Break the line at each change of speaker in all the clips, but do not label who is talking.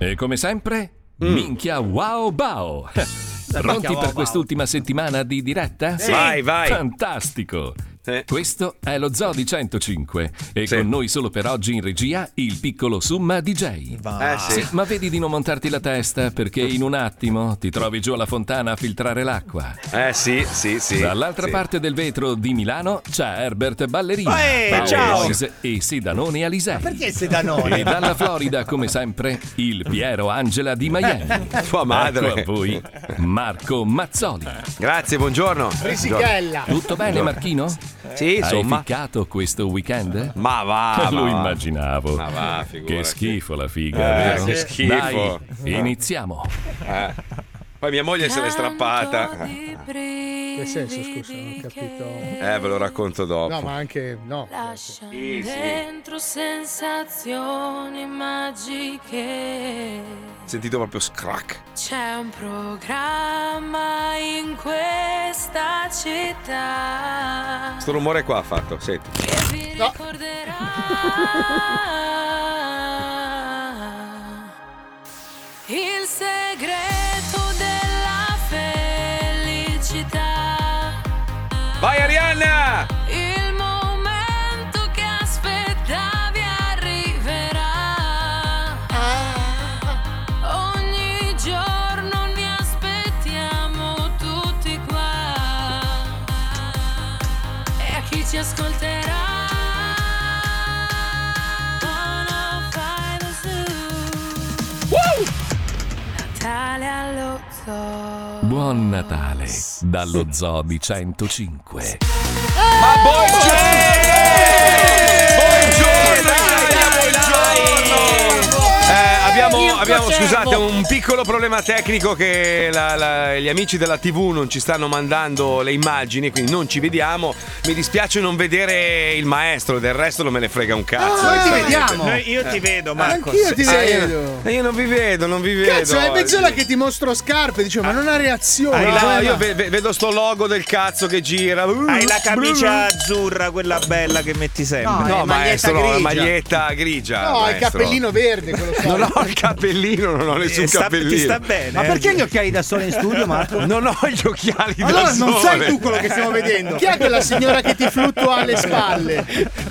E come sempre, minchia wow bao! Pronti
Mm. wow, wow.
per quest'ultima settimana di diretta?
Sì. Vai, vai.
Fantastico!
Eh.
Questo è lo Zoo di 105 e
Sì.
con noi solo per oggi in regia il piccolo Summa DJ.
Eh sì.
Sì, ma vedi di non montarti la testa perché in un attimo ti trovi giù alla fontana a filtrare l'acqua.
Eh sì, sì, sì.
Dall'altra
Sì.
parte del vetro di Milano c'è Herbert Ballerina,
Eh,
Paolo
ciao!
Boys e Sidanone Alisei.
Perché sei da noi?
E dalla Florida, come sempre, il Piero Angela di Miami.
Eh, Tua madre.
Ecco a voi Marco Mazzoli.
Grazie, buongiorno.
Risichella.
Tutto bene, Marchino?
Buongiorno. Sì,
Hai
insomma.
ficcato questo weekend?
Ma va,
Lo
ma va.
immaginavo.
Ma va,
Che
figurati.
schifo la figa,
Eh,
vero?
che schifo.
Dai, iniziamo.
Eh. Poi mia moglie se l'è strappata.
Che
Che senso, scusa, non ho capito.
Eh, ve lo racconto dopo.
No, ma anche no.
Lascia
Sì, sì.
dentro sensazioni magiche.
Sentito proprio scrack.
C'è un programma in questa città
Sto rumore qua ha fatto, senti.
che vi
No.
ricorderà il segreto della felicità.
Vai Arianna!
Eh! Il momento che aspettavi arriverà. Ogni giorno ne aspettiamo tutti qua. E a chi ci ascolterà? Wanna find us who? Natale allo zoo.
Buon Natale dallo Zoo di 105.
Ma boh, buongiorno! Buongiorno, Italia, buongiorno! Eh, abbiamo, abbiamo, scusate, un piccolo problema tecnico che la- la- gli amici della TV non ci stanno mandando le immagini, quindi non ci vediamo. Mi dispiace non vedere il maestro, del resto non me ne frega un cazzo.
Ah, noi ti
onestamente.
vediamo.
Noi- io ti vedo, Marco.
Anch'io ti
Ah, io-
vedo.
eh, io non vi vedo, non vi vedo.
Cazzo, è
oggi.
mezz'ora che ti mostro scarpe, dicevo, ma non ha reazione.
Hai
No,
la-
Cioè,
io
ma-
ve- ve- vedo sto logo del cazzo che gira.
Hai la camicia azzurra, quella bella che metti sempre.
No,
è
maestro,
maglietta
no, la
grigia. Eh.
maglietta grigia.
No, ha il
maestro.
cappellino verde, quello
Non
so.
ho il cappellino, non ho nessun
Eh, sta-
cappellino.
ti sta bene.
Ma
eh?
perché gli occhiali da sole in studio, Marco?
Non ho gli occhiali
Allora
da sole.
non sai tu quello che stiamo vedendo.
Chi è quella signora che ti fluttua alle spalle?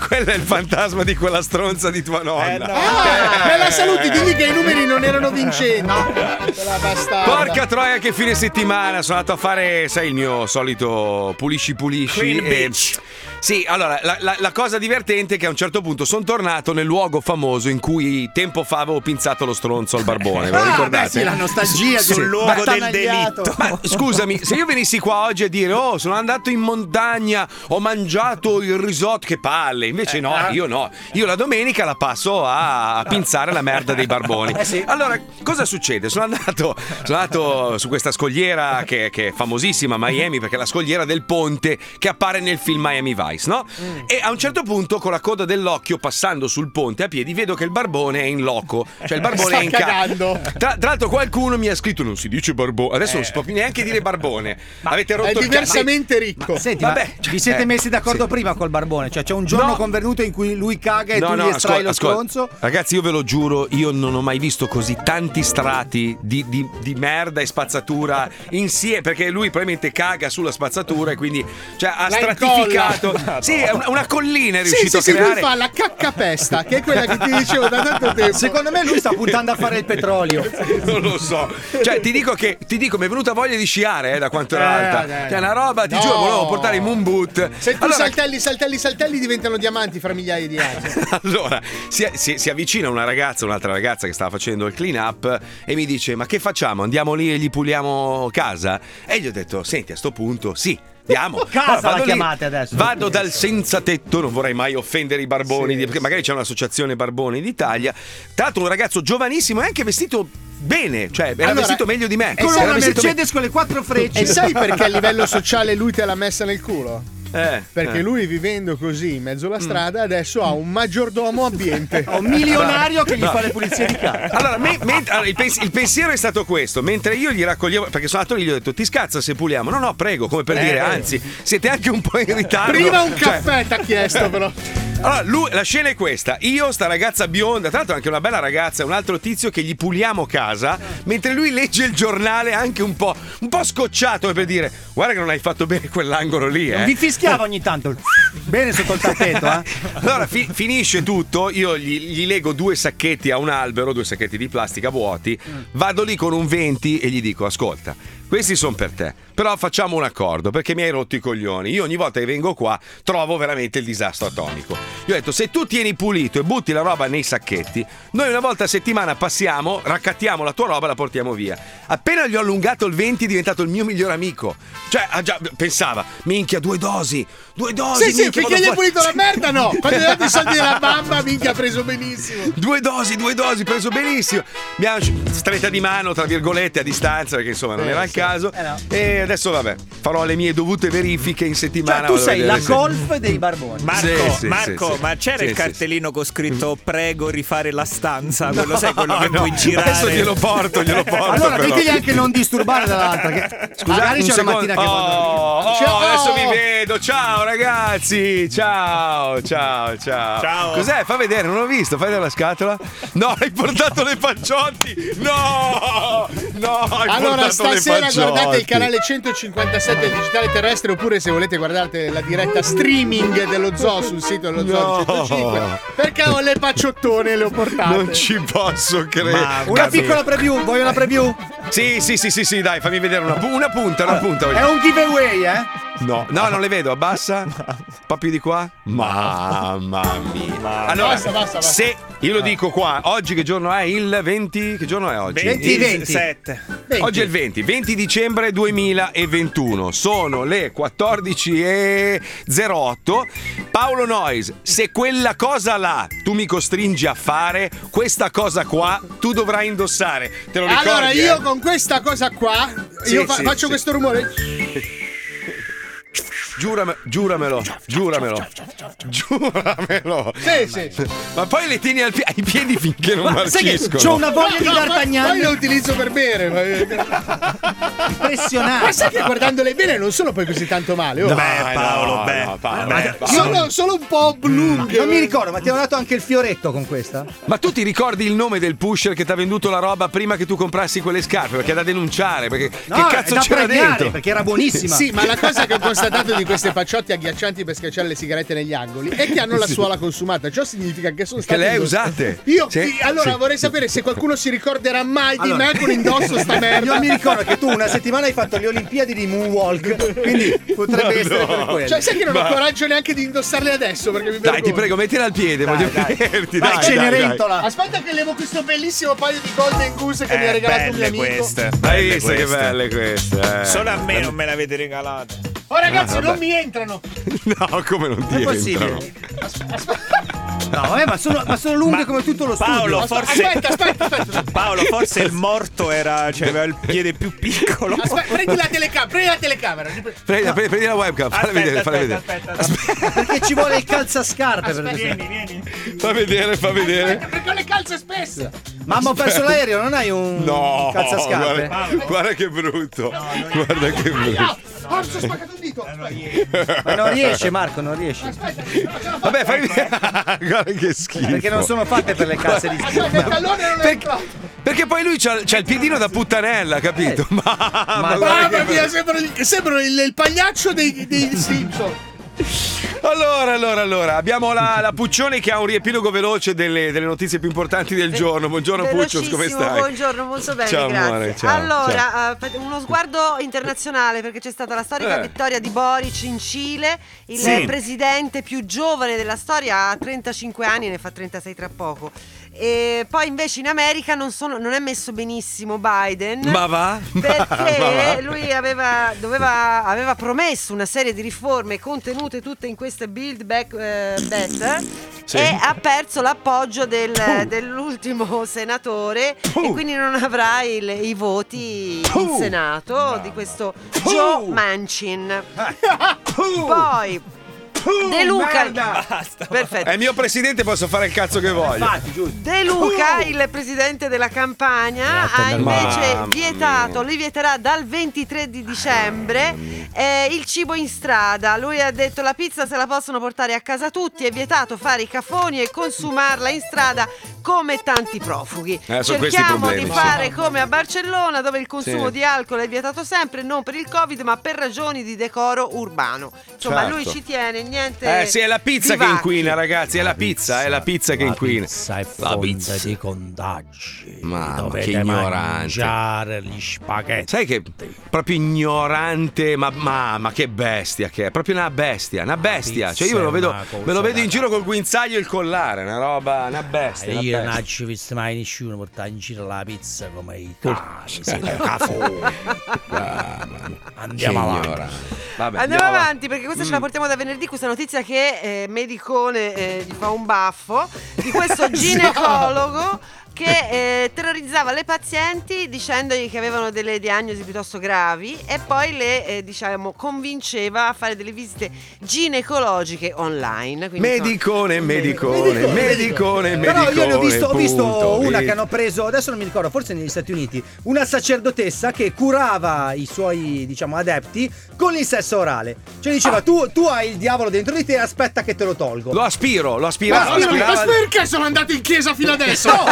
Quello è il fantasma di quella stronza di tua nonna.
Eh, no.
Ah,
Eh.
me la saluti, dimmi che i numeri non erano vincenti. Quella bastarda.
Porca troia che fine settimana sono andato a fare, sai, il mio solito pulisci pulisci.
Queen
e-
Beach.
Sì, allora, la, la- la cosa divertente è che a un certo punto sono tornato nel luogo famoso in cui tempo fa avevo pinzato lo stronzo al barbone, ve lo
Ah,
ricordate?
beh, sì, la nostalgia
Sul
di un
luogo del
battanagliato.
delitto.
Ma scusami, se io venissi qua oggi a dire oh, sono andato in montagna, ho mangiato il risotto, che palle. Invece no,
Eh.
io no. Io la domenica la passo a, a pinzare la merda dei barboni.
Eh,
Allora, cosa succede? Sono andato, sono andato su questa scogliera che, che è famosissima a Miami, perché è la scogliera del ponte che appare nel film Miami Vice, no?
Mm.
E a un certo punto, con la coda dell'occhio, passando sul ponte a piedi, vedo che il barbone è in loco. Cioè il barbone
Sta
è in casa.
cagando.
Tra, tra l'altro qualcuno mi ha scritto non si dice barbone, adesso non si può più neanche dire barbone. Avete
È
rotto il cazzo.
diversamente ricco.
Senti,
Vabbè,
ma
cioè,
vi siete
eh,
messi d'accordo
sì.
prima col barbone? Cioè, c'è un giorno
No.
convenuto in cui lui caga e
No,
tu
no,
gli
ascol-
estrai lo
ascol-
stronzo?
Ragazzi, io ve lo giuro, io non ho mai visto così tanti strati di, di- di merda e spazzatura insieme, perché lui probabilmente caga sulla spazzatura e quindi cioè, ha
La
stratificato. Sì, è una, una collina è
Sì,
riuscito
sì, sì,
a
lui
creare.
fa la caccapesta, che è quella che ti dicevo da tanto tempo.
Secondo me lui sta puntando a fare il petrolio.
Non lo so. Cioè, ti dico che ti dico, mi è venuta voglia di sciare eh, da quanto era
Eh,
alta.
eh.
Cioè, una roba, ti
No.
giuro, volevo portare i moon boot.
Se tu
Allora,
saltelli, saltelli, saltelli diventano diamanti fra migliaia di anni.
Allora, si, si- si avvicina una ragazza, un'altra ragazza che stava facendo il clean up e mi dice: Ma che facciamo? Andiamo lì e gli puliamo casa? E gli ho detto: Senti, a sto punto, sì. Andiamo.
Casa la
vado
chiamate adesso.
Vado dal senza tetto, non vorrei mai offendere i barboni, di- perché magari c'è un'associazione Barboni d'Italia. Tra l'altro un ragazzo giovanissimo e anche vestito bene, cioè era
Allora,
vestito meglio di me.
e sai
Con
Era
una
come
vestito
Mercedes con le quattro frecce.
E sai perché a livello sociale lui te l'ha messa nel culo?
me- eh,
Perché
eh. Mm.
lui vivendo così in mezzo alla strada adesso ha un maggiordomo ambiente.
Ho un milionario che gli fa le pulizie di casa.
Allora, me- me- allora, il, pens- il pensiero è stato questo: mentre io gli raccoglievo, perché sono andato lì, gli ho detto: Ti scazza se puliamo?
Eh,
No, no, prego, come per dire, anzi, siete anche un po' in ritardo.
Prima un
Cioè,
caffè ti ha chiesto però.
Allora, lui- la scena è questa: io, sta ragazza bionda, tra l'altro anche una bella ragazza, un altro tizio che gli puliamo casa, mentre lui legge il giornale anche un po', un po' scocciato come per dire: Guarda che non hai fatto bene quell'angolo lì, eh.
Vi fischiava ogni tanto. Bene sotto il tappeto, eh?
Allora fi- finisce tutto, io gli, gli lego due sacchetti a un albero, due sacchetti di plastica vuoti, vado lì con un 20 e gli dico ascolta, questi sono per te, però facciamo un accordo perché mi hai rotto i coglioni, io ogni volta che vengo qua trovo veramente il disastro atomico. Gli ho detto se tu tieni pulito e butti la roba nei sacchetti, noi una volta a settimana passiamo, raccattiamo la tua roba e la portiamo via. Appena gli ho allungato il 20 è diventato il mio miglior amico, cioè ha già- pensava, minchia due dosi, due dosi.
Sì, sì,
minchia,
finché
vado
gli hai
fuori."
pulito la merda, no. Quando gli hai dato i soldi della mamma, minchia, ha preso benissimo.
Due dosi, due dosi, preso benissimo. Mi ha stretta di mano, tra virgolette, a distanza, perché insomma non
Eh,
era il
sì.
caso.
Eh, no.
E adesso vabbè, farò le mie dovute verifiche in settimana.
Cioè, tu
vado a
sei
vedere
la
se-
golf dei barboni.
Marco,
Sì, sì,
Marco
sì, sì.
ma c'era
Sì,
il
sì,
cartellino con scritto prego rifare la stanza? Quello sai quello che
No,
puoi girare?
Adesso glielo porto, glielo porto.
Allora,
però.
ditegli anche non disturbare dall'altra. Che...
Scusate,
Magari
un
c'è una
secondo.
mattina che
oh,
vado. Cioè,
oh,
Ciao.
adesso vi vedo. Ciao ragazzi. Ciao, ciao, ciao.
Ciao.
Cos'è? Fa vedere, non ho visto. Fai vedere la scatola. No, hai portato le panciotti. No! No, hai
Allora,
portato le
stasera
panciotti.
guardate il canale 157 del Digitale Terrestre oppure se volete guardate la diretta streaming dello zoo sul sito dello zoo
No.
105 perché ho le pacciottone le ho portate.
Non ci posso credere.
Ma-
Una
Capito?
piccola preview, voglio una preview?
Sì, sì, sì, sì, sì, dai, fammi vedere una, pu- una punta, una punta.
È
voglio-
un giveaway, eh?
No, no, non le vedo, abbassa. Un po' più di qua. Mamma mia. Allora,
Basta, basta, basta.
se io lo dico qua, oggi che giorno è? Il 20, che giorno è oggi?
27.
Venti.
Oggi è il 20, 20 dicembre 2021, sono le 14.08. Paolo Noyes, se quella cosa là tu mi costringi a fare, questa cosa qua tu dovrai indossare. Te lo ricordi?
Allora io
eh?
con questa cosa qua
Sì,
io fa-
sì,
faccio
sì.
questo rumore
Giurame- giuramelo, giuramelo, giuramelo.
Sì, sì.
Ma poi le tieni al pi- ai piedi finché non
Ma sai che
marciscono.
c'ho una voglia di
No, no, poi- Poi
D'Artagnan
lo utilizzo per bere. Ma ma
impressionante.
sai che guardandole bene non sono poi così tanto male. oh.
Beh, Paolo, beh. Beh,
Paolo.
Sono, sono un po' oblunghe.
Mm, Non mi ricordo, ma ti hanno dato anche il fioretto con questa?
Ma tu ti ricordi il nome del pusher che ti ha venduto la roba prima che tu comprassi quelle scarpe? Perché è da denunciare. Perché che
è
cazzo
da
c'era
premiare,
dentro?
Perché era buonissima.
Sì, ma la cosa che ho constatato di queste pacciotti agghiaccianti per schiacciare le sigarette negli angoli è che hanno la suola consumata. Ciò significa che sono
Che
state
le hai
indossate.
usate?
Io
Sì,
sì, allora
sì.
vorrei sapere se qualcuno si ricorderà mai di
Allora.
me con indosso sta merda.
Io mi ricordo che tu una settimana hai fatto le Olimpiadi di Moonwalk, quindi potrebbe essere per quello.
Cioè, sai che non
Ma-
ho coraggio neanche di indossarle adesso perché mi
Dai, ti
vergogno.
prego, mettila al piede, voglio
dai.
vederti.
Vai,
dai,
Cenerentola.
Aspetta che levo questo bellissimo paio di Golden Goose che mi ha
Eh,
regalato un mio
belle
amico.
queste.
Dai, dai. Hai
belle
visto che
queste.
belle queste? eh?
Solo a me non me l'avete regalata.
Oh ragazzi,
Ah, vabbè.
non mi entrano.
No, come non
Non
ti
è
entrano?
possibile. No, vabbè, ma sono, ma sono lunghe
Ma-
come tutto lo studio.
Paolo,
Ma-
forse-
Aspetta, aspetta, aspetta.
Paolo, forse il morto era. cioè aveva il piede più piccolo.
Aspetta, prendi la telecamera, prendi la telecamera.
Prendi, prendi- prendi la webcam,
Ah,
falla vedere, falla vedere.
aspetta,
Perché ci vuole il calzascarpe per esempio.
Fa vedere, fa vedere.
Aspetta, perché ho le calze spesse.
Mamma, ho perso l'aereo, non hai un
No,
calzascarpe?
guarda, guarda che brutto. guarda che brutto.
Ah, oh, mi sono spaccato un dito.
Ma non riesce, Marco, non riesce.
Aspetta, non ce la faccio.
Vabbè, Eh, fai guarda che schifo.
Perché non sono fatte per le calze di scarpe.
Aspetta, il tallone non è entrato.
Perché poi lui c'ha, c'ha il piedino da puttanella, capito?
Eh.
Ma, ma guarda
Mamma
che
mia,
brutto.
sembro, il, sembro il, il pagliaccio dei, dei Simpson.
Allora, allora, allora, abbiamo la, la Puccioni che ha un riepilogo veloce delle, delle notizie più importanti del giorno. Buongiorno Puccio,
Velocissimo,
come stai?
Buongiorno, molto bene,
Ciao,
grazie.
amore, ciao,
allora,
ciao.
eh, aspetta, uno sguardo internazionale perché c'è stata la storica
Eh.
vittoria di Boric in Cile, il
Sì.
presidente più giovane della storia ha 35 anni e ne fa 36 tra poco. E poi invece in America non, sono- non è messo benissimo Biden.
Ma va?
Perché
Ma va?
lui aveva, doveva- aveva promesso una serie di riforme contenute tutte in queste Build Back eh, Better
Sì.
e ha perso l'appoggio del- dell'ultimo senatore
Puh.
e quindi non avrà il- i voti in
Puh.
Senato di questo
Puh.
Joe Manchin. Poi De Luca. Perfetto.
È mio presidente, posso fare il cazzo che voglio.
De Luca, il presidente della Campania, ha invece
Mamma
vietato, li vieterà dal 23 di dicembre eh, il cibo in strada. Lui ha detto la pizza se la possono portare a casa tutti, è vietato fare i cafoni e consumarla in strada come tanti profughi.
Eh, sono questi i
Cerchiamo
problemi,
di
sì.
fare come a Barcellona dove il consumo
Sì.
di alcol è vietato sempre, non per il Covid ma per ragioni di decoro urbano. Insomma,
Certo.
lui ci tiene, niente.
Eh sì, è la pizza che
bivacchi.
inquina, ragazzi, è la pizza, è la pizza che inquina.
Pizza è
La
fonte
pizza.
di contagi.
Mamma,
Dovete
che ignorante.
mangiare gli spaghetti.
Sai che proprio ignorante, ma, ma- ma che bestia che è, proprio una bestia, una bestia. Cioè io me lo vedo, me lo vedo in giro col guinzaglio e il collare, una roba, una bestia.
E
una
io
bestia.
non ci ho visto mai nessuno portare in giro la pizza come i casi. siete cafoni. Andiamo
Che
avanti.
ignorante. Vabbè, Mm.
Andiamo avanti perché questa ce la portiamo da venerdì, questa notizia che eh, Medicone eh, gli fa un baffo di questo ginecologo che eh, terrorizzava le pazienti dicendogli che avevano delle diagnosi piuttosto gravi e poi le eh, diciamo convinceva a fare delle visite ginecologiche online. Quindi, insomma,
Medicone, medicone, medicone, medicone.
Però io ne ho visto, ho visto
punto,
una
vi-
che hanno preso, adesso non mi ricordo, forse negli Stati Uniti, una sacerdotessa che curava i suoi, diciamo, adepti con il sesso orale. Cioè diceva, tu, tu hai il diavolo dentro di te, aspetta che te lo tolgo.
Ah. Lo aspiro, lo aspiravo,
Ma,
lo
scusami, ma
aspiravo-
perché sono andato in chiesa fino adesso?
No,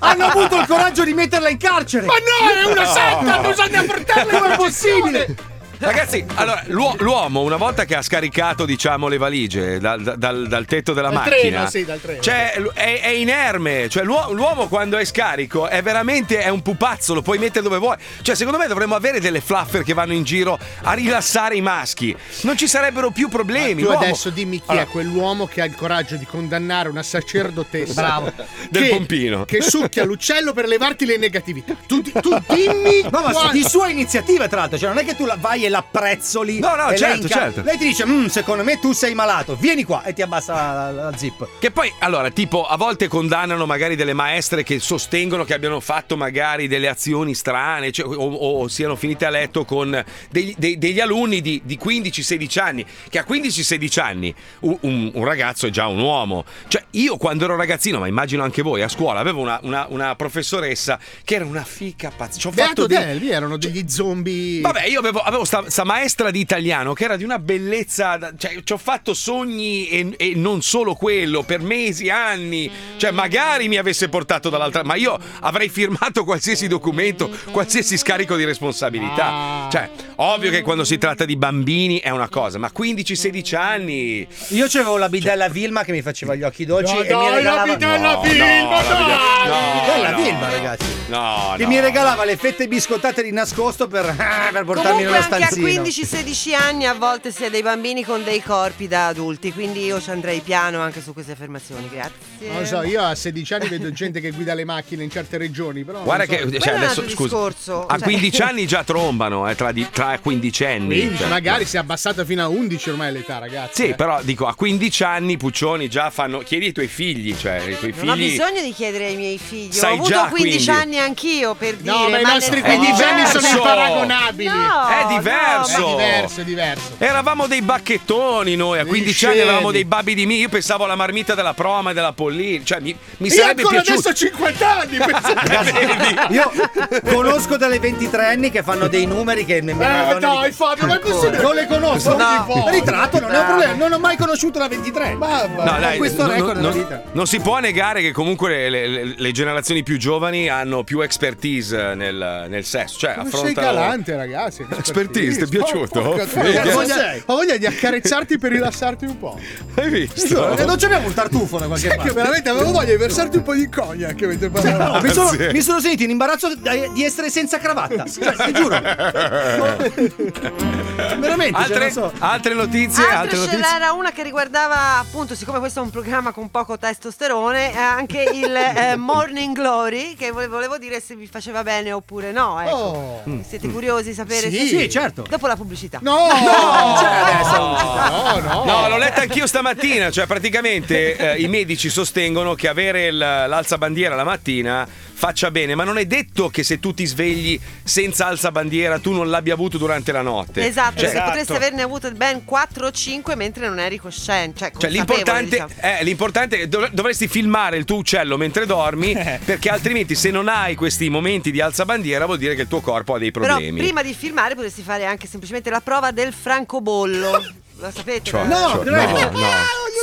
hanno avuto il coraggio di metterla in carcere.
Ma no, è una setta, bisogna portarla in
Come è
possibile.
possibile?
Ragazzi, allora, l'uo- l'uomo una volta che ha scaricato, diciamo, le valigie dal, dal- dal tetto della
Dal
macchina,
treno, sì, dal treno.
Cioè, l- è, è inerme. Cioè, l'uo- l'uomo quando è scarico è veramente è un pupazzo, lo puoi mettere dove vuoi. Cioè, secondo me dovremmo avere delle fluffer che vanno in giro a rilassare i maschi. Non ci sarebbero più problemi.
Tu
l'uomo-
adesso dimmi chi è
Allora,
quell'uomo che ha il coraggio di condannare una sacerdotessa
Bravo.
Esatto. Del
che-
pompino.
che succhia l'uccello per levarti le negatività. Tu, di- tu dimmi
No, ma
qual-
di sua iniziativa, tra l'altro, cioè non è che tu la vai e l'apprezzoli.
No, no,
e lei
certo,
inca-
certo.
Lei ti dice, "Mm, secondo me tu sei malato, vieni qua e ti abbassa la, la- la zip.
Che poi, allora, tipo, a volte condannano magari delle maestre che sostengono che abbiano fatto magari delle azioni strane cioè, o, o- o siano finite a letto con degli, dei- degli alunni di, di 15-16 anni. Che a 15-16 anni u- un, un ragazzo è già un uomo. Cioè, io quando ero ragazzino, ma immagino anche voi, a scuola avevo una, una- una professoressa che era una fica pazza. Ci ho
Beato
fatto dei-
te, lì erano degli zombie.
Vabbè, io avevo, avevo sta, sta maestra di italiano che era di una bellezza, da- cioè ci ho fatto sogni e, e non solo quello, per mesi, anni, cioè magari mi avesse portato dall'altra, ma io avrei firmato qualsiasi documento, qualsiasi scarico di responsabilità. Cioè, ovvio che quando si tratta di bambini è una cosa, ma 15-16 anni...
Io c'avevo la bidella Vilma che mi faceva gli occhi dolci
No,
e mi
dai, la
regalava
vitella
Cioè. No,
filma,
no,
dai!
la No,
Bella
no,
Vilma,
no.
ragazzi.
No,
Che
no.
mi regalava le fette biscottate di nascosto per, per portarmi
Comunque
nello
anche a
stanzino.
15-16 anni a volte si è dei bambini con dei corpi da adulti, quindi io ci andrei piano anche su queste affermazioni, grazie.
Non lo so, io a 16 anni vedo gente che guida le macchine in certe regioni, però.
Guarda
non so.
che
Quello
cioè,
è un
adesso
altro
scusa,
discorso,
a
cioè.
15 anni già trombano, eh, tra, di, tra 15 anni.
15,
cioè.
magari si è abbassata fino a 11 ormai l'età, ragazzi.
Sì,
eh.
però dico, a 15 anni Puccioni già fanno. Chiedi ai tuoi figli, cioè i tuoi
Non ho
figli.
bisogno di chiedere ai miei figli,
Sai
ho avuto
già,
15
quindi.
anni anch'io per dire.
No, ma i
ma
nostri
nel-
15 anni sono
diverso.
imparagonabili.
No,
È
no,
diverso.
È diverso, è diverso.
Eravamo dei bacchettoni noi, a 15 anni
scemi.
eravamo dei babbi di me. Io pensavo alla marmita della proma e della pollina. Cioè, mi, mi
Io
sarebbe
ancora adesso
piaciuto.
ho 50 anni. pensate.
Io conosco delle 23 anni che fanno dei numeri che nemmeno
Eh, dai, Fabio, ma è possibile?
Non le conosco.
No.
No. Ritratto, non è un problema. Non ho mai conosciuto la 23. Mamma.
No, dai,
questo
non-
record
non,
nella vita.
non si può negare che comunque le, le- le- le generazioni più giovani hanno più expertise nel, nel sesso. Cioè,
Come sei
affrontano.
galante, ragazzi.
Expertise, ti è piaciuto?
Oh, porca
Figa.
troia, Ho voglia, ho voglia di accarezzarti per rilassarti un po'.
Hai visto?
Eh, Non c'abbiamo un tartufo da qualche
Sai che
parte.
veramente avevo voglia di versarti un po' di cognac mentre
No,
parlavo.
mi, sono,
Grazie.
mi sono sentito in imbarazzo di di essere senza cravatta. Cioè, ti giuro. Veramente, cioè,
Altre,
non so.
altre notizie?
Altre
Altre
ce
notizie?
n'era una che riguardava appunto, siccome questo è un programma con poco testosterone, eh, anche il eh, Morning Glory, che vole- volevo dire se vi faceva bene oppure no. Ecco.
Oh.
Mm.
Siete curiosi di sapere?
Sì.
se-
Sì, certo.
Dopo la pubblicità.
No!
No,
No, no.
No, l'ho letta anch'io stamattina, cioè praticamente eh, i medici sostengono che avere il- l'alzabandiera la mattina faccia bene, ma non è detto che se tu ti svegli senza alzabandiera tu non l'abbia avuto durante la notte.
Esatto,
Cioè-
perché potresti averne avute ben 4 o 5 mentre non eri cosciente. Cioè,
Cioè,
consapevole,
l'importante,
diciamo.
eh, l'importante è dov- dovresti filmare il tuo uccello mentre dormi, perché altrimenti se non hai questi momenti di alzabandiera vuol dire che il tuo corpo ha dei
Però
problemi.
prima di filmare potresti fare anche semplicemente la prova del francobollo. Lo sapete?
Cioè,
No,
cioè,
Drake!
no, no.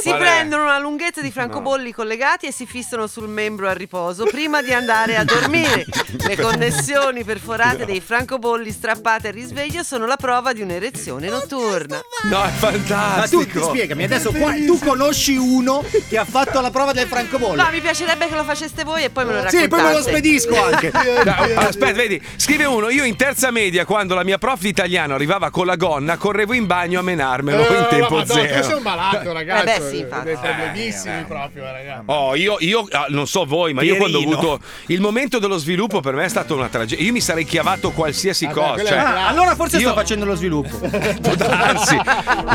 Si
Qual è?
prendono una lunghezza di francobolli collegati e si fissano sul membro a riposo prima di andare a dormire. Le connessioni perforate dei francobolli strappate al risveglio sono la prova di un'erezione notturna.
No, è
Ma tu
Ah, fantastico.
ti spiegami adesso qua- tu conosci uno che ha fatto la prova del francobollo.
No, mi piacerebbe che lo faceste voi e poi me lo raccontate.
Sì, poi me lo spedisco anche.
No, aspetta, vedi, scrive uno, io in terza media quando la mia prof di italiano arrivava con la gonna, correvo in bagno a menarmelo in tempo zero.
Eh, Questo è un malato, ragazzi.
Eh beh, sì, infatti.
Dei problemissimi proprio, ragazzi.
Oh, io, io, ah, non so voi, ma io
Pierino.
quando ho avuto il momento dello sviluppo per me è stata una tragedia. Io mi sarei chiavato qualsiasi
Vabbè,
cosa.
quella
Cioè,
è
Ah, allora forse
Io- Eh,
sto facendo lo sviluppo.
può darsi.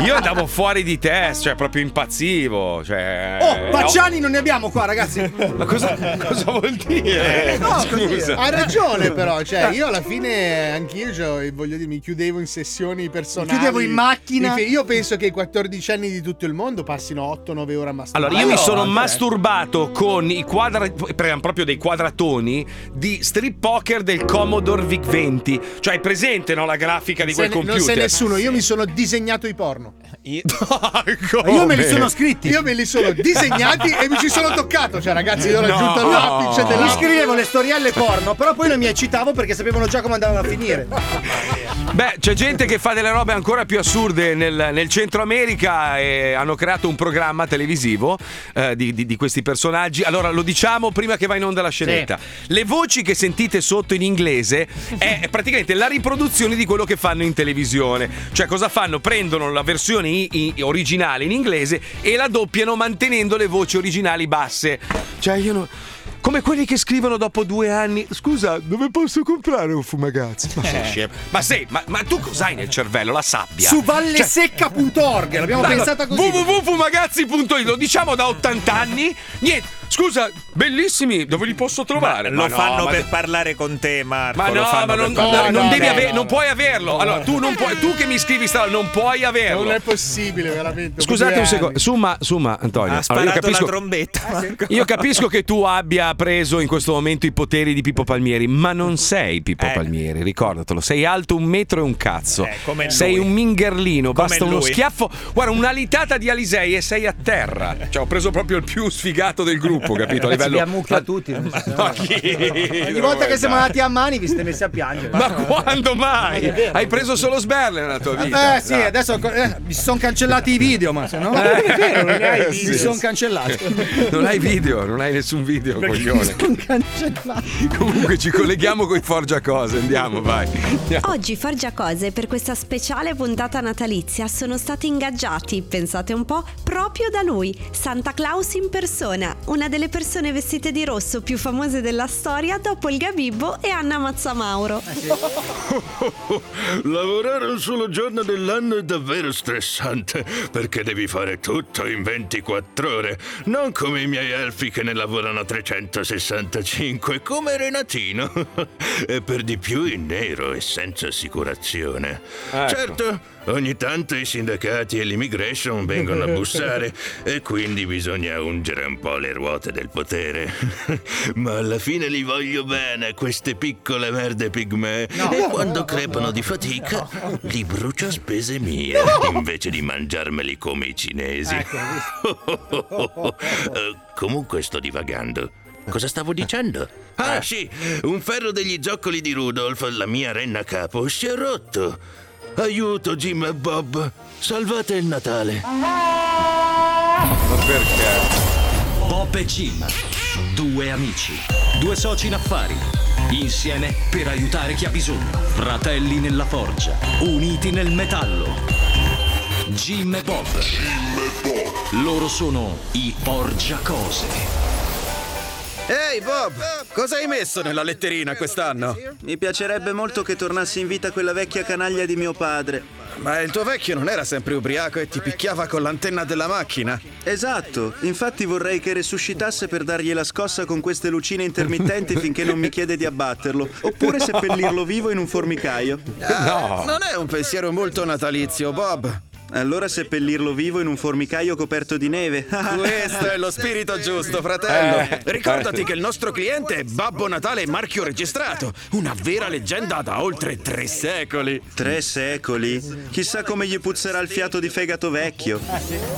Io andavo fuori di testa, cioè proprio impazzivo. Cioè...
Oh, Pacciani non ne abbiamo qua, ragazzi.
Ma cosa, cosa vuol
eh,
Eh,
dire?
no,
Scusa.
Hai ragione però, cioè io alla fine anch'io cioè, voglio dire mi chiudevo in sessioni personali.
Mi chiudevo in macchina.
Mi fe- Io penso che i 14 anni di tutto il mondo passino 8-9 ore a masturbare.
Allora, io mi sono
anche, eh.
masturbato con i quadra. erano proprio dei quadratoni di strip poker del Commodore VIC 20. Cioè, è presente, no? La grafica di
Se
quel
ne-
computer.
Non sei nessuno, io mi sono disegnato i porno.
Porco!
Io me li sono scritti.
Io me li sono disegnati e mi ci sono toccato. Cioè, ragazzi, io ho raggiunto
No.
l'apice
Mi
della.
scrivevo le storielle porno, però poi non mi eccitavo perché sapevano già come andavano a finire.
Beh, c'è gente che fa delle robe ancora più assurde nel, nel Centro America e hanno creato un programma televisivo eh, di, di- di questi personaggi. Allora, lo diciamo prima che va in onda la scenetta. Le voci che sentite sotto in inglese è praticamente la riproduzione di quello che fanno in televisione. Cioè, cosa fanno? Prendono la versione i- i- originale in inglese e la doppiano mantenendo le voci originali basse. Cioè, io non... Come quelli che scrivono dopo due anni, scusa, dove posso comprare un fumagazzi?
Eh.
Eh.
Ma cioè, sei scemo. Ma sei, ma, ma tu cos'hai nel cervello? La sabbia. Cioè,
Su vallesecca.org, l'abbiamo
Allora,
pensata così.
www.fumagazzi.it lo diciamo da 80 anni. Niente, scusa, bellissimi, dove li posso trovare?
Lo
Ma no,
fanno
ma-
per parlare con te, Marco.
ma
lo
no,
fanno
ma
per
non,
parlare
no,
con
non
te.
devi
no,
ave-
no,
non
no.
puoi averlo. Allora, tu, non puoi, tu che mi scrivi sta non puoi averlo.
Non è possibile, veramente.
Scusate
due
un secondo,
anni.
summa, summa Antonio.
Ha
Allora,
sparato
io capisco,
la trombetta. Marco.
io capisco che tu abbia preso in questo momento i poteri di Pippo Palmieri, ma non sei Pippo
Eh.
Palmieri, ricordatelo. Sei alto un metro e un cazzo.
Eh, come lui.
sei un mingerlino,
Come
basta uno
lui.
schiaffo. Guarda, un'alitata di Alisei e sei a terra. Cioè, ho preso proprio il più sfigato del gruppo, capito? A livello.
Abbiamo mucchia tutti. non so.
Ma chi?
Ogni volta che siamo andati a mani vi siete messi a piangere.
Ma quando mai? Hai preso solo sberle nella tua vita. Ah.
Eh sì, adesso eh, mi sono cancellati i video, ma se no.
Eh.
È vero, non ne hai video. Mi sono cancellati.
Non hai video, non hai nessun video, coglione. Comunque ci colleghiamo con i Forgia Cose, andiamo, vai.
Oggi Forgia Cose per questa speciale puntata natalizia sono stati ingaggiati, pensate un po', proprio da lui, Santa Claus in persona, una delle persone vestite di rosso più famose della storia dopo il Gabibbo e Anna Mazzamauro.
Lavorare un solo giorno dell'anno è davvero stressante, perché devi fare tutto in 24 ore, non come i miei elfi che ne lavorano 365, come Renatino. e per di più in nero e senza assicurazione. Certo, ogni tanto i sindacati e l'immigration vengono a bussare e quindi bisogna ungere un po' le ruote del potere. Ma alla fine li voglio bene, queste piccole merde pigmee. e quando crepano di fatica, li brucio a spese mie, invece di mangiarmeli come i cinesi. Eh, Comunque sto divagando. Cosa stavo dicendo? Ah sì, un ferro degli zoccoli di Rudolf, la mia renna capo, si è rotto. Aiuto Jim e Bob, salvate il Natale.
Bob e Jim, due amici, due soci in affari. Insieme per aiutare chi ha bisogno. Fratelli nella forgia, uniti nel metallo. Jim e Bob. Loro sono i Forgia Cose.
Ehi Bob,
Cosa hai messo nella letterina quest'anno?
Mi piacerebbe molto che tornassi in vita quella vecchia canaglia di mio padre.
Ma il tuo vecchio non era sempre ubriaco e ti picchiava con l'antenna della macchina?
Esatto, infatti vorrei che resuscitasse per dargli la scossa con queste lucine intermittenti finché non mi chiede di abbatterlo, oppure seppellirlo vivo in un formicaio.
No! Ah, Non è un pensiero molto natalizio, Bob.
Allora seppellirlo vivo in un formicaio coperto di neve.
Questo è lo spirito giusto, fratello.
Eh.
Ricordati che il nostro cliente è Babbo Natale marchio registrato, una vera leggenda da oltre tre secoli.
Tre secoli? Chissà come gli puzzerà il fiato di fegato vecchio.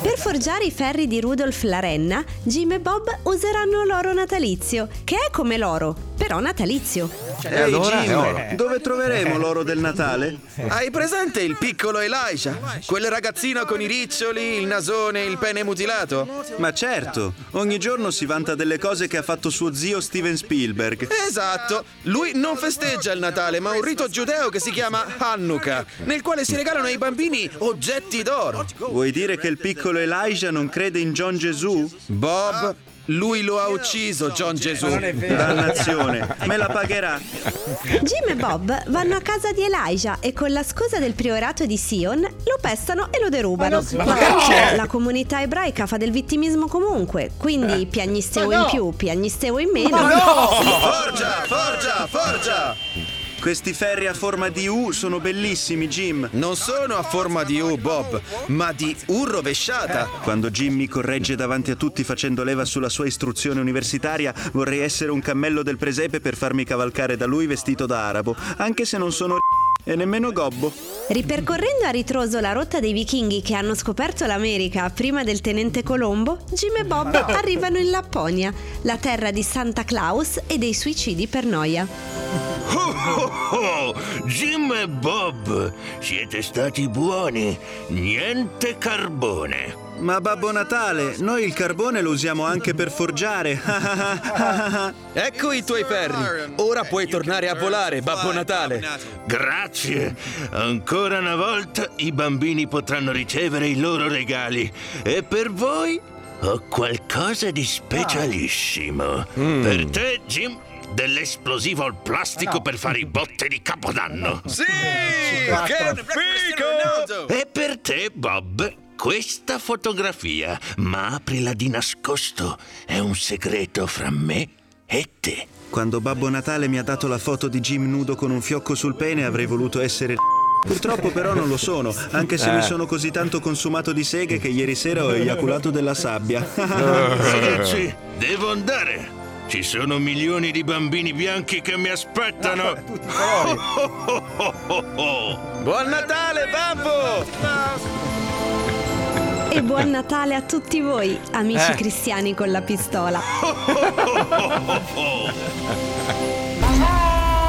Per forgiare i ferri di Rudolf la renna, Jim e Bob useranno l'oro natalizio, che è come l'oro, però natalizio.
E allora, Eh, dove troveremo l'oro del Natale?
Hai presente il piccolo Elijah? Quel ragazzino con i riccioli, il nasone, il pene mutilato?
Ma certo, ogni giorno si vanta delle cose che ha fatto suo zio Steven Spielberg.
Esatto, lui non festeggia il Natale, ma un rito giudeo che si chiama Hanukkah, nel quale si regalano ai bambini oggetti d'oro.
Vuoi dire che il piccolo Elijah non crede in John Gesù?
Bob, lui lo ha ucciso, John Gesù.
Dannazione, me la pagherà.
Jim e Bob vanno a casa di Elijah e con la scusa del priorato di Sion lo pestano e lo derubano.
Ma no, ma
Però
perché? Eh.
la comunità ebraica fa del vittimismo comunque, quindi piagnisteo
Ma no.
in più, piagnisteo in meno.
Ma no!
Forgia, forgia, forgia!
Questi ferri a forma di U sono bellissimi, Jim.
Non sono a forma di U, Bob, ma di U rovesciata.
Quando Jim mi corregge davanti a tutti facendo leva sulla sua istruzione universitaria, vorrei essere un cammello del presepe per farmi cavalcare da lui vestito da arabo, anche se non sono e nemmeno gobbo.
Ripercorrendo a ritroso la rotta dei vichinghi che hanno scoperto l'America prima del tenente Colombo, Jim e Bob
No.
arrivano in Lapponia, la terra di Santa Claus e dei suicidi per noia.
Oh, oh, oh, Jim e Bob, siete stati buoni. Niente carbone.
Ma Babbo Natale, noi il carbone lo usiamo anche per forgiare.
Ecco i tuoi ferri. Ora puoi tornare a volare, Babbo Natale.
Grazie. Ancora una volta i bambini potranno ricevere i loro regali. E per voi ho qualcosa di specialissimo. Per te, Jim, dell'esplosivo al plastico per fare i botte di Capodanno.
Sì! Che fico!
E per te, Bob, questa fotografia, ma aprila di nascosto. È un segreto fra me e te.
Quando Babbo Natale mi ha dato la foto di Jim nudo con un fiocco sul pene avrei voluto essere... Purtroppo però non lo sono, anche se
Eh.
Ah.
mi sono così tanto consumato di seghe che ieri sera ho eiaculato della sabbia. Eh.
Ragazzi, devo andare. Ci sono milioni di bambini bianchi che mi aspettano.
Buon Natale, babbo!
E buon Natale a tutti voi, amici
Eh.
cristiani con la pistola.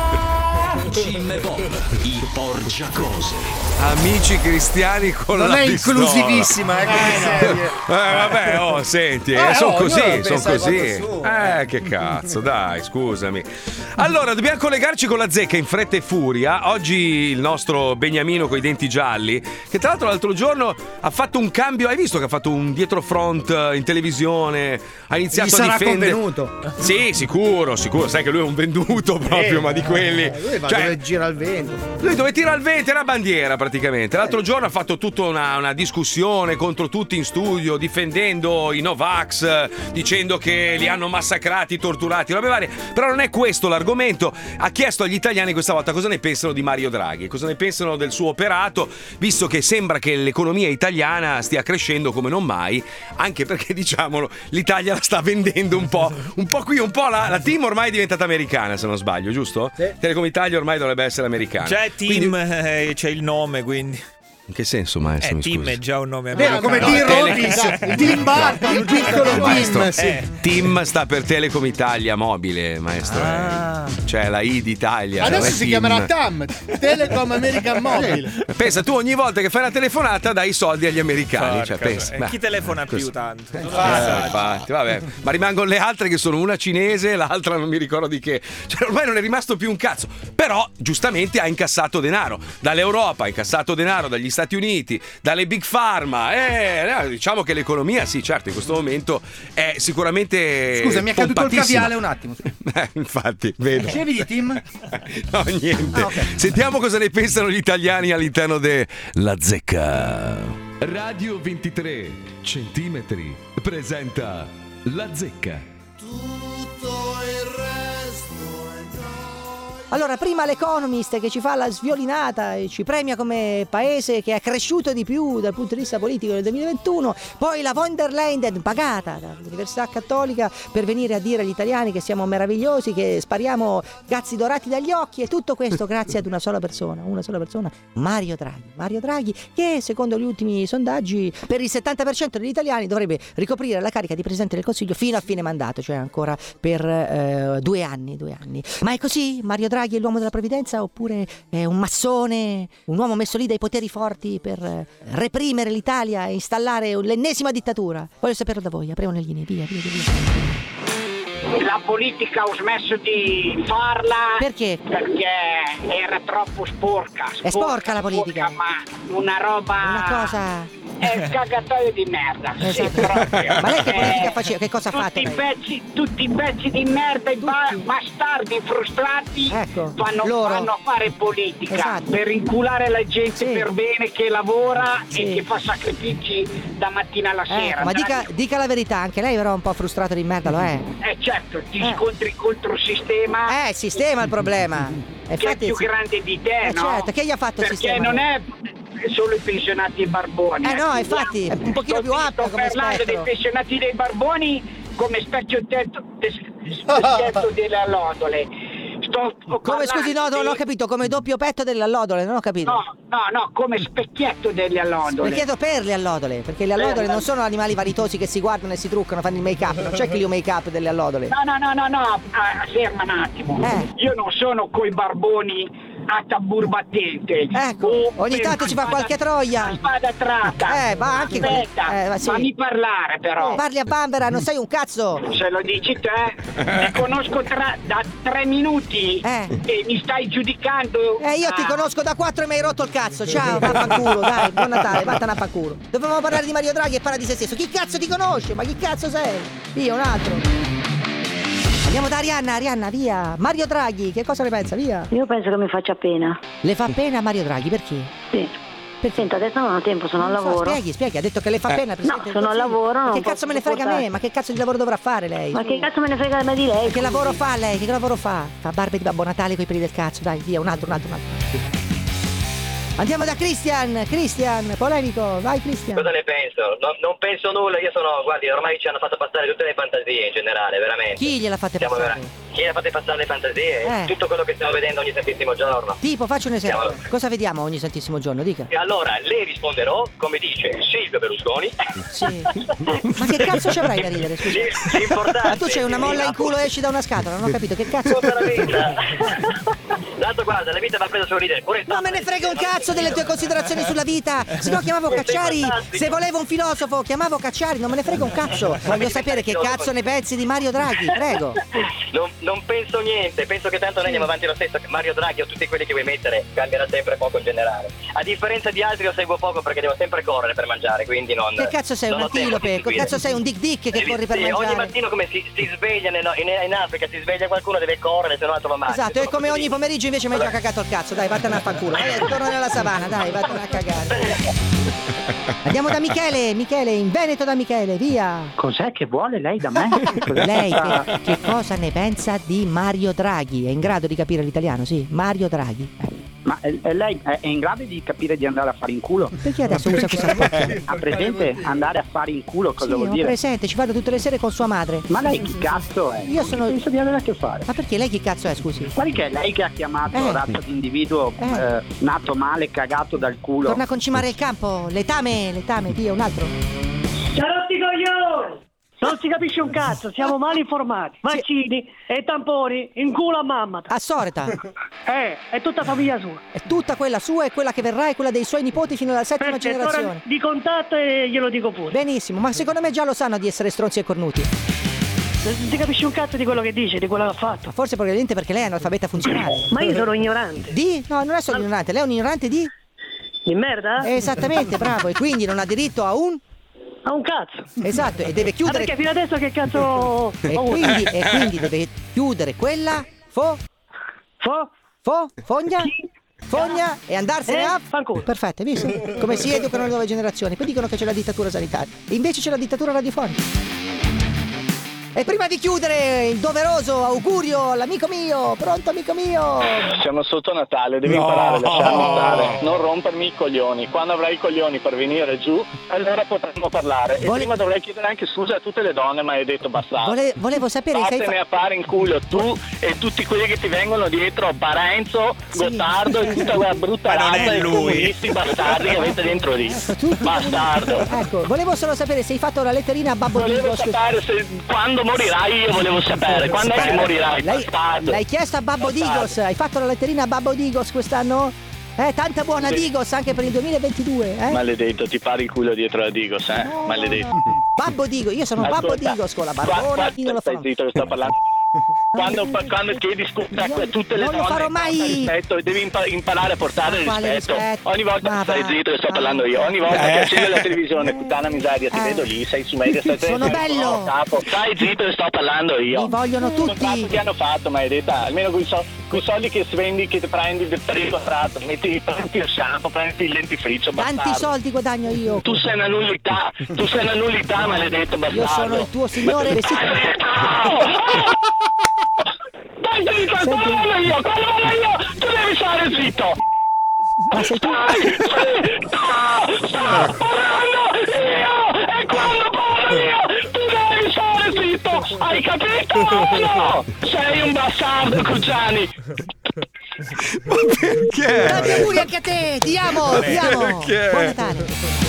Jim e Bob, i porgiacose.
Amici cristiani con
Non
la
è
pistola.
inclusivissima, eh, come serie.
Eh, vabbè, oh, senti,
Eh,
sono
oh,
così,
ognuno
sono
pensa ai
così.
fatti suoi.
Eh, che cazzo, dai, scusami. Allora, dobbiamo collegarci con la zecca in fretta e furia. Oggi il nostro Beniamino con i denti gialli, che tra l'altro l'altro giorno ha fatto un cambio, hai visto che ha fatto un dietro front eh, in televisione, ha iniziato
Gli sarà
a difendere.
convenuto.
Sì, sicuro, sicuro, sai che lui è un venduto proprio, ma di quelli.
Eh, Lui va
Cioè, eh,
dove gira il vento.
lui dove tira il vento è una bandiera praticamente. L'altro giorno ha fatto tutta una, una discussione contro tutti in studio, difendendo i Novax, eh, dicendo che li hanno massacrati, torturati, robe varie. Però non è questo l'argomento. Ha chiesto agli italiani questa volta cosa ne pensano di Mario Draghi, cosa ne pensano del suo operato, visto che sembra che l'economia italiana stia crescendo come non mai, anche perché diciamolo, l'Italia la sta vendendo un po', un po' qui, un po' là. La team ormai è diventata americana, se non sbaglio, giusto? Telecom Italia ormai dovrebbe essere americana.
C'è Tim, eh, c'è il nome, quindi.
In che senso, maestro?
Eh,
Mi
Tim
scusi?
è già un nome
Vero,
americano.
come
è
Tim
esatto.
Robbins,
tele-
Tim Burton,
No,
il piccolo
no,
Tim,
maestro,
sì.
eh.
Tim Ah, sta per Telecom Italia Mobile, maestro.
Ah.
Cioè la I d'Italia. cioè, non
Adesso
è
si
Tim.
chiamerà TAM, Telecom American Mobile.
Pensa, tu ogni volta che fai una telefonata dai i soldi agli americani. Cioè,
Porca-
pensa,
eh,
ma-
chi telefona più
questo-
tanto?
Eh, infatti, vabbè. Ma rimangono le altre che sono una cinese e l'altra non mi ricordo di che. Cioè, ormai non è rimasto più un cazzo. Però, giustamente, ha incassato denaro dall'Europa, ha incassato denaro dagli Stati Stati Uniti, dalle big pharma. Eh, eh, diciamo che l'economia, sì, certo, in questo momento è sicuramente.
Scusa, mi è caduto il
pompatissima.
caviale un attimo.
Eh, infatti, vedo.
Dicevi di Tim?
No, niente.
Ah,
Sentiamo cosa ne pensano gli italiani all'interno della zecca.
Radio 23 centimetri presenta La zecca.
Allora, prima l'Economist che ci fa la sviolinata e ci premia come paese che è cresciuto di più dal punto di vista politico nel 2021, poi la von der Leyen pagata dall'Università Cattolica per venire a dire agli italiani che siamo meravigliosi, che spariamo gazzi dorati dagli occhi e tutto questo grazie ad una sola persona, una sola persona, Mario Draghi. Mario Draghi che secondo gli ultimi sondaggi per il 70% degli italiani dovrebbe ricoprire la carica di Presidente del Consiglio fino a fine mandato, cioè ancora per eh, due anni, due anni. Ma è così? Mario Draghi è l'uomo della provvidenza oppure è un massone, un uomo messo lì dai poteri forti per eh, reprimere l'Italia e installare l'ennesima dittatura? Voglio saperlo da voi, apriamo le linee, via, via, via.
La politica ho smesso di farla
Perché?
perché era troppo sporca.
È sporca la politica.
ma una roba.
Una cosa- Esatto.
È un cagatoio di merda. sì, proprio.
Ma lei che
Eh,
politica faceva? Che cosa ha fatto?
Tutti i
lei?
pezzi, tutti i pezzi di merda, i ba- bastardi frustrati fanno,
Ecco, loro.
fanno fare politica
Esatto.
per inculare la gente per bene che lavora e che fa sacrifici da mattina alla
Ecco,
sera.
Eh, Ma
dai.
dica, dica la verità, anche lei però è un po' frustrato di merda, lo è.
Eh certo, ti scontri contro il sistema.
Eh, il sistema è il problema.
Che è
Infatti-
più grande di te,
Eh,
no?
certo, che gli ha fatto il
Perché
sistema?
non è solo i pensionati e i barboni.
Eh, no,
ecco,
infatti, è un pochino
sto-
più ampio
Sto
come
parlando
spettro.
dei pensionati e dei barboni come specchio tetto, de- specchietto delle allodole. Sto
Come scusi, no, non ho capito, come doppio petto delle allodole, non ho capito.
No, no, no, come specchietto delle allodole.
Mi chiedo per le allodole, perché le
Eh,
allodole non sono animali vanitosi che si guardano e si truccano, fanno il make up, non c'è che il make up delle allodole.
No, no, no, no, no, ah, ferma un attimo.
Eh.
Io non sono coi barboni a tambur battente. Ecco,
ogni tanto ci fa qualche troia.
Spada tratta.
Eh, ma anche quelli-
Aspetta,
eh, ma sì. Eh,
fammi parlare però.
Parli a bambera, non sei un cazzo.
Se lo dici te, ti conosco tra- da tre minuti e mi stai giudicando.
Eh, io ti
Ah,
conosco da quattro e mi hai rotto il cazzo. Ciao, vaffanculo, dai, buon Natale, vattene a fanculo. Dovevamo parlare di Mario Draghi e parla di se stesso. Chi cazzo ti conosce? Ma chi cazzo sei? Via, un altro. Andiamo da Arianna, Arianna, via. Mario Draghi, che cosa ne pensa? Via.
Io penso che mi faccia pena.
Le fa pena a Mario Draghi, perché?
Sì. Senta, adesso non ho tempo, sono al
Non so,
lavoro.
spieghi, spieghi, ha detto che le fa
Eh.
pena. Presidente
No,
del
sono al
Consiglio.
lavoro,
Ma
non
che
posso
cazzo me ne frega a me?
sopportare.
Ma che cazzo di lavoro dovrà fare lei?
Ma che cazzo me ne frega a me di lei?
Che lavoro fa lei? Che lavoro fa? Fa barbe di Babbo Natale coi peli del cazzo, dai, via, un altro, un altro, un altro. Andiamo da Christian, Christian, polemico, vai Christian.
Cosa ne penso? No- non penso nulla, io sono, guardi, ormai ci hanno fatto passare tutte le fantasie in generale, veramente.
Chi gliela fate
Siamo
passare?
vera- Chi le fate passare le fantasie?
Eh.
Tutto quello che stiamo vedendo ogni santissimo giorno.
Tipo, faccio un esempio.
Siamo-
Cosa vediamo ogni santissimo giorno? Dica.
E allora le risponderò, come dice Silvio Berlusconi.
Sì. Ma che cazzo ci avrai da ridere? Scusa. Ma tu c'hai una molla in culo e esci da una scatola, non ho capito che cazzo.
Tanto guarda, la vita va presa sul ridere, pure Eh.
Non me ne frega un cazzo delle tue considerazioni sulla vita. Se no chiamavo
Questo è
Cacciari.
fantastico.
Se volevo un filosofo, chiamavo Cacciari. Non me ne frega un cazzo. Voglio sapere che cazzo ne pensi di Mario Draghi. Prego.
Non, non penso niente, penso che tanto noi andiamo avanti lo stesso, che Mario Draghi o tutti quelli che vuoi mettere cambierà sempre poco in generale. A differenza di altri lo seguo poco perché devo sempre correre per mangiare, quindi non...
Che cazzo sei?
non
Un
ho tempo di
antilope? Che
seguire.
cazzo sei? Un dick dick che
Devi-
corri per
sì, Ogni
mangiare?
mattino come si, si sveglia nel- in, in Africa, si sveglia qualcuno deve correre, se no altro va male.
Esatto, e come ogni pomeriggio invece mi hai già cagato il cazzo, dai, vattene a fanculo. Dai, torna nella savana, dai, vattene a cagare. Andiamo da Michele, Michele, in Veneto da Michele, via.
Cos'è che vuole lei da me? Cos'è
Lei
questa-
che, che cosa ne pensa di Mario Draghi? È in grado di capire l'italiano, sì? Mario Draghi.
Ma eh, lei è è in grado di capire di andare a fare in culo?
Perché adesso usa questa cosa?
Ha presente andare a fare in culo cosa
Sì,
vuol
ho
dire?
presente, ci vado tutte le sere con sua madre.
Ma lei chi cazzo è?
Io sono.
Penso di avere a che fare.
Ma perché lei chi cazzo è, scusi?
Quali che è lei che ha chiamato
Eh.
razza di individuo
Eh.
eh, nato male, cagato dal culo?
Torna a concimare il campo, letame, letame, via, un altro.
Ciarotti coglioni! Non si capisce un cazzo, siamo mal informati. Vaccini e tamponi in culo a mamma.
A Soreta.
Eh, è tutta famiglia sua.
È tutta quella sua e quella che verrà e quella dei suoi nipoti fino alla settima
Perché
generazione.
Di contatto e glielo dico pure.
Benissimo, ma secondo me già lo sanno di essere stronzi e cornuti.
Non si capisce un cazzo di quello che dice, di quello che ha fatto.
Forse probabilmente perché lei è analfabeta funzionale.
Ma io sono ignorante.
Di? No, non è solo ignorante, lei è un ignorante di?
Di merda?
Esattamente, bravo. E quindi non ha diritto a un...
A un cazzo.
Esatto, e deve chiudere...
Ah, perché fino adesso che cazzo ho
e,
avuto?
quindi,
Eh,
e quindi deve chiudere quella... Fo...
Fo...
Fo... Fogna? Fogna e andarsene
Eh,
a... Perfetto, hai visto? Come si educano le nuove generazioni. Poi dicono che c'è la dittatura sanitaria. Invece c'è la dittatura radiofonica. E prima di chiudere il doveroso augurio all'amico mio, pronto amico mio!
Siamo sotto Natale, devi
No.
imparare a lasciarmi stare. Non rompermi i coglioni. Quando avrai i coglioni per venire giù, allora potremo parlare. E
Vole-
prima dovrai chiedere anche scusa a tutte le donne, ma hai detto bastardo.
Vole- volevo sapere se hai
Vattene a fare in culo tu e tutti quelli che ti vengono dietro, Parenzo, Gottardo e tutta quella brutta
Ma non
razza
è
di
lui.
comunisti bastardi che avete dentro lì. Bastardo.
Ecco, volevo solo sapere se hai fatto la letterina a Babbo
Volevo
Dingo. scusa.
sapere se, quando morirai io volevo sapere. Quando è che
Spero.
morirai,
Lei-
bastardo?
L'hai chiesto a Babbo
Bastardo.
Digos? Hai fatto la letterina a Babbo Digos quest'anno? Eh, tanta buona
Sì.
Digos anche per il 2022, eh?
Maledetto, ti pari il culo dietro la Digos, eh? Maledetto.
Babbo Digos, io sono Babbo
Ascolta,
Digos con la
qua-
barbona,
qua-
io lo
Stai
farò.
zitto, sto parlando. Quando, quando chiedi scusa a tutte le
non lo
donne
farò mai.
porta rispetto, e devi impa- imparare a portare il
Quale
rispetto.
rispetto?
Ogni volta
Ma
stai
va, Ah.
zitto, sto parlando io. Ogni volta
Eh.
che accendi la televisione, puttana miseria, ti
Eh.
vedo lì, sei su media, stai
Sono bello.
Capo. Stai zitto, sto parlando io.
Mi vogliono tutti.
Quanto ti hanno fatto, maledetta? Almeno con i, so- con i soldi che svendi, che prendi per il quadrato, metti, prendi il shampoo, prendi il dentifricio,
Tanti
bastardo.
soldi guadagno io.
Tu sei una nullità, tu sei una nullità, maledetto bastardo.
Io sono il tuo signore vestito.
Dai, quando voglio io, quando voglio io, tu devi stare zitto.
Ma sei tu?
Tu devi stare zitto, hai capito o no? Sei un bastardo, Cruciani.
Ma perché?
Tanti auguri anche a te, ti amo, ti amo. Buon Natale.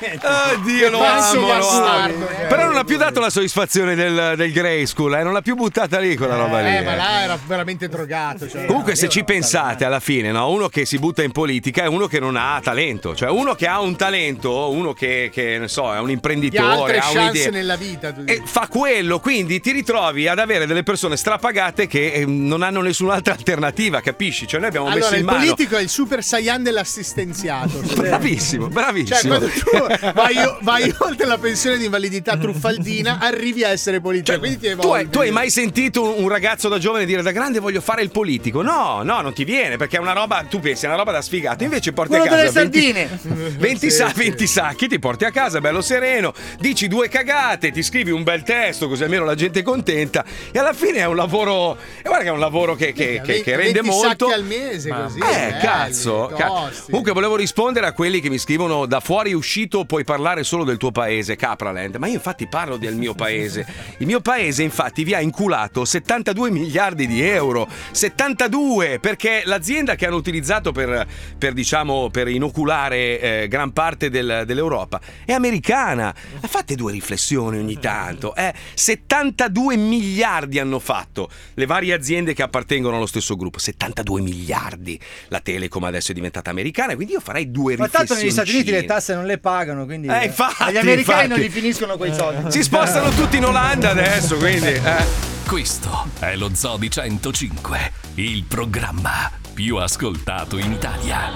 Eh,
Oddio, Ah, lo
Pazzo
amo, lo amo.
bastardo.
cioè,
Però non ha più dato la soddisfazione del, del Grey School, eh? non l'ha più buttata lì quella roba lì.
Eh, ma
eh.
là era veramente drogato. Cioè,
Comunque, se ci pensate alla fine, no? uno che si butta in politica è uno che non ha talento, cioè uno che ha un talento, uno che, che ne so, è un
Chi ha
imprenditore,
altre
ha
chance
un'idea.
nella vita.
Eh,
tu dici.
Fa quello, quindi ti ritrovi ad avere delle persone strapagate che eh, non hanno nessun'altra alternativa, capisci? Cioè, noi abbiamo messo
Allora,
in
il
mano.
politico è il super saiyan dell'assistenziato.
Bravissimo,
Cioè,
bravissimo.
quando tu vai, vai oltre la pensione di invalidità truffaldina, arrivi a essere politico. quindi ti
Cioè, Tu hai,
evolvi.
tu hai mai sentito un, un ragazzo da giovane dire da grande voglio fare il politico? No, no, non ti viene perché è una roba, tu pensi, è una roba da sfigato. Invece porti
Quello
a casa
delle
20
sardine.
20, sa- 20 sacchi, ti porti a casa bello sereno, dici due cagate, ti scrivi un bel testo così almeno la gente è contenta. E alla fine è un lavoro, e guarda che è un lavoro che, che- che- che rende
20
molto.
sacchi al mese così.
Eh,
belli,
cazzo. ca-
tosti.
Comunque volevo rispondere a quelli che mi scrivono da fuori uscito puoi parlare solo del tuo paese, Capraland. Ma io infatti parlo del mio paese. Il mio paese infatti vi ha inculato 72 miliardi di euro. 72 perché l'azienda che hanno utilizzato per, per, diciamo, per inoculare eh, gran parte del- dell'Europa è americana.
Mm.
Fate due riflessioni ogni tanto. eh. 72 miliardi hanno fatto le varie aziende che appartengono allo stesso gruppo. 72 miliardi. La Telecom adesso è diventata americana, quindi io farei due
Ma
riflessioni.
tanto negli Stati Uniti le tasse non le pagano, quindi
Eh, infatti,
agli americani
infatti.
non gli finiscono quei soldi.
Eh. Si spostano tutti in Olanda adesso, quindi. eh.
Questo è lo Zoo di 105, il programma più ascoltato in Italia.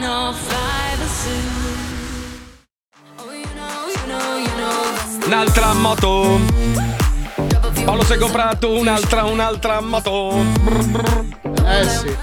105 the zoo. Oh, you know, you know, you know that's the
Un'altra moto. Paolo si è comprato un'altra, un'altra moto.
Eh sì.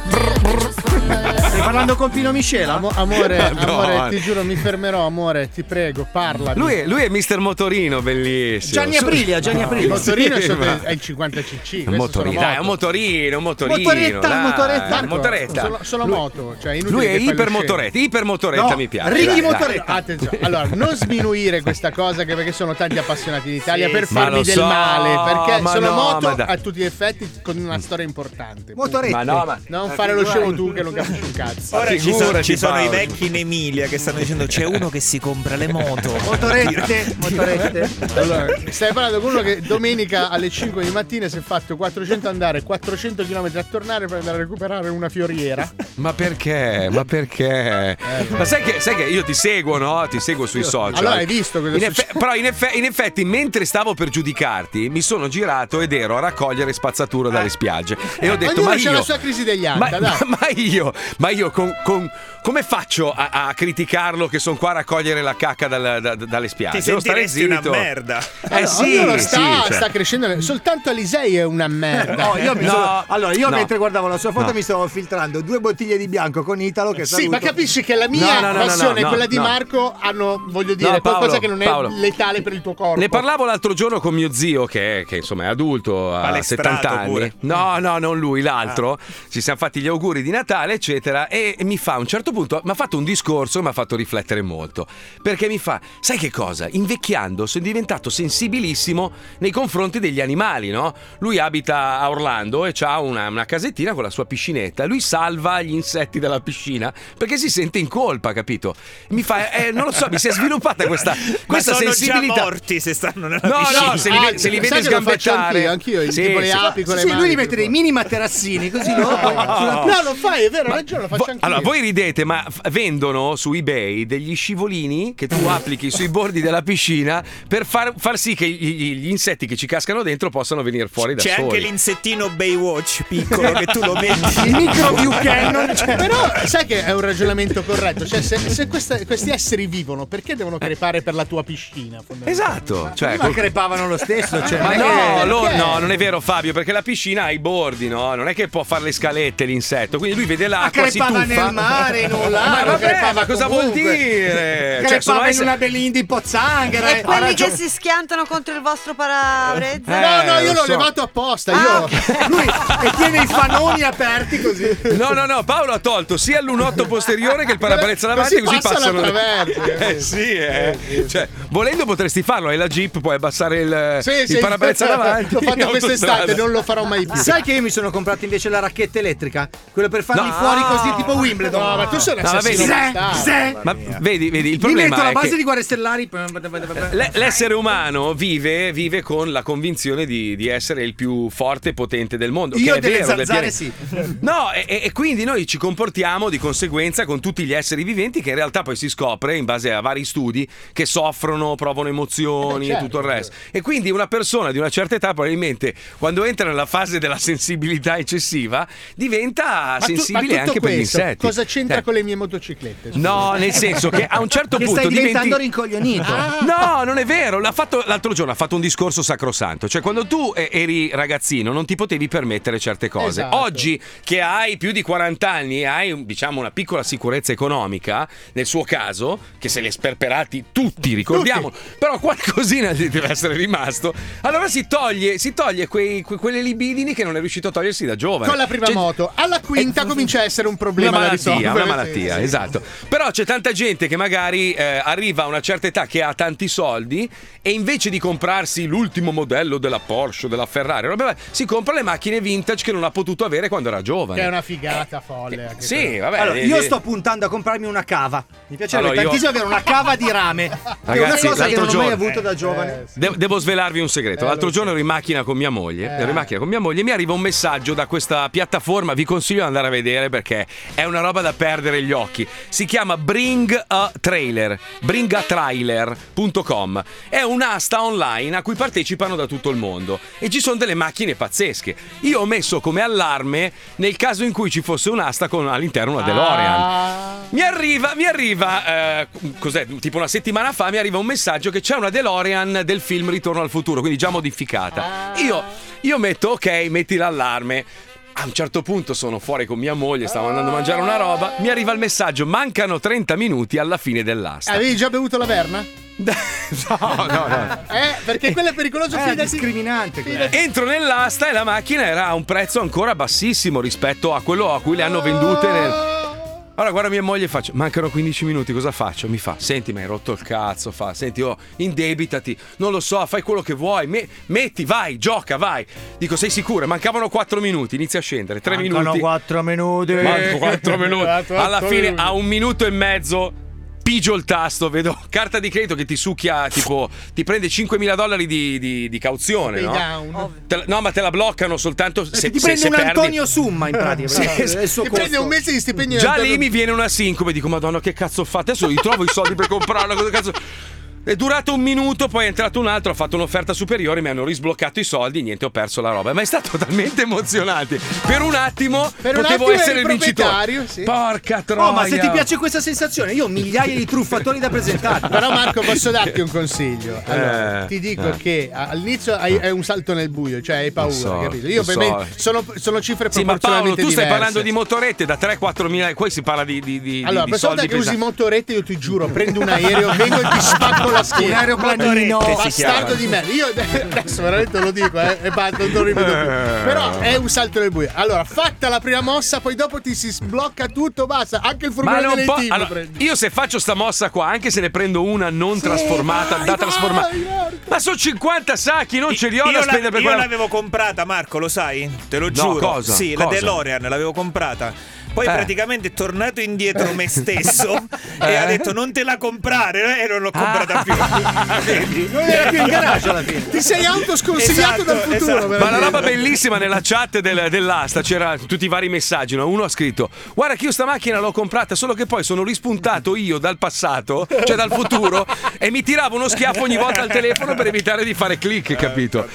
Stai parlando con Pino Miscela?
amore,
Madonna.
amore, ti giuro, mi fermerò, amore, ti prego, parla.
eh. Lui è, lui è Mister Motorino, bellissimo.
Gianni Aprilia, Gianni Aprilia. Motorino è
Sì,
sotto
ma-
il- è il 50 cc.
Un motorino, dai, un motorino, un motorino.
Motoretta,
dai,
motoretta.
un Ah, motoretta.
Solo, solo moto, cioè inutile
Lui è
che fai lo
ipermotoretta,
scemo.
ipermotoretta
No,
mi piace.
Ricky
dai, dai.
Motoretta. Attenzione, Allora, non sminuire questa cosa che perché sono tanti appassionati in Italia
Sì,
per
sì. Ma
farmi
lo
del
so,
male, perché
ma
sono
no,
moto
ma dai.
a tutti gli effetti con una storia importante.
Motorette.
Ma no, ma-
non
ma
fare lo scemo
figurati.
tu che non capisci un cazzo.
Ora ci sono,
Figurati,
ci sono i
Paolo.
vecchi in Emilia che stanno dicendo c'è uno che si compra le moto.
Motorette, motorette. Allora, stai parlando con uno che domenica alle 5 di mattina si è fatto 400 andare, 400 km a tornare per andare a recuperare una fioriera.
Ma perché? Ma perché? Ma sai che, sai che io ti seguo, no? Ti seguo sui social.
Eh, Allora hai visto cosa
In
è
effe-
successo?
Però in, effe- in effetti, mentre stavo per giudicarti, mi sono girato ed ero a raccogliere spazzatura dalle spiagge. E ho detto,
Eh, Ognuno
ma
c'ha
io.
la sua crisi degli anni,
Ma,
dai.
ma- ma io, ma io io con- con- come faccio a, a criticarlo che sono qua a raccogliere la cacca dal- da- da- dalle spiagge?
Ti
Devo stare
sentiresti una
zitto.
merda.
Eh
No,
sì,
ognuno
sì,
sta,
cioè.
sta crescendo. Soltanto Alisei è una merda.
No, io mi sono- allora, io
Eh, no.
mentre guardavo la sua foto
No.
mi stavo filtrando due bottiglie di bianco con Italo che
Sì,
saluto.
ma capisci che la mia
No, no, no, no,
passione e
no,
quella di
no.
Marco hanno, voglio dire,
No, Paolo,
qualcosa che non è
Paolo.
letale per il tuo corpo.
Ne parlavo l'altro giorno con mio zio, che, è- che, insomma è adulto, ha
Palestrato
70 anni.
pure. Ah.
No, no, non lui, l'altro. Ci siamo fatti gli auguri di Natale, eccetera. E mi fa a un certo punto, mi ha fatto un discorso che mi ha fatto riflettere molto. Perché mi fa, sai che cosa? Invecchiando sono diventato sensibilissimo nei confronti degli animali, no? Lui abita a Orlando e ha una, una casettina con la sua piscinetta. Lui salva gli insetti dalla piscina perché si sente in colpa, capito? Mi fa, eh, non lo so, mi si è sviluppata questa,
Ma
questa
sono
sensibilità.
già morti se stanno
Eh,
nella
No,
piscina.
no, se li,
Ah,
ve- se li vede sgambettare. Sì, sì.
Sì, sì, lui li mette dei mini materassini così no?
No, no, lo fai, è vero, hai ragione, lo faccio anch'io.
Allora, voi ridete, ma f- vendono su eBay degli scivolini che tu applichi sui bordi della piscina per far, far sì che gli, gli- gli insetti che ci cascano dentro possano venire fuori da
C'è
soli.
anche l'insettino Baywatch piccolo che tu lo metti.
Però sai che è un ragionamento corretto. Cioè, se, se questa- questi esseri vivono, perché devono crepare per la tua piscina?
Esatto, cioè,
prima crepavano lo stesso cioè,
Ma
non è
no,
che-
lo-
perché?
no, non è vero Fabio, perché la piscina ha i bordi, no? Non è che può fare le scalette l'insetto, quindi lui vede l'acqua, si
crepava
tuffa.
nel mare, in un lago,
Ma vabbè,
crepava
ma cosa
comunque.
vuol dire? Cioè,
crepava
sono
in
esseri-
una belin di pozzanghera
E
eh.
quelli
Ha ragione-
che si schiantano contro il vostro parabrezza? Eh,
no, no, io
lo
l'ho
so.
levato apposta.
Ah,
io-
Ah.
e tiene i fanoni aperti così
No, no, no, Paolo ha tolto sia l'unotto posteriore che il parabrezza davanti,
Così
così
passano
passano.
attraverso.
Eh sì, eh. Cioè, volendo potresti farlo, hai la Jeep, puoi abbassare il,
Sì,
Eh, il
sì,
parabrezza davanti.
l'ho fatto
in
quest'estate,
autostrada.
non
lo farò mai più.
Sai che io mi sono comprato invece la racchetta elettrica? Quello per farli
No.
fuori così, tipo Wimbledon.
No, ma tu sei un
No, ma
assassino
vedi-
mentale.
Zè,
Ma vedi, vedi, il
zè. Mi
problema
metto la
è
base
che
di Guerre Stellari.
le- l'essere umano vive, vive con la convinzione di, di essere il più forte e potente del mondo.
Io
che è
delle
vero, del
zanzare
pianeta.
sì.
No, e, e- e quindi noi ci comportiamo di conseguenza con tutti gli esseri viventi che in realtà poi si scopre, in base a vari studi, che soffrono, provano emozioni
certo,
Eh beh,
e tutto il resto. E quindi una persona di una certa età probabilmente quando entra nella fase della sensibilità eccessiva diventa
Ma tu- ma
sensibile
tutto
anche per gli
questo
insetti.
Cosa c'entra
Eh.
con le mie motociclette?
No, nel senso che a un certo
Che
punto
stai diventando
diventi... Ah,
rincoglionito.
Ah.
No, non è vero. L'ha fatto- l'altro giorno ha fatto un discorso sacrosanto. Cioè, quando tu eh, eri ragazzino non ti potevi permettere certe cose.
Esatto.
Oggi che hai più di 40 anni e hai, diciamo, una piccola sicurezza economica, nel suo caso, che se li è sperperati tutti, ricordiamo, però qualcosina gli deve essere rimasto, allora si toglie, si toglie quei- que- quelle libidini che non è riuscito a togliersi da giovane.
Con la prima
Cioè,
moto, alla quinta comincia a essere un
una
problema da
malattia,
risolvere.
una malattia, esatto. Però c'è tanta gente che magari eh, arriva a una certa età che ha tanti soldi e invece di comprarsi l'ultimo modello della Porsche, della Ferrari, roba varia, si compra le macchine vintage che non ha potuto avere quando era
Che è
giovane.
una figata folle. anche
Sì,
quella.
vabbè,
Allora,
eh,
io
eh.
sto puntando a comprarmi una cava. Mi piacerebbe
Allora, io-
tantissimo avere una cava di rame. che è una
Ragazzi,
cosa che
l'altro
non ho mai
giorno-
avuto da giovane.
Eh,
De- devo svelarvi un segreto.
Eh,
L'altro
lo
giorno ero in macchina con mia moglie. Ero in macchina con mia moglie e mi arriva un messaggio da questa piattaforma. Vi consiglio di andare a vedere perché è una roba da perdere gli occhi. Si chiama Bring a Trailer. Bringatrailer.com. È un'asta online a cui partecipano da tutto il mondo. E ci sono delle macchine pazzesche. Io ho messo come allarme nel caso in cui ci fosse un'asta con all'interno
Ah,
una Oh, DeLorean. Mi arriva, mi arriva, eh, cos'è? Tipo una settimana fa mi arriva un messaggio che c'è una DeLorean del film Ritorno al futuro, quindi già modificata. Io, io metto, ok, metti l'allarme. A un certo punto sono fuori con mia moglie, stavo andando a mangiare una roba. Mi arriva il messaggio: mancano 30 minuti alla fine dell'asta.
Avevi già bevuto la verna?
No, no, no.
Eh, perché quello è pericoloso
È
fidati.
discriminante. quello.
Entro nell'asta e la macchina era a un prezzo ancora bassissimo rispetto a quello a cui le hanno vendute. nel- Allora guarda mia moglie e faccio, mancano 15 minuti, cosa faccio? Mi fa, senti, ma hai rotto il cazzo, fa, senti, oh, indebitati, non lo so, fai quello che vuoi, me- metti, vai, gioca, vai. Dico, sei sicura? Mancavano 4 minuti, inizia a scendere, 3
Mancano
minuti.
4 minuti.
Manco 4 minuti. Alla fine, a un minuto e mezzo. Pigio il tasto, vedo carta di credito che ti succhia, tipo, ti prende 5.000 dollari di, di- di cauzione,
Pay
Ah, no?
down.
Te la- no, ma te la bloccano soltanto se,
Eh, Ti
se-
prende
se
un
perdi.
Antonio Summa in pratica.
Sì,
perché
sì.
è il suo
Ti Eh, prende
costo.
un mese di stipendio.
Già lì mi viene una sincope, dico, madonna, che cazzo ho fatto? Adesso ritrovo i soldi per comprarla, cosa cazzo. È durato un minuto, poi è entrato un altro, ha fatto un'offerta superiore, mi hanno risbloccato i soldi, niente, ho perso la roba. Ma è stato talmente emozionante. Per un attimo
Per un
potevo
attimo eri
essere il vincitore.
proprietario, sì.
Porca troia.
Oh, ma se ti piace questa sensazione, io ho migliaia di truffatori da presentare.
Però Marco posso darti un consiglio? Allora,
Eh,
ti dico
eh.
che all'inizio hai- è un salto nel buio, cioè hai paura,
Lo so,
capito? Io
lo
ovviamente
so.
sono, sono cifre
Sì, ma Paolo,
proporzionalmente
tu stai
diverse.
parlando di motorette da 3-4 mila e poi si parla di, di, di,
Allora,
di
per volta
soldi
che usi
pesanti.
motorette, io ti giuro, prendo un aereo, vengo e ti spacco la schiena.
Un aeroplanino. Motorette si
bastardo
chiama.
di merda. Io adesso veramente lo dico, eh, e basta, non lo ripeto più. Però è un salto nel buio. Allora, fatta la prima mossa, poi dopo ti si sblocca tutto, basta. Anche il
Ma
furgone
non
delle
po-
team
allora,
prendi.
io se faccio sta mossa qua, anche se ne prendo una non trasformata, da trasformata. Ma sono 50 sacchi, non ce li ho
Io,
da
la-
spendere per
io
quella.
l'avevo comprata, Marco, lo sai? Te lo
No,
giuro.
cosa?
Sì, la
Cosa?
DeLorean l'avevo comprata. Poi
Eh.
praticamente è tornato indietro me stesso e
Eh.
ha detto non te la comprare eh, e non l'ho comprata più.
Ah.
Vedi?
Non era più in garage alla fine. Ti sei autosconsigliato
Esatto,
dal futuro,
esatto.
Ma la roba bellissima nella chat del- dell'asta c'era tutti i vari messaggi. no? Uno ha scritto: Guarda, che io sta macchina l'ho comprata, solo che poi sono rispuntato io dal passato, cioè dal futuro, e mi tiravo uno schiaffo ogni volta al telefono per evitare di fare click, capito?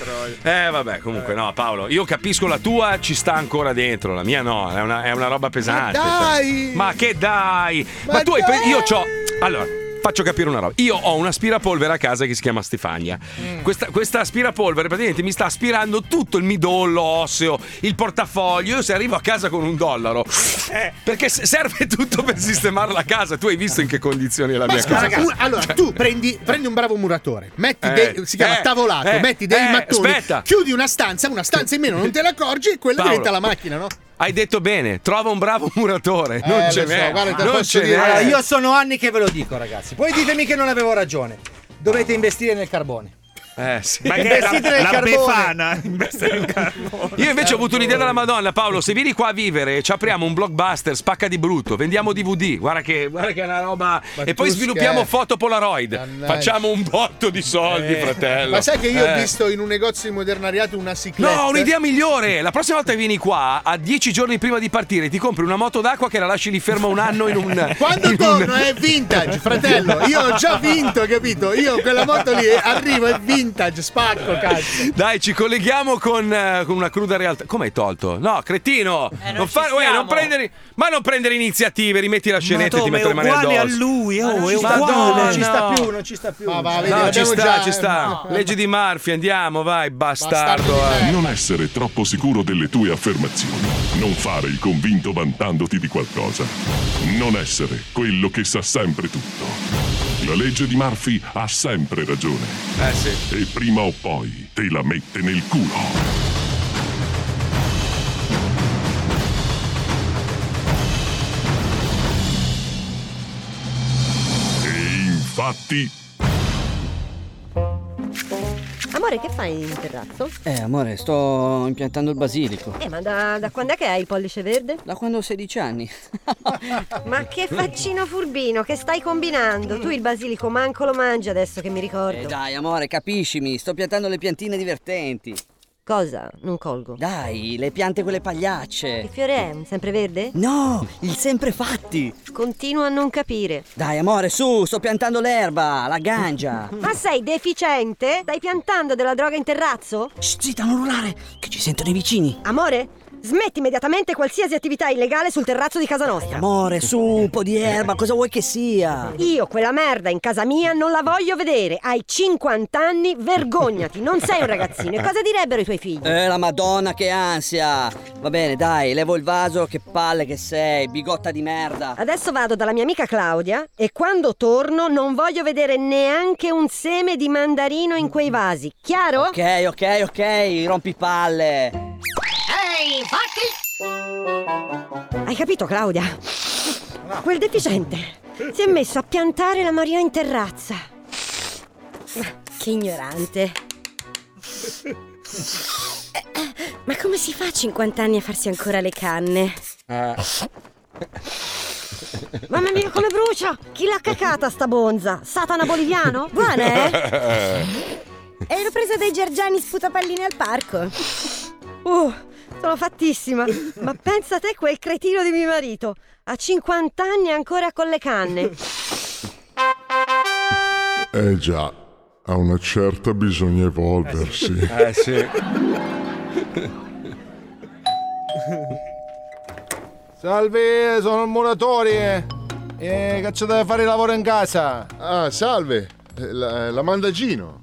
Eh, vabbè, comunque, no, Paolo, io capisco la tua ci sta ancora dentro, la mia no, è una, è una roba pesante. cioè.
Dai!
Ma che dai! Ma, tu hai. pe- Io ho. Allora. Faccio capire una roba. Io ho un aspirapolvere a casa che si chiama Stefania.
Mm.
Questa, questa aspirapolvere praticamente mi sta aspirando tutto il midollo osseo, il portafoglio. Io se arrivo a casa con un dollaro, eh, perché se- serve tutto per sistemare la casa. Tu hai visto in che condizioni è la
Ma
mia
scusa,
casa.
un- allora tu prendi, prendi un bravo muratore, metti
Eh,
dei, si chiama
eh,
tavolato,
eh,
metti dei
eh,
mattoni,
aspetta.
chiudi una stanza, una stanza in meno, non te ne accorgi e quella
Paolo.
diventa la macchina, no?
Hai detto bene, trova un bravo muratore.
Eh,
non
lo
ce
so,
n'è.
guarda, te lo
non
posso
ce
dire.
n'è.
Allora, io sono anni che ve lo dico, ragazzi. Poi ditemi che non avevo ragione. Dovete investire nel carbone.
Eh, sì.
Ma che è la- Investire nel la carbone. Befana,
esatto. Io invece ho avuto un'idea della Madonna, Paolo. Se vieni qua a vivere, ci apriamo un blockbuster, spacca di brutto, vendiamo DVD. Guarda che, guarda che è una roba.
Ma
e poi
tu
sviluppiamo
scherzi.
foto Polaroid.
Mannaggia.
Facciamo un botto di soldi,
Eh.
fratello.
Ma sai che io
Eh.
ho visto in un negozio di modernariato una cicletta?
No, ho un'idea migliore. La prossima volta che vieni qua, a dieci giorni prima di partire, ti compri una moto d'acqua che la lasci lì ferma un anno in un.
Quando
in
torno è vintage, fratello. Io ho già vinto, capito? Io quella moto lì eh, arrivo, è vintage, spacco, cazzo.
Dai, ci colleghiamo con, eh, con una cruda realtà. Come hai tolto? No, cretino! non, fare- uè, non prendere, ma non prendere iniziative, rimetti la scenetta e ti metto le mani addosso.
Ma non
oh, è
ci sta più,
uguale.
Non ci sta
No.
più, non ci sta più.
Ma va,
Non ci sta
vedi,
No, ci
l'abbiamo
sta,
già- eh,
ci sta.
no.
Legge di Murphy, andiamo, vai, bastardo. eh.
Non essere troppo sicuro delle tue affermazioni. Non fare il convinto vantandoti di qualcosa. Non essere quello che sa sempre tutto. La legge di Murphy ha sempre ragione.
Eh sì.
E prima o poi te la mette nel culo. E infatti
Amore, che fai in terrazzo?
Eh, amore, sto impiantando il basilico.
Eh, ma da, da quando è che hai il pollice verde?
Da quando ho 16 anni.
ma che faccino furbino, che stai combinando? Tu il basilico manco lo mangi adesso che mi ricordo.
Eh, dai, amore, capiscimi, sto piantando le piantine divertenti.
Cosa? Non colgo.
Dai, le piante quelle
Che
pagliacce.
fiore è? Un sempreverde?
No, il sempre fatti.
Continuo a non capire.
Dai, amore, su, sto piantando l'erba, la gangia.
Ma sei deficiente? Stai piantando della droga in terrazzo?
zitta, non urlare, che ci sentono i vicini.
Amore, smetti immediatamente qualsiasi attività illegale sul terrazzo di casa nostra.
Amore, su, un po' di erba, cosa vuoi che sia?
Io quella merda in casa mia non la voglio vedere. Hai 50 anni, vergognati, non sei un ragazzino. E cosa direbbero i tuoi figli?
Eh, la madonna, che ansia. Va bene, dai, levo il vaso, che palle che sei, bigotta di merda.
Adesso vado dalla mia amica Claudia e quando torno non voglio vedere neanche un seme di mandarino in quei vasi. Chiaro?
Ok, ok, ok, rompi palle.
Ehi, fatti! Hai capito Claudia? Quel deficiente si è messo a piantare la Maria in terrazza. Ma che ignorante.
Ma come si fa a 50 anni a farsi ancora le canne?
Mamma mia, come brucia! Chi l'ha cacata sta bonza? Satana boliviano? Buona, eh?
Ero presa dai gergiani sputapallini al parco.
Uh, sono fattissima. Ma pensa a te quel cretino di mio marito. A 50 anni ancora con le canne.
Eh già, a una certa bisogna evolversi.
Eh sì.
Salve, sono il muratore. E che c'è da fare lavoro in casa?
Ah, salve, eh, la, la manda Gino.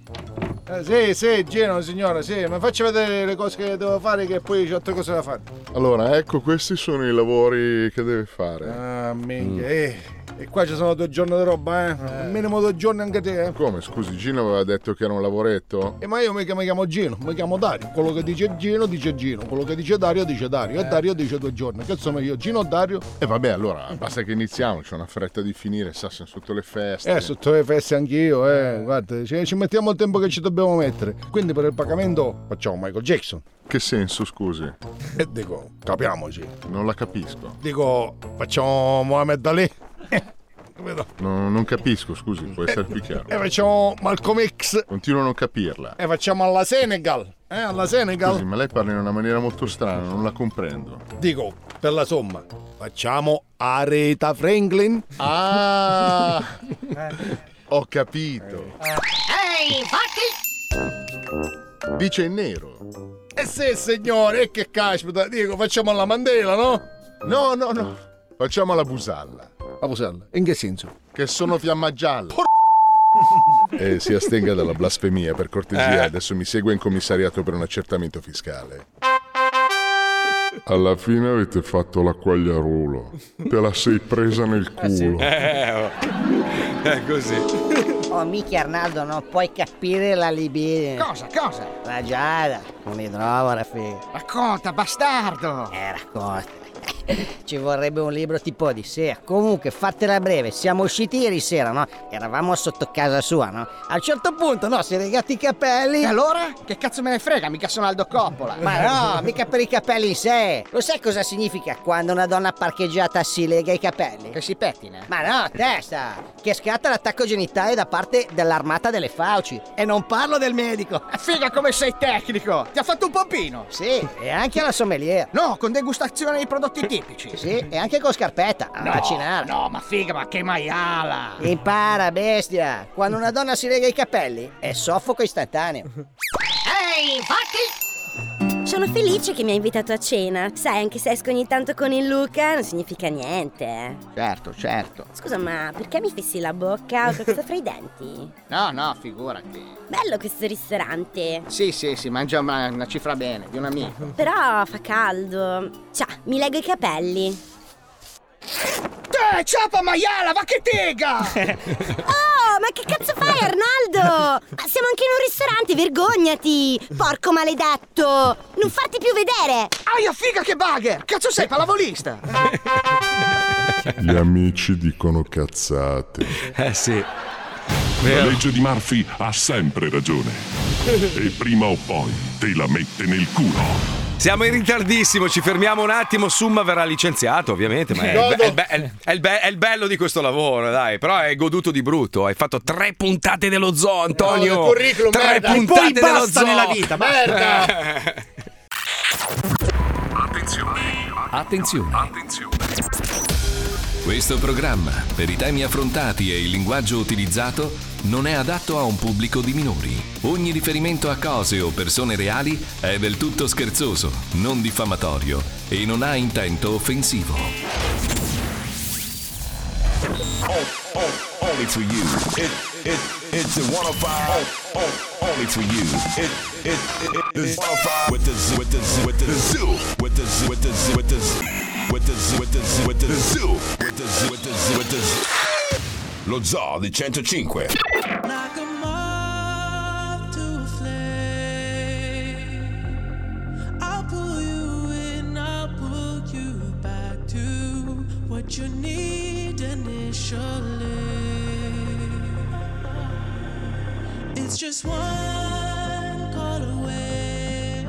Eh, sì, sì, Gino, signora, sì, ma faccia vedere le cose che devo fare che poi c'ho altre cose da fare.
Allora, ecco, questi sono i lavori che deve fare.
Ah, minchia,
Mm.
eh, E qua ci sono due giorni di roba, eh. Minimo due giorni anche te, eh.
Come, scusi, Gino aveva detto che era un lavoretto?
Eh, ma io mica mi chiamo Gino, mi chiamo Dario. Quello che dice Gino dice Gino, quello che dice Dario dice Dario. E Dario dice due giorni. Che sono io, Gino o Dario?
E Eh, vabbè, allora, basta che iniziamo, c'è una fretta di finire, sa, sono sotto le feste.
Eh, sotto le feste anch'io, eh. Guarda, ci, ci mettiamo il tempo che ci dobbiamo mettere. Quindi per il pagamento facciamo Michael Jackson.
Che senso, scusi?
E dico, capiamoci.
Non la capisco.
Dico, facciamo Mohamed Ali.
No, non capisco, scusi, può essere più chiaro.
E Eh, facciamo Malcolm X.
Continuo a non capirla.
E facciamo alla Senegal. Eh, alla Senegal.
Scusi, ma lei parla in una maniera molto strana, non la comprendo.
Dico, per la somma, facciamo Aretha Franklin.
Ah! Ho capito.
Ehi, infatti!
Dice in nero.
Eh sì, signore, e che caspita. Dico, facciamo alla Mandela, no?
No, no, no. Facciamo la busalla.
La Busella, in che senso?
Che sono fiamma gialla. Eh, si astenga dalla blasfemia, per cortesia.
Eh.
Adesso mi segue in commissariato per un accertamento fiscale. Alla fine avete fatto la quagliarulo. Te la sei presa nel
Ah,
culo.
Eh, è così.
Oh, mica Arnaldo, non puoi capire la Libia.
Cosa, cosa?
La Giada, non mi trovo, Raffi.
Racconta, bastardo!
Eh, racconta. Ci vorrebbe un libro tipo Odissea. Comunque, fatela breve, siamo usciti ieri sera, no? Eravamo sotto casa sua, no? A un certo punto, no, si è rigati i capelli.
E allora? Che cazzo me ne frega, mica sono Aldo Coppola!
Ma no, mica per i capelli in sé. Lo sai cosa significa quando una donna parcheggiata si lega i capelli?
Che si pettina?
Ma no, testa! Che scatta l'attacco genitale da parte dell'armata delle fauci. E non parlo del medico.
Eh, Figa come sei tecnico! Ti ha fatto un pompino!
Sì, e anche alla sommelier.
No, con degustazione di prodotti tipici!
Sì, e anche con scarpetta, a vaccinare.
No, ma figa, ma che maiala!
Impara, bestia! Quando una donna si lega i capelli è soffoco istantaneo.
Ehi, infatti!
Sono felice che mi ha invitato a cena. Sai, anche se esco ogni tanto con il Luca, non significa niente. eh.
Certo, certo.
Scusa, ma perché mi fissi la bocca? Ho qualcosa fra i denti.
No, no, figurati.
Bello questo ristorante.
Sì, sì, si mangia una, una cifra bene, di un amico.
Però fa caldo. Ciao, mi leggo i capelli.
Te, ciapa maiala, va che tega!
Oh, ma che cazzo fai, Arnaldo? Ma siamo anche in un ristorante, vergognati! Porco maledetto! Non farti più vedere!
Aia, figa, che bugger! Cazzo sei, palavolista?
Gli amici dicono cazzate.
Eh sì.
La legge di Murphy ha sempre ragione. E prima o poi te la mette nel culo.
Siamo in ritardissimo, ci fermiamo un attimo. Summa verrà licenziato, ovviamente. Ma è, il be- è il be- è il- è il be- è il bello di questo lavoro, dai. Però è goduto di brutto. Hai fatto tre puntate dello zoo, Antonio.
No, del curriculum,
tre
merda. E
puntate
poi
dello
basta
zoo.
nella vita, merda.
Attenzione. Questo programma, per i temi affrontati e il linguaggio utilizzato, non è adatto a un pubblico di minori. Ogni riferimento a cose o persone reali è del tutto scherzoso, non diffamatorio e non ha intento offensivo.
Only for you. It, it, it's a 105. Oh, oh, only for you. It, it, it, it's 105 with the zoo, with the zoo, with the zoo, with the zoo, with the zoo, with the zoo, with the zoo, with the zoo, with the zoo, with the zoo, with the zoo, with the zoo. Lo zoo di 105.
I'll pull you in, I'll pull you back to what you need initially. It's just one call away,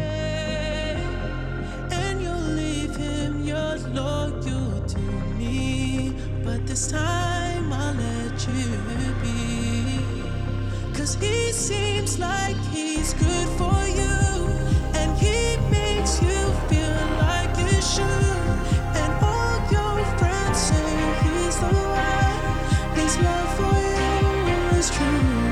and you'll leave him your loyal to me. But this time I'll let you be. Cause he seems like he's good for you. And he makes you feel like you should. And all your friends say he's the one. His love for you is true.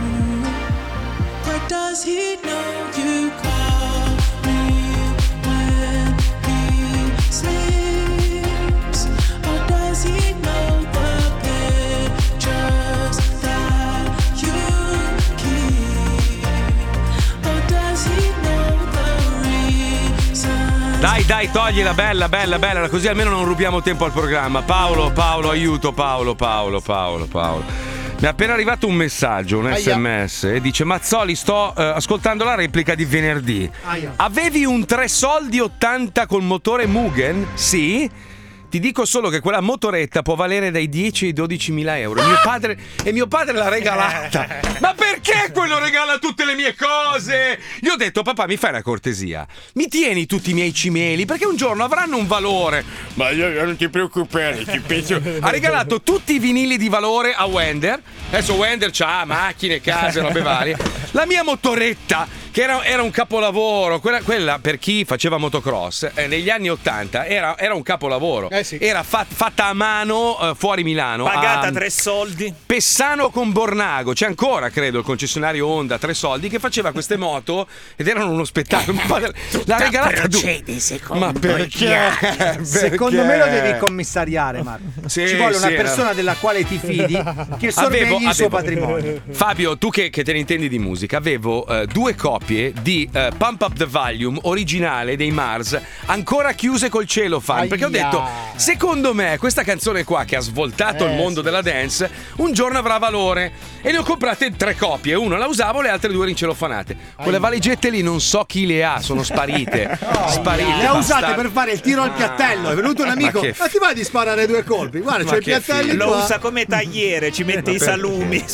Dai, toglila, bella, bella, bella, così almeno non rubiamo tempo al programma. Paolo, Paolo, aiuto, Paolo, Paolo, Paolo, Paolo. Mi è appena arrivato un messaggio, un
Aia.
sms, e dice Mazzoli, sto eh, ascoltando la replica di venerdì. Avevi un 3 soldi 80 col motore Mugen? Sì? Ti dico solo che quella motoretta può valere dai 10 ai 12 mila euro. Mio padre, e mio padre l'ha regalata. Ma perché quello regala tutte le mie cose? Gli ho detto, papà, mi fai una cortesia. Mi tieni tutti i miei cimeli perché un giorno avranno un valore. Ma io io non ti preoccupare, ci penso. Ha regalato tutti i vinili di valore a Wender. Adesso Wender ha macchine, case, robe varie. La mia motoretta, che era, era un capolavoro, quella, quella per chi faceva motocross eh, negli anni 80 era, era un capolavoro. Era fa- fatta a mano eh, fuori Milano.
Pagata
a-
tre soldi.
Pessano con Bornago, c'è ancora credo il concessionario Honda, tre soldi, che faceva queste moto ed erano uno spettacolo.
Eh,
Mio padre L'ha regalata tu. Ma perché?
Secondo
Perché?
me lo devi commissariare, Marco.
Sì,
Ci vuole una
sì,
persona
era-
della quale ti fidi che sorvegli
Avevo-
il suo
avevo-
patrimonio.
Fabio, tu che, che te ne intendi di musica, avevo eh, due copie di eh, Pump Up the Volume originale dei Mars, ancora chiuse col cielo fan. Perché ho
Aia.
detto, secondo me, questa canzone qua che ha svoltato
Eh,
il mondo della dance, un giorno avrà valore. E ne ho comprate tre copie, una la usavo, le altre due erano incelofanate. Quelle valigette lì non so chi le ha, sono sparite. sparite.
Le ha usate
bastardi. Eh,
per fare il tiro al piattello. È venuto un
Ma
amico. Ma,
che
ti va di sparare due colpi? Guarda,
Ma
c'ho i
che
piattelli
figo.
qua.
Lo usa
Come tagliere ci mette i
perché?
salumi.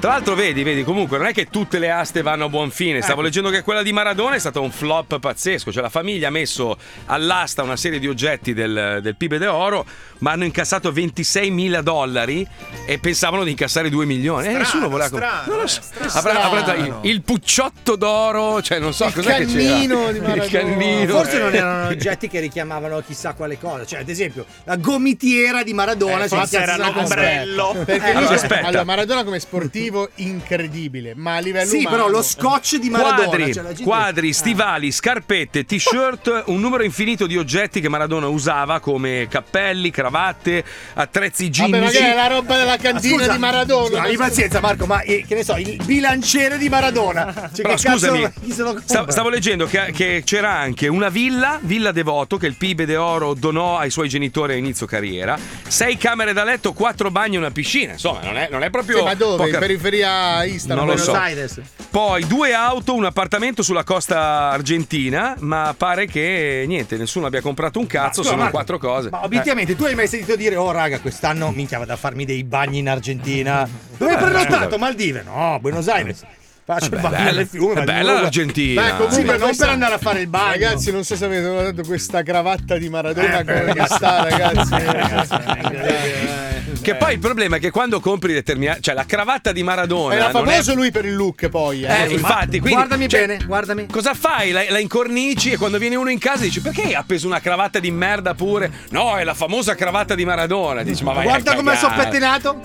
Tra l'altro, vedi, vedi, comunque non è che tutte le aste vanno a buon fine.
Ecco.
Stavo leggendo che quella di Maradona è stato un flop pazzesco. Cioè, la famiglia ha messo all'asta una serie di oggetti del, del Pibe d'Oro, ma hanno incassato 26 mila dollari e pensavano di incassare 2 milioni. e nessuno voleva. comp-
strano,
non lo so.
eh,
Avrà- avrà dato il, il pucciotto d'oro, cioè, non so cos'è che c'era. il cannino.
Forse
eh.
non erano oggetti che richiamavano chissà quale cosa. Cioè, ad esempio, la gomitiera di Maradona.
Eh,
se la
forse
piazza
era
sulla
un ombrello.
costa.
Perché
Eh,
dice-
aspetta.
allora, Maradona come sportivo incredibile, ma a livello
Sì,
umano-
però lo scotch di Maradona.
Quadri,
cioè, la gente-
quadri, stivali, scarpette, t-shirt, un numero infinito di oggetti che Maradona usava come cappelli, cravatte, attrezzi
Vabbè,
ginnici.
magari è la roba della cantina
Scusa,
di Maradona.
Hai pazienza, Marco, ma eh, che ne so, il bilanciere di Maradona. Cioè,
Però
che cazzo-
scusami,
chi se lo compra?
sta- stavo leggendo che, che c'era anche una villa, Villa Devoto, che il Pibe de Oro donò ai suoi genitori a inizio carriera, sei camere da letto, quattro bagni e una piscina. Insomma, non è, non è proprio.
Sì, ma dove?
poca-
In periferia Istanbul,
Non lo
Buenos
so.
Aires.
Poi due auto, un appartamento sulla costa argentina, ma pare che niente, nessuno abbia comprato un cazzo,
Scusa,
sono
Marco,
quattro cose.
Ma
Eh.
obiettivamente, tu hai mai sentito dire, oh raga, quest'anno minchia vado a farmi dei bagni in Argentina? Dove hai
Eh,
prenotato?
scusa.
Maldive? No, Buenos Aires. Faccio il
Vabbè,
bagno
bella.
al fiume.
È
vado
bella
lungo.
l'Argentina.
Beh, comunque
Sì, ma
non
questa-
per andare a fare il bagno.
Ragazzi, non so se avete notato questa cravatta di Maradona
Eh.
come che sta, ragazzi.
Che poi il problema è che quando compri determinati. cioè la cravatta di Maradona.
Era
non è-
famoso lui per il look, poi.
Eh, infatti, quindi,
guardami
cioè,
bene, guardami.
Cosa fai? La, la incornici e quando viene uno in casa dici perché ha appeso una cravatta di merda pure? No, è la famosa cravatta di Maradona. Dici, ma vai
Guarda
a
come sono
cagare.
pettinato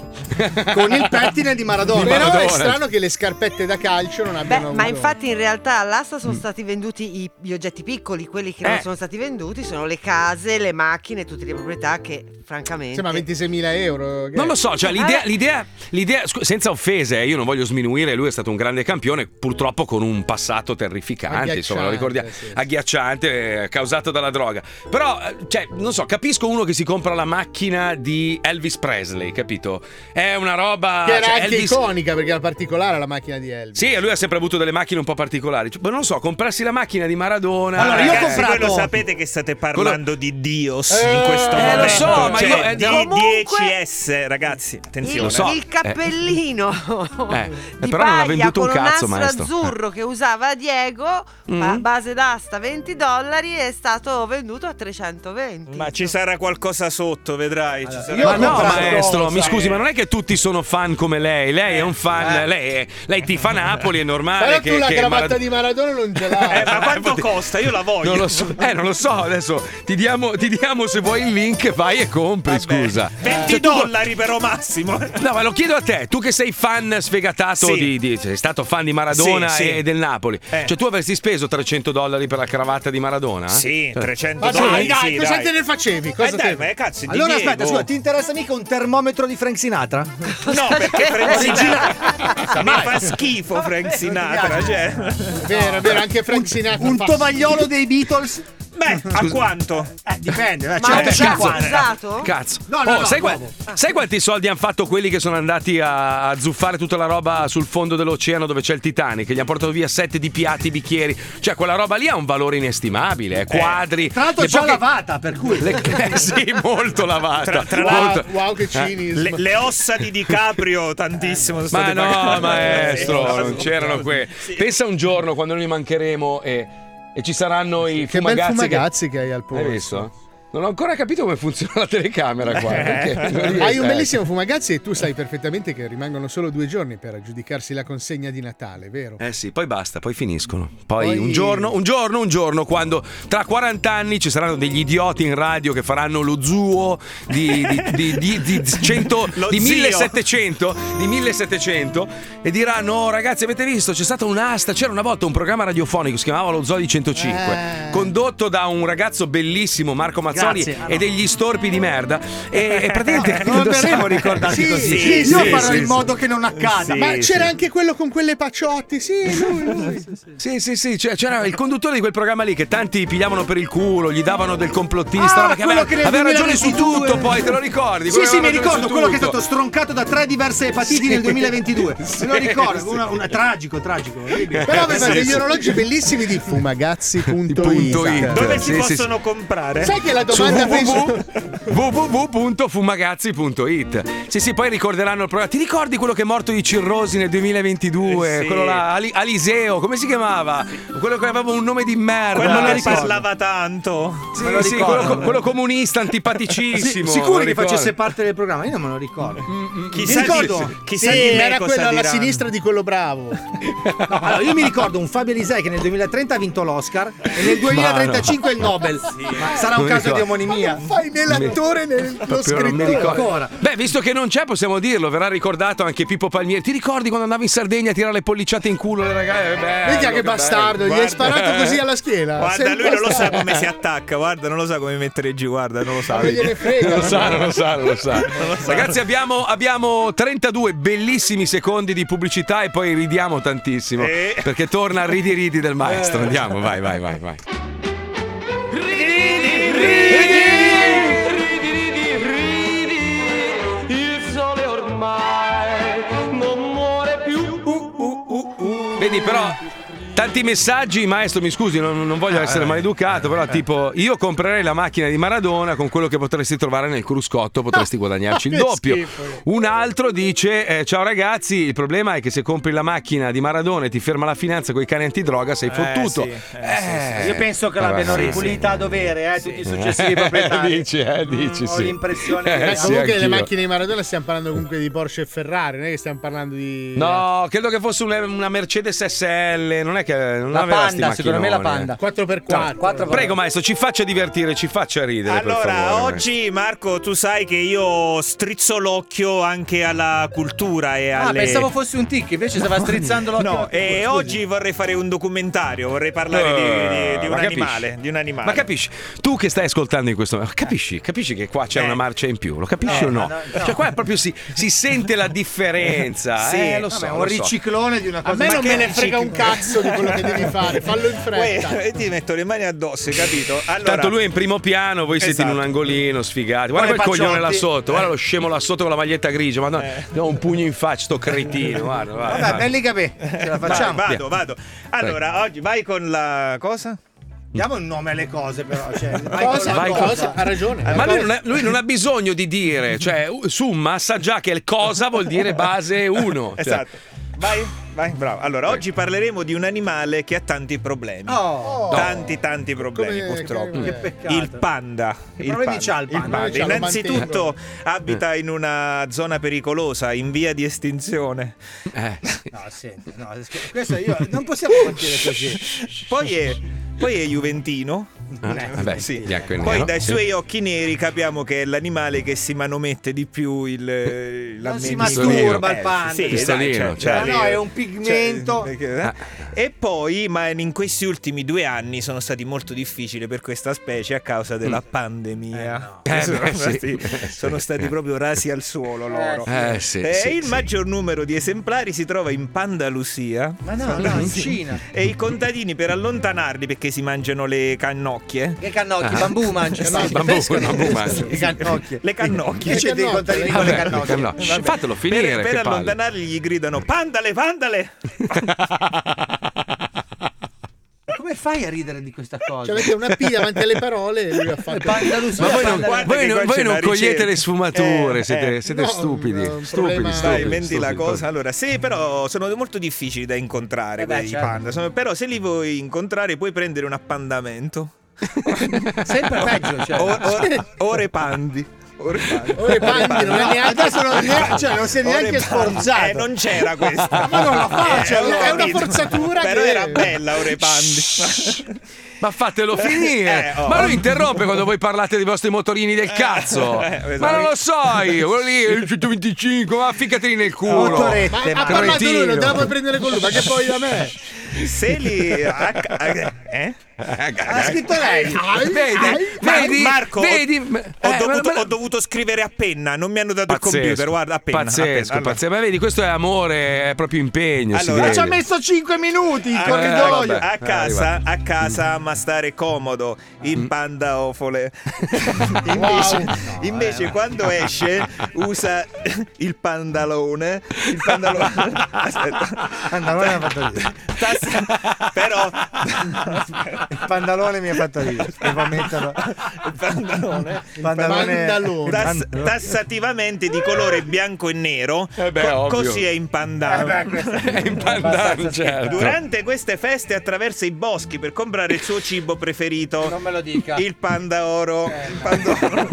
con il pettine di Maradona.
Di
Però è
Maradona.
strano che le scarpette da calcio non abbiano.
Ma
avuto- Mm.
infatti in realtà all'asta sono stati venduti i- gli oggetti piccoli, quelli
Eh.
che non sono stati venduti sono le case, le macchine, tutte le proprietà che francamente...
Sì, ma 26.000 euro. che-
Non lo so, cioè l'idea,
Ah.
Eh.
l'idea, l'idea- scu- senza offese, eh, io non voglio sminuire, lui è stato un grande campione, purtroppo con un passato terrificante, insomma, lo ricordiamo, agghiacciante, eh, causato dalla droga. Però, eh, cioè, non so, capisco uno che si compra la macchina di Elvis Presley, capito? È una roba...
Che era
cioè,
anche
Elvis-
iconica perché era particolare la macchina di Elvis.
Sì, e lui ha sempre avuto delle macchine un po' particolari. Cioè, ma non so, comprarsi la macchina di Maradona... eh,
Ragazzi,
Ragazzi,
voi lo
quello
sapete che state parlando di Dios
Eh,
in questo
eh, lo
momento.
so, ma
Cioè,
io- eh,
di
comunque-
10S, ragazzi, attenzione.
Lo so.
Il cappellino
eh,
di
però non ha
paglia
venduto un
con
cazzo,
nastro
maestro.
azzurro che usava Diego a
Mm.
base d'asta 20 dollari è stato venduto a 320.
Ma ci sarà qualcosa sotto, vedrai. ci sarà
Ma no,
qualcosa.
maestro, mi
Eh.
scusi, ma non è che tutti sono fan come lei. Lei è un fan, lei, è- lei tifa Napoli, Ah, è normale
Eh. Però
che.
tu la
che
cravatta
Maradona-
di Maradona non ce l'hai.
Eh, Ma quanto costa? Io la voglio.
Non lo so, eh, non lo so. Adesso ti diamo, ti diamo se vuoi il link, vai e compri. Scusa,
20
Cioè, tu-
dollari però massimo.
No, ma lo chiedo a te, tu che sei fan sfegatato
Sì.
di, di- sei stato fan di Maradona
Sì, sì.
e del Napoli.
Eh.
Cioè, tu avresti speso 300 dollari per la cravatta di Maradona?
Sì,
Cioè-
300
Eh. Ma dai, dai, cosa te ne facevi? Cosa
Eh dai,
te-
ma cazzo, Oh.
Allora aspetta, scusa, ti interessa mica un termometro di Frank Sinatra?
No, perché Frank Sinatra mi fa Ah, schifo Frank
non ti
Sinatra.
piace.
Cioè.
Vero, vero, anche Frank Sinatra.
Un
fa-
tovagliolo dei Beatles?
Beh, a quanto?
Eh, dipende,
Ma cioè, cazzo, cazzo, usato?
Cazzo.
No, no,
Oh,
no,
sai,
nuovo.
qua- sai quanti soldi hanno fatto quelli che sono andati a, a zuffare tutta la roba sul fondo dell'oceano dove c'è il Titanic? Gli hanno portato via sette di piatti, bicchieri. Cioè, quella roba lì ha un valore inestimabile. eh, Quadri.
Tra l'altro
Le
già
poche-
lavata, per cui...
le- eh, sì, molto lavata.
Tra, tra
molto- Eh,
l'altro, le, le ossa di DiCaprio, tantissimo. Sono
Ma
state
no,
pagate.
maestro,
Sì,
non c'erano qui. Pensa un giorno quando noi mancheremo e, e ci saranno i
Che bel
fumagazzi.
fumagazzi che hai al
Hai
polso.
visto? Non ho ancora capito come funziona la telecamera qua. perché non riesco-
Eh. Hai un
eh.
bellissimo fumagazzi e tu sai perfettamente che rimangono solo due giorni per aggiudicarsi la consegna di Natale, vero?
Eh sì, poi basta, poi finiscono. Poi,
Poi-
un giorno, un giorno, un giorno, quando tra 40 anni ci saranno degli idioti in radio che faranno lo zuo di, di, di, di, di, di 100
Lo
di
zio.
1700, di 1700 e diranno, "Oh, ragazzi avete visto, c'è stata un'asta, c'era una volta un programma radiofonico, si chiamava lo zoo di 105, condotto da un ragazzo bellissimo, Marco Mazzoli,
Eh. Grazie, ah, no.
e degli storpi di merda. E, e praticamente...
non verremo
indossava-
ricordati
Sì,
così.
sì,
Io
sì,
farò
sì,
in
sì.
modo che non accada.
Sì,
Ma
sì.
c'era anche quello con quelle pacciotti, sì, lui, lui.
Sì, sì, sì, cioè, c'era il conduttore di quel programma lì che tanti pigliavano per il culo, gli davano del complottista,
Ah,
roba che
quello
aveva,
che nel
aveva ragione su
2022.
tutto, poi te lo ricordi?
Sì,
Quello
sì, mi
aveva ragione
ricordo
su
quello che è
tutto.
stato stroncato da tre diverse epatiti
Sì.
nel 2022.
Sì,
Me lo ricordo,
sì. Eh,
una- una- tragico, tragico. orribile.
Però aveva
Sì,
degli
sì.
orologi bellissimi di
esatto.
fumagazzi.it.
Dove si
Sì, sì,
possono comprare?
Sai che la
Su
domanda principale-
www. www.fumagazzi.it Sì, sì, poi ricorderanno il programma. Ti ricordi quello che è morto di cirrosi nel 2022?
Eh sì.
Quello là, Ali- Aliseo, come si chiamava? Quello che aveva un nome di merda.
Quello
non
che
ricordo.
parlava tanto.
Sì, sì, quello, co- quello comunista antipaticissimo.
Sì, sicuro
me lo
che facesse
ricordo. Mm,
parte del programma, io non me lo ricordo.
Chissà
mi ricordo,
di- chissà
Sì,
di me
era
cosa
quello alla
diranno.
sinistra
di quello bravo.
No, allora, io mi ricordo un Fabio Lisei che nel 2030 ha vinto l'Oscar e nel 2035 il Nobel. Ma sarà un
Mi
caso
ricordo.
di omonimia.
Fai né l'attore né lo
Proprio non mi
scrittore
ricordo.
ancora.
Beh, visto che non c'è, possiamo dirlo. Verrà ricordato anche Pippo Palmieri. Ti ricordi quando andavi in Sardegna a tirare le pollicciate in culo alle ragazze? Eh,
Minchia che bastardo, gli hai sparato così alla schiena.
Guarda,
Sei un
lui non lo sa
bastardo.
come si attacca, guarda, non lo sa come mettere giù, guarda, non lo sa.
Ma non gliene frega,
Non lo sa, non lo sa, non lo sa.
lo sa.
Ragazzi, abbiamo, abbiamo 32 bellissimi secondi di pubblicità e poi ridiamo tantissimo.
Eh.
Perché torna Ridi Ridi del maestro.
Eh.
Andiamo, vai, vai, vai, vai.
Il sole ormai non muore più.
Vedi, però. Tanti messaggi, maestro, mi scusi, non, non
Ah,
voglio
eh.
essere maleducato, però tipo io comprerei la macchina di Maradona con quello che potresti trovare nel cruscotto, potresti guadagnarci il
Che
doppio.
schifo.
Un altro dice, eh, ciao ragazzi, il problema è che se compri la macchina di Maradona e ti ferma la finanza con i cani antidroga sei fottuto.
sì, eh,
Eh,
Io penso che
vabbè,
l'abbiano
sì,
ripulita a dovere, eh, tutti i successivi proprietari. Mm,
dici, eh, dici,
Ho
sì.
l'impressione
Eh,
che
Ma
sì,
comunque delle
anch'io.
macchine di Maradona stiamo parlando comunque di Porsche e Ferrari, non è che stiamo parlando di...
No, credo che fosse una, una Mercedes SL, non è che non
La
aveva sti
Panda, secondo me la
macchinoni. eh.
Panda. 4x4.
Prego maestro, ci faccia divertire, ci faccia ridere. per
Allora,
favore,
oggi Marco, tu sai che io strizzo l'occhio anche alla cultura e
Ah,
alle...
pensavo fosse un tic, invece stava strizzando l'occhio.
No, e oggi vorrei fare un documentario, vorrei parlare di- di, di un
Eh, ma capisci?
animale, di un animale. Eh.
Ma capisci? Tu che stai ascoltando in questo momento, capisci, capisci che qua c'è una marcia in più, lo capisci
Eh,
o no?
no, no.
Cioè, qua è proprio si, si sente la differenza.
Sì,
eh, lo so.
vabbè, un
lo so.
riciclone di una
A
cosa.
me
Ma
non
che
me ne
riciclo-
frega un cazzo di quello che devi fare, fallo in fretta.
Uè, ti metto le mani addosso, hai capito? Allora, eh, Esatto.
Tanto lui è in primo piano, voi siete in un angolino, sfigati. Guarda
Guarda
quel
i
coglione là
pacciotti.
sotto, guarda
Eh.
lo scemo là sotto con la maglietta grigia. Madonna, gli do un pugno in faccia, sto cretino. Guarda, guarda,
Vabbè,
guarda.
belli capelli, ce la facciamo.
Vai, vado, vado. Allora, oggi vai con la cosa?
Diamo il nome alle cose, però. Cioè, vai
Cosa?
con la
Vai con-
Cosa? Ha ragione.
Ma lui non, è- lui non ha bisogno di dire, cioè, u- summa sa già che il cosa vuol dire base 1.
Esatto. Vai, vai, bravo. Allora, oggi parleremo di un animale che ha tanti problemi.
Oh.
Tanti, tanti problemi,
Come-
purtroppo.
che peccato.
Il panda.
Che problemi c'ha il panda? C'ha lo Eh.
Innanzitutto abita in una zona pericolosa, in via di estinzione.
Eh. No, senti, no, questo io non possiamo partire così.
Poi è, poi è Juventino.
Eh, vabbè,
Sì.
bianco e
Poi
nero.
dai
Sì.
suoi occhi neri capiamo che è l'animale che si manomette di più il Non
si masturba il panda.
Sì,
Pistolino,
dai, cioè,
cioè.
cioè,
No, no, è un pigmento.
perché, eh?
Ah.
E poi, ma in questi ultimi due anni sono stati molto difficili per questa specie a causa della pandemia.
Mm. Eh,
sono,
beh, sì.
stati, sono stati proprio rasi al suolo loro.
Eh, sì,
E
sì,
il
sì.
maggior numero di esemplari si trova in Pandalusia.
Ma no, no, in Cina.
E i contadini per allontanarli perché si mangiano le cannocche, cannocchie?
Che cannocchi? Bambù mangi?
Sì,
No,
bambù,
pesca-
bambù mangi.
Le cannocchie.
Le cannocchie.
Io ci devo contare di quelle
Vabbè,
cannocchie.
cannocchie.
Vabbè.
Fatelo
finire,
Per,
che
per
palle.
allontanarli gli gridano pandale, pandale.
Come fai a ridere di questa cosa?
Cioè, avete una P davanti alle parole e lui ha fatto.
Pandalusia, Ma voi non-
Guarda
Voi
che
non,
qua
voi
c'è
non
una
cogliete
ricerca.
le sfumature,
Eh,
siete,
eh.
siete
No,
stupidi.
no, un
Stupidi,
problema- Dai,
stupidi,
vendi la
stupidi,
cosa. Allora, sì, però sono molto difficili da
Eh
incontrare
Vabbè,
quelli
certo.
di panda. Sono- però se li vuoi incontrare puoi prendere un appandamento.
Sempre peggio. Cioè.
Or- or- ore pandi. Ore pandi.
Ore pandi, non è neanche-
Adesso non- neanche- cioè, non si è
Ore
neanche
pandi.
sforzato.
Eh, non c'era questa.
Ma non la faccia,
ho
è una
capito.
forzatura
Però
che-
era bella ore pandi.
Ma fatelo finire!
Eh, oh.
Ma lui interrompe quando voi parlate dei vostri motorini del cazzo!
eh, esatto. Ah,
Ma non lo so io! Quello lì è il 125, ma ficcateli nel culo!
Ma ha parlato lui, non te la puoi prendere con lui, ma che poi da me?
Se li. a- a- eh?
Ah,
Ha
scritto lei.
Vedi,
Ma-
vedi,
Marco,
vedi,
ho-
ho, dovuto, ho dovuto scrivere a penna, non mi hanno dato il computer. Guarda, a penna. a
pazzesco,
penna. Allora,
pazzesco. Ma vedi, questo è amore, è proprio impegno. si
Allora,
vede. Eh,
ci ha
messo 5 minuti in
a-
corridoio.
a casa, a casa, ma stare comodo in pandaofole. invece, invece quando esce, usa il pandalone. Il pandalone. Aspetta,
Pandalone mi ha fatto
Ah,
ridere.
però
Il pandalone mi ha fatto ridere. Devo ammetterlo.
il pandalone,
Il pandalone-
Pandalone. Tas-
il pandalone.
tassativamente di colore bianco e nero
Eh beh,
co-
ovvio.
così è impandato
è impandato, certo.
durante queste feste attraversa i boschi per comprare il suo cibo preferito non me lo dica Eh. il panda oro Il panda oro.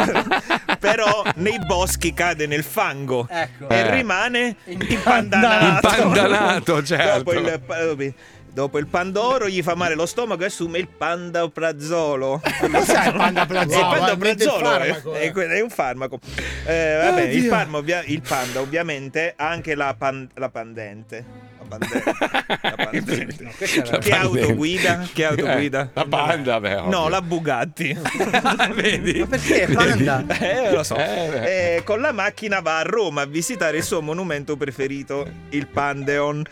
però nei boschi cade nel fango
Ecco.
e
Eh.
rimane impandanato
Impandanato, certo.
dopo il, pa- dopo il- dopo il pandoro gli fa male lo stomaco e assume il pandaprazzolo
Cos'è il pandaprazzolo?
il
Guarda,
pandaprazzolo è,
è del farmaco,
è que- è un farmaco. Eh, vabbè,
Oddio.
il, palmo ovvia- il panda ovviamente ha anche la, pan- la pandente. La pandente.
ah,
La pandente.
La
che
pandemia.
autoguida? Che autoguida?
Eh, la panda, beh.
No, la Bugatti.
Vedi? Ma
perché
panda?
Eh, lo so.
Eh, beh.
Eh, con la macchina va a Roma a visitare il suo monumento preferito, il Pandeon.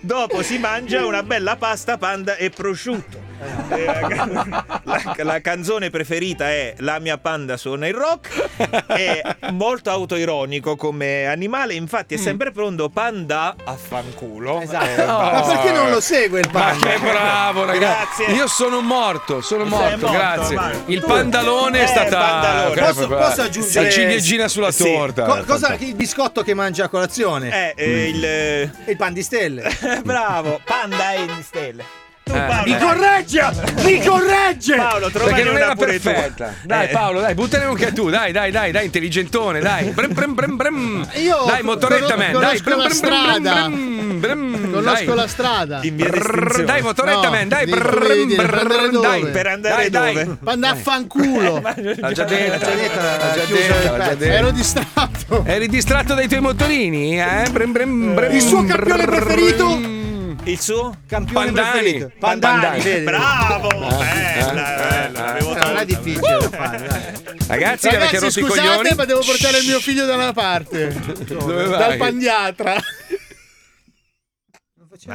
Dopo si mangia una bella pasta panda e prosciutto. Eh, la, la- la canzone preferita è La mia panda suona il rock. È molto autoironico come animale, infatti è sempre pronto panda a fanculo. Esatto.
Ma perché non lo segue il
Ma
panda?
che bravo, ragazzi!
Grazie.
Io sono morto, sono
Sei
morto,
morto,
grazie.
Marco.
Il
Tu-
pandalone
Eh,
è stata.
pandalone.
proprio
Posso-
quella-
posso aggiungere-
La ciliegina sulla
Sì.
torta.
Eh,
eh, Mm.
Co- cosa,
Fantastico.
il biscotto che mangia a colazione?
Eh, eh, il.
Il pan di stelle.
Bravo, panda e di stelle. Tu,
Eh.
Paolo,
Mi
dai.
correggia! Mi corregge!
Paolo, trovane
Perché non
una
era
pure
perfetta.
tu.
Dai,
Eh.
Paolo, dai, buttane anche tu. Dai, dai, dai, dai, intelligentone, dai. Brem, brem, brem, brem.
Io
dai, motoretta,
conos-
man. Dai,
conosco
brem,
la
brem, brem,
strada.
brem, brem.
Conosco
dai.
la strada.
In via di estinzione.
Dai, motoretta,
No,
man. Dai,
devi-
brr,
devi dire,
brr,
per andare dove?
dai.
Per andare
Dai,
dove? Eh,
dai.
Panda a fanculo.
L'ha già detto, l'ha già detto, l'ha già
chiuso il
detto, l'ha già
pezzo.
detto.
Ero distratto.
Eri distratto dai tuoi motorini? Eh? Brem, brem, brem,
Il suo
brr.
campione preferito?
Il suo?
Campione
Pandani.
preferito. Pandani, vedi?
Bravo! Bella, bella. Avevo
Non è
tolto.
difficile da fare, dai.
Ragazzi, che avete
Ragazzi,
rotto i
scusate,
coglioni.
ma devo portare il mio figlio da una parte.
Dove
Dal
vai?
pandiatra.
Ma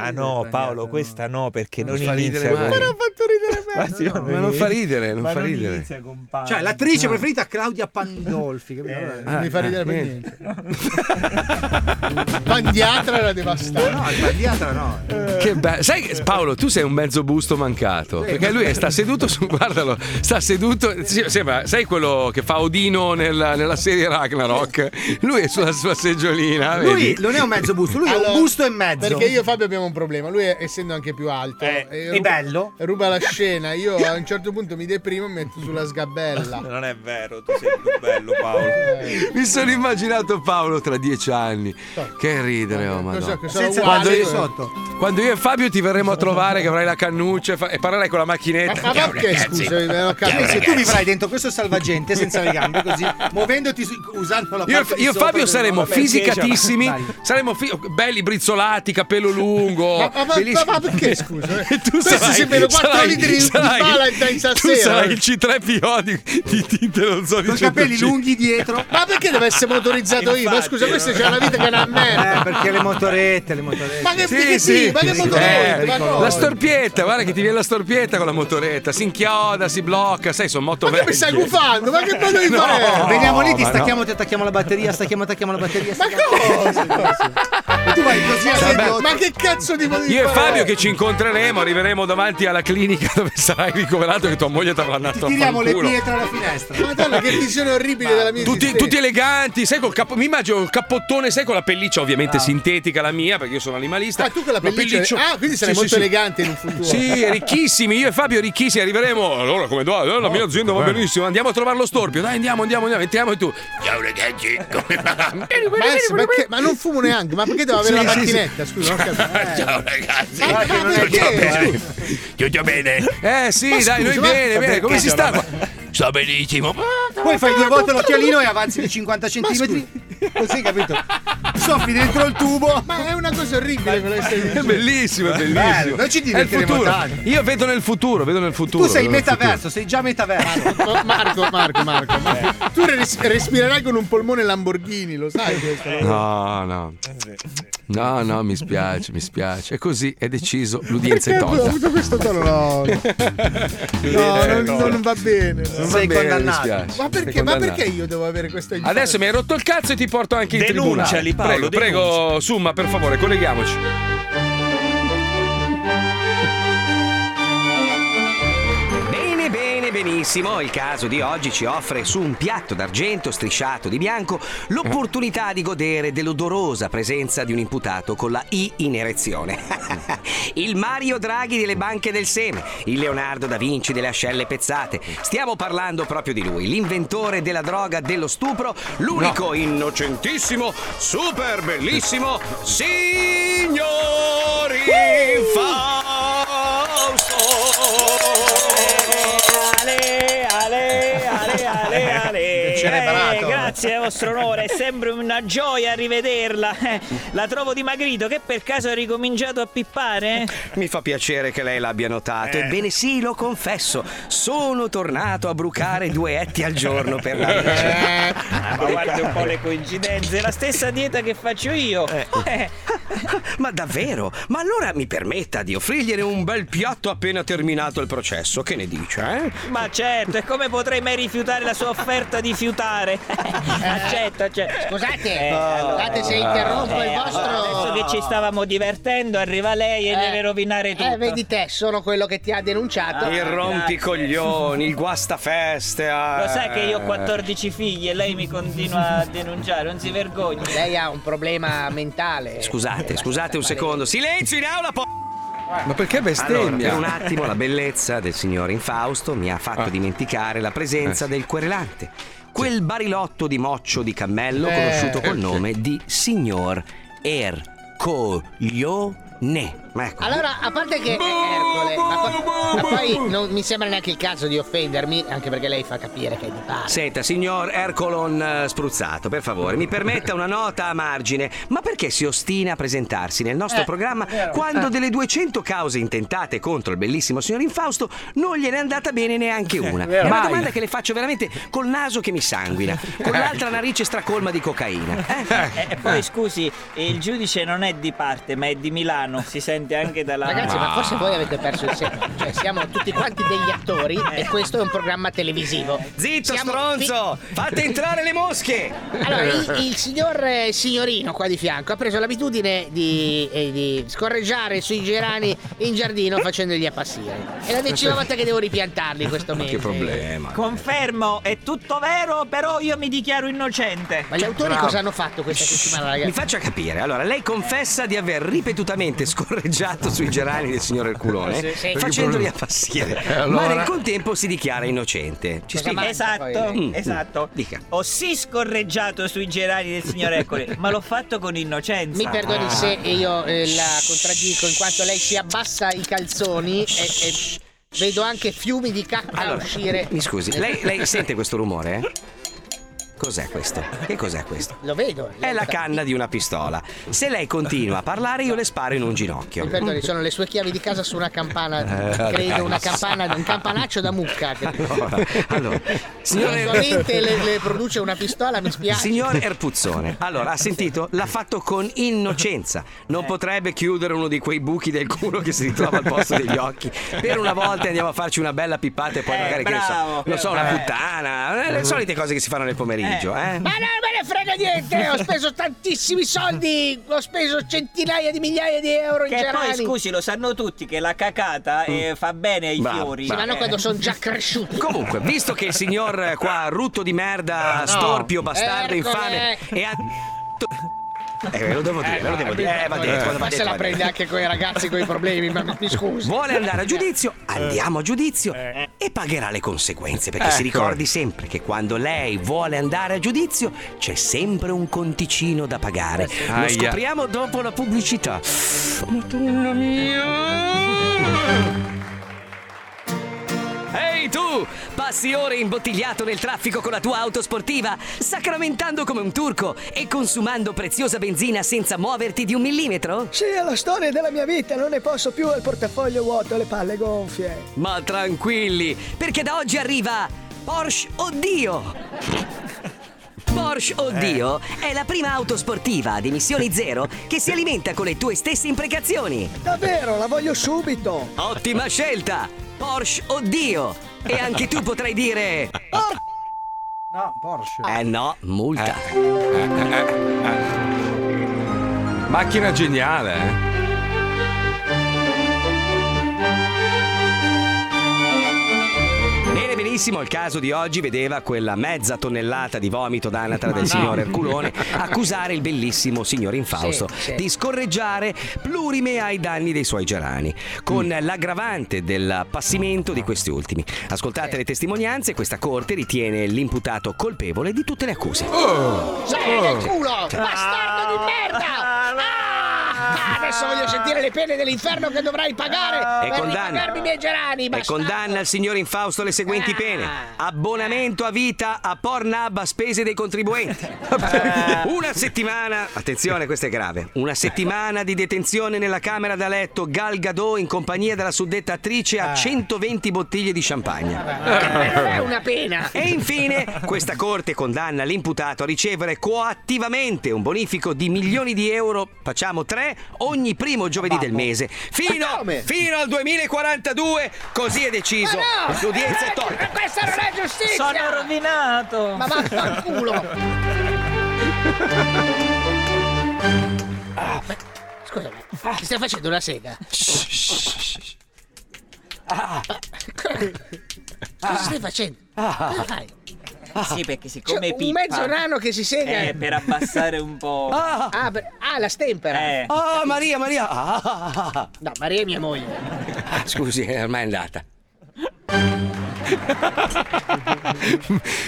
Ah, no, Paolo, questa no, perché non,
fa
inizia
ridere mai.
con...
Però
Ma sì,
Ma non fa ridere, non
Ma
fa
non
ridere.
inizia con panda.
Cioè, l'attrice preferita è Claudia Pandolfi. capito?
Eh.
Non mi fa ridere per
Ah, niente.
niente. Pandiatra era devastante.
No, il pandiatra no.
Che be- Sai, che- Paolo, tu sei un mezzo busto mancato. Perché lui sta seduto su. Guardalo, sta seduto. sì, Sembra, sai quello che fa Odino nel- nella serie Ragnarok? Lui è sulla sua seggiolina.
Lui
vedi?
non è un mezzo busto, lui è
Allora,
un busto e mezzo. Eh,
Perché io e Fabio abbiamo un problema. Lui, è- essendo anche più alto, e
è bello.
Ruba la scena. Io a un certo punto mi deprimo e mi metto sulla sgabella.
Non è vero, tu sei più bello, Paolo.
Mi sono immaginato Paolo tra dieci anni. Che ridere, oh madonna.
che sono Senza uguale,
quando,
eh.
io, quando io e Fabio ti verremo a trovare, che avrai la cannuccia e fa- e parlerai con la
Ma-
macchinetta.
ma
Ciao,
perché,
ragazzi.
scusa, eh, non ho capito.
Ciao,
Se tu
ragazzi.
vivrai dentro questo salvagente senza le gambe, così muovendoti su- usando la
Io,
parte di
io e
sopra
Fabio
del-
saremo
Vabbè, sì,
fisicatissimi,
diciamo.
saremo fi- belli brizzolati, capello lungo, lungo.
Ma- ma- ma-
bellissimo.
ma perché, scusa?
E tu
Questi
sarai,
si bevono quattro
sarai-
litri di
sarai-
bala in- in
Tu
stasera.
sarai il C3PO di, di, di, dello zoo di 105.
dietro. Ma perché deve essere motorizzato io? Ma scusa, questa c'è una vita che è una merda.
Eh, perché le motorette, le motorette.
Ma che
Sì,
figa
sì.
ma che
Sì,
motorista?
eh,
ma no.
la storpietta, guarda che ti viene la storpietta con la motoretta, si inchioda, si blocca, sai, sono moto
Ma che mi stai gufando? Ma che modo di
No,
fare?
Veniamo lì, ti
ma
stacchiamo,
no.
ti attacchiamo la batteria, stacchiamo, attacchiamo la batteria.
Ma E tu vai così a
Vabbè.
Ma che cazzo di modo di
Io e
fare?
Fabio che ci incontreremo, arriveremo davanti alla clinica dove sarai ricoverato che tua moglie ti avrà andato a
Tiriamo le
fanculo.
pietre alla finestra.
Madonna, che visione orribile della mia
Tutti,
esistenza.
tutti eleganti, sai col capo, mi immagino il cappottone, sai con la pelliccia ovviamente sintetica la mia perché io sono animalista.
Ah, tu con la pelliccia. Ah, quindi sarai
Sì,
molto
sì, sì.
elegante in un futuro.
Sì, ricchissimi, io e Fabio ricchissimi, arriveremo. Allora, come do? eh, La mia azienda va benissimo, andiamo a trovare lo storpio. Dai, andiamo, andiamo, andiamo, entriamo e tu. Ciao ragazzi, come va?
Ma, adesso, ma che- ma non fumo neanche, ma perché devo avere
Sì,
la
sì, sì.
macchinetta? Scusa, non capisco.
Ciao ragazzi,
Ma- ma perché?
tutto bene? Eh sì,
Ma
dai, noi
scusa, ma-
bene, bene,
perché
come si sta
allora?
qua? Sto benissimo.
Poi fai due volte l'occhialino e avanzi di 50 centimetri. Così, capito? Soffi dentro il tubo.
Ma è una cosa orribile quella che stai
È
dicendo.
bellissimo, è bellissimo.
Bello, noi ci
È il
divertiremo
futuro.
tanto.
Io vedo nel futuro, vedo nel futuro.
Tu sei
vedo nel
metaverso, sei già metaverso.
Ma- Marco, Marco, Marco, Marco. tu res- respirerai con un polmone Lamborghini, lo sai questo?
futuro. No, no. No, no, mi spiace, mi spiace. È così, è deciso, l'udienza è
ho
tolta.
avuto questo tono? No, no, No, non, non va bene.
Non va eh, Sei bene, condannato. mi dispiace.
Ma
Sei
perché, ma
condannato. Ah.
perché io devo avere questa infanzia?
Adesso mi hai rotto il cazzo e ti porto anche in tribunale.
Denunciali, Paolo,
Prego,
denuncia.
prego, Summa, per favore, colleghiamoci.
Bene, bene, benissimo. Il caso di oggi ci offre su un piatto d'argento strisciato di bianco l'opportunità di godere dell'odorosa presenza di un imputato con la I in erezione. il Mario Draghi delle banche del seme, il Leonardo da Vinci delle ascelle pezzate. Stiamo parlando proprio di lui, l'inventore della droga dello stupro, l'unico innocentissimo, super bellissimo signori
Ale, ale, ale, ale, ale.
Non ce n'è
Eh,
barato.
grazie, vostro onore. È sempre una gioia rivederla. Eh, La trovo dimagrito. Che per caso ha ricominciato a pippare?
Mi fa piacere che lei l'abbia notato.
Eh.
Ebbene sì, lo confesso. Sono tornato a brucare due etti al giorno per
Eh.
la legge.
Ma
Eh,
guarda un po' le coincidenze. È la stessa dieta che faccio io. Eh,
Ma davvero? Ma allora mi permetta di offrirgliene un bel piatto appena terminato il processo. Che ne dice, eh?
Ma certo, e come potrei mai rifiutare la sua offerta di fiutare? accetto, accetto.
Scusate,
Eh,
scusate se interrompo il
eh,
vostro-
Adesso che ci stavamo divertendo, arriva lei e deve rovinare tutto.
Eh, vedi te, sono quello che ti ha
Ah,
denunciato.
il rompicoglioni, il guastafeste. ah.
Lo sai che io ho 14 figli e lei mi continua a denunciare, non si vergogna. Lei ha un problema mentale.
Scusate, scusate un secondo. Silenzio in aula, po-
Ma perché
Allora, per un attimo la bellezza del signor Infausto mi ha
Ah.
fatto dimenticare la presenza
Eh.
del querelante, quel barilotto di moccio di cammello
Eh,
conosciuto col
sì.
nome di signor Ercoglione. Ma ecco,
Allora, a parte che è Ercole, ma, po- ma poi non mi sembra neanche il caso di offendermi, anche perché lei fa capire che è di parte.
Senta, signor Ercolon eh, spruzzato, per favore, mi permetta una nota a margine. Ma perché si ostina a presentarsi nel nostro
Eh,
programma
vero.
quando
Eh.
delle 200 cause intentate contro il bellissimo signor Infausto non gliene è andata bene neanche una?
Eh, vero.
è una
Mai.
domanda che le faccio veramente col naso che mi sanguina, con l'altra narice stracolma di cocaina. eh?
E poi scusi, il giudice non è di parte, ma è di Milano, si sente anche dalla.
Ragazzi, ma forse voi avete perso il senso. Cioè, siamo tutti quanti degli attori e questo è un programma televisivo.
Eh. Zitto,
Siamo
stronzo! Fate entrare le mosche!
Allora, il, il signor eh, signorino qua di fianco ha preso l'abitudine di, eh, di scorreggiare sui gerani in giardino facendogli appassire. È la decima volta che devo ripiantarli questo mese.
Confermo, è tutto vero, però io mi dichiaro innocente.
Ma gli autori
Bravo.
cosa hanno fatto questa settimana, ragazzi?
Mi faccia capire, allora lei confessa di aver ripetutamente scorreggiato sui gerani del signor Erculone
Sì, sì.
facendoli appassire,
Eh, allora?
ma nel contempo si dichiara innocente. Ci
Cosa
spiega? Mm,
manca Esatto, poi? esatto.
Dica.
Ho sì scorreggiato sui gerani del signor Ercole, ma l'ho fatto con innocenza.
Ah.
Ah.
Mi perdoni se io eh, la contraddico in quanto lei si abbassa i calzoni e, e vedo anche fiumi di cacca
Allora,
uscire.
Mi scusi, lei, lei sente questo rumore? eh? Cos'è questo? Che cos'è questo?
Lo vedo.
È la canna di una pistola. Se lei continua a parlare, io le sparo in un ginocchio. Mm.
Mi perdoni, sono le sue chiavi di casa su una campana,
Eh,
credo,
dai.
una campana, un campanaccio da mucca.
Allora, allora, signore-
Solamente le, le produce una pistola, mi spiace.
Signor Erpuzzone, allora ha sentito? L'ha fatto con innocenza. Non potrebbe chiudere uno di quei buchi del culo che si ritrova al posto degli occhi. Per una volta andiamo a farci una bella pippata e
Eh,
poi magari che ne so,
bravo.
non so, una
Eh.
puttana, eh, le solite cose che si fanno nel pomeriggio, eh?
Ma non me ne frega niente! Ho speso tantissimi soldi! Ho speso centinaia di migliaia di euro in
Che
gerani!
poi, scusi, lo sanno tutti che la cacata
Mm.
eh, fa bene ai
Bravo,
fiori.
bravo. Sì, ma no, quando
sono già cresciuti.
Comunque, visto che il signor eh, qua, rutto di merda,
No.
Ah, storpio, bastardo,
Ecco,
Ercole.
infame, e ha. Eh, lo devo dire,
Eh,
lo devo
ma-
dire. Eh, va detto, va detto.
Ma se
va
la
detto.
prende anche con i ragazzi con i problemi, ma mi mi scusi.
Vuole andare a giudizio? Andiamo a giudizio e pagherà le conseguenze. Perché
Ecco.
si ricordi sempre che quando lei vuole andare a giudizio c'è sempre un conticino da pagare. Lo
Aia.
scopriamo dopo la pubblicità.
Madonna mia!
Ehi tu! Passi ore imbottigliato nel traffico con la tua auto sportiva, sacramentando come un turco e consumando preziosa benzina senza muoverti di un millimetro?
Sì, è la storia della mia vita, non ne posso più al portafoglio vuoto e le palle gonfie.
Ma tranquilli, perché da oggi arriva Porsche Oddio! Porsche Oddio è la prima auto sportiva ad emissioni zero che si alimenta con le tue stesse imprecazioni.
Davvero, la voglio subito!
Ottima scelta! Porsche Oddio! E anche tu potrai dire...
No, Porsche.
Cioè.
Eh no, multa.
Eh, eh. Macchina geniale, eh.
Bene, benissimo, il caso di oggi vedeva quella mezza tonnellata di vomito d'anatra del
no.
signor Erculone accusare il bellissimo signor Infausto
Sì, sì.
di scorreggiare plurime ai danni dei suoi gerani, con l'aggravante dell'appassimento di questi ultimi. Ascoltate le testimonianze, questa corte ritiene l'imputato colpevole di tutte le accuse. Cioè,
Sei
Oh.
del culo! Bastardo di merda! Ah, adesso voglio sentire le pene dell'inferno che dovrai pagare
Ah. E
per
condanna.
ripagarmi i miei gerani,
E
bastardo!
condanna il signor Infausto le seguenti pene: abbonamento a vita a Pornhub a spese dei contribuenti.
Eh.
Una settimana, attenzione, questa è grave. Una settimana di detenzione nella camera da letto Gal Gadot in compagnia della suddetta attrice
Ah.
a 120 bottiglie di
È
champagne.
una pena!
E infine, questa corte condanna l'imputato a ricevere coattivamente un bonifico di milioni di euro, facciamo tre, ogni primo giovedì del mese, fino, fino al 2042, così è deciso.
Ma no!
L'udienza è
Ecco,
tolta.
Questa non è giustizia!
Sono rovinato!
Ma vaffanculo! Ah, ma- Scusami, ti Ah, stai facendo una sega? Ah. Cosa stai facendo? Cosa fai?
Sì, perché siccome
Cioè,
Ah. pippa
un mezzo nano che si sega
Eh, per abbassare un po'.
Ah, per- ah, la stempera
Eh.
Ah, Maria, Maria Ah.
No, Maria è mia moglie
Ah, Scusi, è ormai è andata.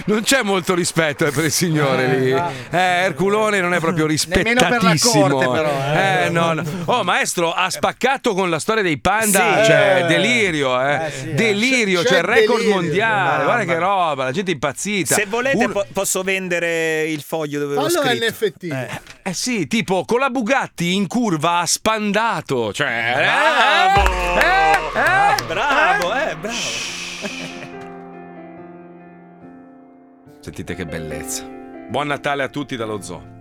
non c'è molto rispetto eh, per il signore lì. Eh, Erculone non è proprio
Nemmeno per la
rispettatissimo.
corte, però, eh.
Eh, no, no. Oh, maestro, ha spaccato con la storia dei panda.
Sì.
Cioè,
Eh.
delirio, eh. delirio,
C'è-
c'è il
c'è
record
delirio.
mondiale. Guarda
Mamma.
che roba, la gente è impazzita.
Se volete
Un-
po- posso vendere il foglio dove ho
Fallo
scritto.
NFT. Eh sì, tipo con la Bugatti in curva ha spandato. Cioè, eh,
Bravo!
eh, eh,
Ah, bravo,
eh.
eh, bravo.
Sentite che bellezza. Buon Natale a tutti dallo zoo.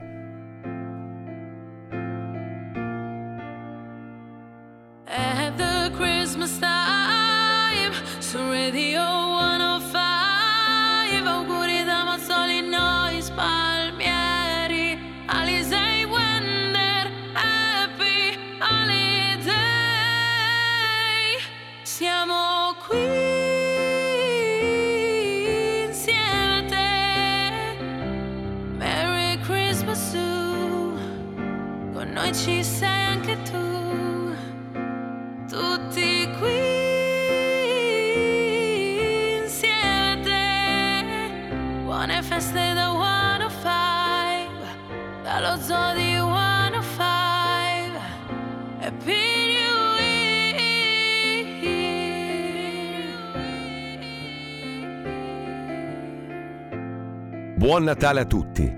At the Christmas time, su Radio 105, auguri da Mazzoli, noi spalmieri, Alisei Wender, Happy Holiday, siamo qui insieme a te, Merry Christmas su, con noi ci sei anche tu tutti qui insieme a te. Buone feste da 105, dallo zoo di 105. Happy New Year.
Buon Natale a tutti.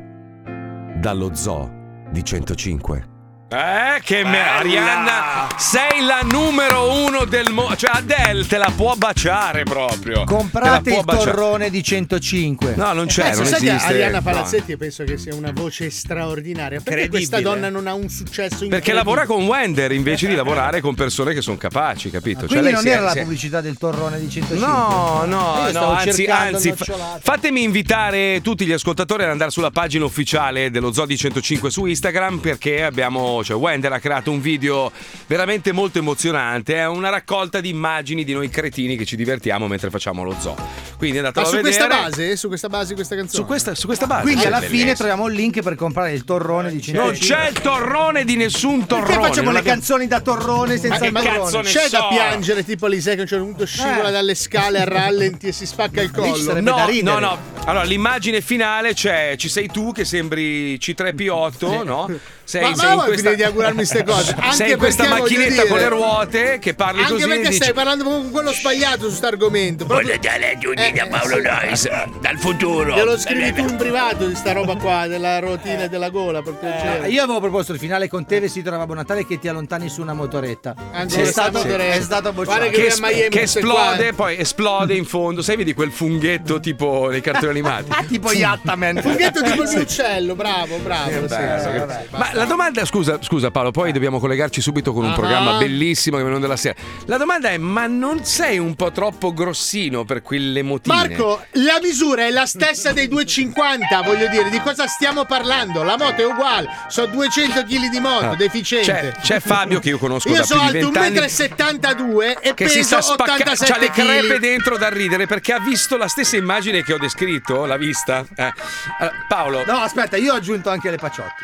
Dallo zoo di 105.
Eh, che me, Arianna, sei la numero uno del mondo. Cioè, Adele te la può baciare proprio.
Comprate
Te la
il
può baciare.
torrone di 105.
No, non c'è,
Penso,
non
Eh, sai che
esiste.
Arianna
No.
Palazzetti penso che sia una voce straordinaria. Perché questa
Incredibile.
donna non ha un successo
Perché
incredibile?
lavora con Wender invece di lavorare con persone che sono capaci, capito? Cioè,
Quindi
lei
non
si è-
era la
si è-
pubblicità del torrone di 105.
No,
Io
no, no
stavo
anzi,
cercando
anzi,
nocciolate.
fa- fatemi invitare tutti gli ascoltatori ad andare sulla pagina ufficiale dello Zoo di 105 su Instagram perché abbiamo, cioè Wender ha creato un video veramente molto emozionante, è una raccolta di immagini di noi cretini che ci divertiamo mentre facciamo lo zoo. Quindi andate
Ma
a
su
vedere.
questa base? Su questa base di questa canzone? Su
questa, su questa base.
Quindi
Ah,
alla
bellissimo.
fine troviamo il link per comprare il torrone di 105.
Non c'è il torrone di nessun torrone.
Perché facciamo
non
le
abbiamo-
canzoni da torrone senza il torrone?
c'è da piangere tipo Lisei che a un certo punto scivola
Eh.
dalle scale a rallenti e si spacca il collo.
No, no, no. Allora, l'immagine finale c'è ci sei tu che sembri C3P8, no? Sei,
Ma- ma voi finite di augurarmi queste cose? Anche
sei in questa
perché, voglio
macchinetta con
dire-
le ruote che parli
Anche
così
perché
e dici
stai parlando con quello sbagliato su sto argomento. Proprio...
dare
Eh,
da
eh,
Paolo
sì.
Nois dal futuro.
Glielo scrivi tu in privato di sta roba qua, della
Eh.
rotina e della gola, per piacere.
Eh, Io avevo proposto il finale con Teve si trova Babbo Natale che ti allontani su una motoretta.
Anche
è,
questa
stato,
motoretta.
è stato bocciato.
Guarda
che,
viene a Miami
che
queste qua,
esplode,
eh.
poi esplode in fondo. Sai, vedi quel funghetto tipo nei cartoni animati?
tipo Yattaman.
Funghetto tipo il mio uccello, bravo, bravo. sì, sì.
Ma la domanda, scusa, scusa Paolo, poi dobbiamo collegarci subito con un
Ah.
programma bellissimo che non della sera. La domanda è: ma non sei un po' troppo grossino per quelle motine?
Marco, la misura è la stessa dei 250, voglio dire, di cosa stiamo parlando? La moto è uguale, so 200 kg di moto,
Ah.
deficiente.
C'è, c'è Fabio che io conosco
Io
da
sono
più di
alto
20 anni.
1,72 m e
Che si
peso
sta spaccando, c'ha
87
le
kg.
crepe dentro da ridere perché ha visto la stessa immagine che ho descritto, l'ha vista? Eh. Allora, Paolo,
No, aspetta, io ho aggiunto anche le paciotti.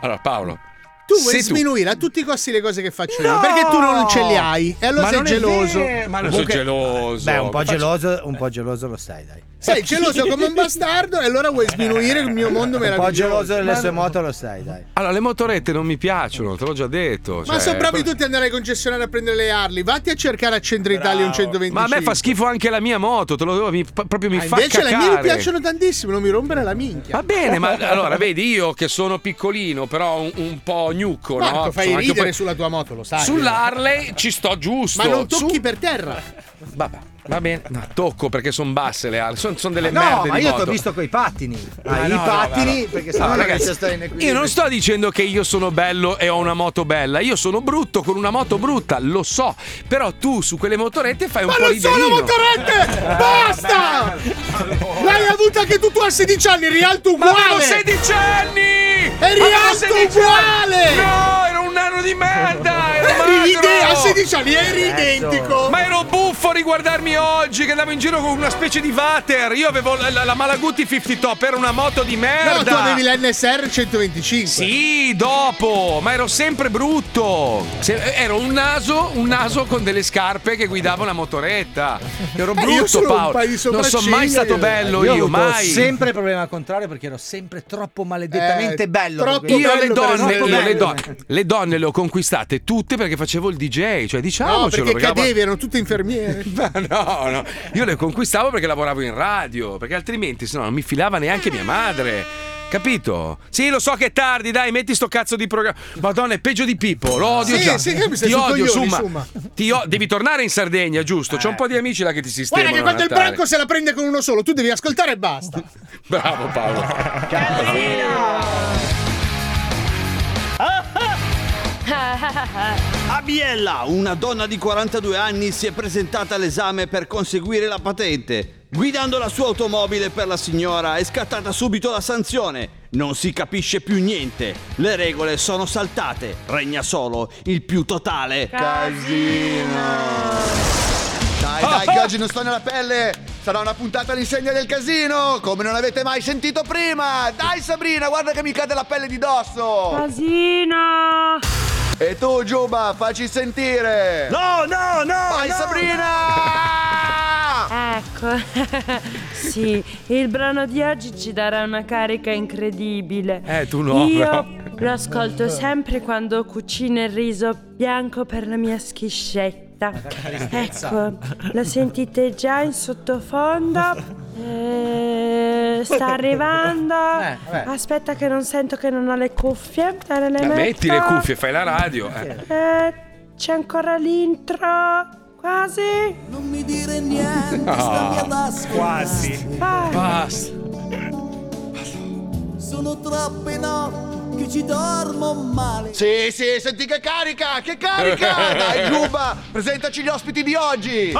allora, Paolo,
Tu vuoi
se tu-
sminuire a tutti i costi le cose che faccio
No!
io, perché tu non ce le hai e allora
Ma
sei
non è
geloso.
vero, ma
non sono geloso.
Beh, un po'
Faccio-
geloso, un po' geloso lo sai, dai.
Sei geloso come un bastardo e allora vuoi sminuire il mio mondo
Un po' geloso
meraviglioso.
delle
Ma,
sue moto lo sai, dai.
Allora, le motorette non mi piacciono, te l'ho già detto. cioè.
ma sono bravi tutti ad andare ai concessionari a prendere le Harley. Vatti a cercare a Centro Italia un 125.
Ma a me fa schifo anche la mia moto, te lo devo, mi- proprio mi
Ah,
fa
invece le
cacare.
mie mi piacciono tantissimo, non mi rompere la minchia.
Va Bene, ma allora vedi io che sono piccolino, però un, un po' gnucco,
Marco, fai
no? Sono anche un
ridere
po'-
sulla tua moto, lo sai.
Sull'Harley ci sto giusto.
Ma non
Su-
tocchi per terra.
Vabbè, va bene. No, tocco perché sono basse le Harley, sono delle
No,
merde
ma
di
io
moto.
ti ho visto coi pattini.
Ma
Ah, I
no, no,
pattini,
no, no.
perché
No,
sennò non
ragazzi,
riesci a stare in equilibrio.
Io non sto dicendo che io sono bello e ho una moto bella, io sono brutto con una moto brutta, lo so. Però tu su quelle motorette fai un
Ma
po'
non
di
sono motorette! Basta! L'hai avuta anche tu tu a 16 anni, rialto
Ma
uguale!
avevo 16 anni!
E
Avevo
rialto
16
uguale!
No, ero un nano di merda! Ero
Eri ide-
magro!
a 16 anni eri identico!
Ma ero buffo a riguardarmi oggi che andavo in giro con una specie di water. Io avevo la, la- la Malaguti 50 Top, era una moto di merda.
No, tu avevi l'NSR 125.
Sì, dopo, ma ero sempre brutto. Se- ero Eh, un naso, un naso con delle scarpe che guidava una motoretta. Ero
Eh, io
brutto,
solo un
Paolo.
paio di
non sono
sopracciglia
mai stato
io-
bello
io ho
io,
avuto
mai.
sempre il problema al contrario perché ero sempre troppo maledettamente Eh, bello. troppo
Io le
bello per
donne,
essere
io le,
bello.
donne, le donne le ho conquistate tutte perché facevo il DJ, cioè
No,
diciamocelo.
perché
perché-
cadevi, erano tutte infermiere.
No, no, io le conquistavo perché lavoravo in radio, perché altrimenti se no non mi filava neanche mia madre. Capito? Sì, lo so che è tardi, dai, metti sto cazzo di programma. Madonna, è peggio di Pippo, lo odio
Sì,
già.
sì, che mi stai
Ti
sui
odio,
coglioni,
Summa.
Summa.
Ti o- devi tornare in Sardegna, giusto? C'ho un po' di amici là che ti sistemano.
Guarda che quando
a
il
Natale.
branco se la prende con uno solo, tu devi ascoltare e basta.
Bravo Paolo.
A Biella, una donna di 42 anni si è presentata all'esame per conseguire la patente. Guidando la sua automobile per la signora è scattata subito la sanzione. Non si capisce più niente. Le regole sono saltate. Regna solo il più totale casino.
Dai, dai,
Ah,
Ah,
che oggi non sto nella pelle! Sarà una puntata all'insegna del casino, come non avete mai sentito prima! Dai Sabrina, guarda che mi cade la pelle di dosso! Casino! E tu Giuba, facci sentire!
No, no, no!
Vai Sabrina!
Ecco, sì, il brano di oggi ci darà una carica incredibile.
Eh, tu no,
Io
però.
lo ascolto sempre quando cucino il riso bianco per la mia schiscetta.
tristezza.
Ecco, lo sentite già in sottofondo? Eh, eh, sta arrivando.
Eh, vabbè.
Aspetta che non sento che non ho le cuffie. Te ne
Dai,
metto.
metti le cuffie, fai la radio. eh.
Eh, c'è ancora l'intro. Quasi.
Non mi dire niente,
No.
stammi ad ascoltare.
Quasi.
Vai.
Ah.
Ah.
Basta.
Sono troppe no che ci dormo male.
Sì, sì, senti che carica, che carica! Dai, Giuba, presentaci gli ospiti di oggi! Eh,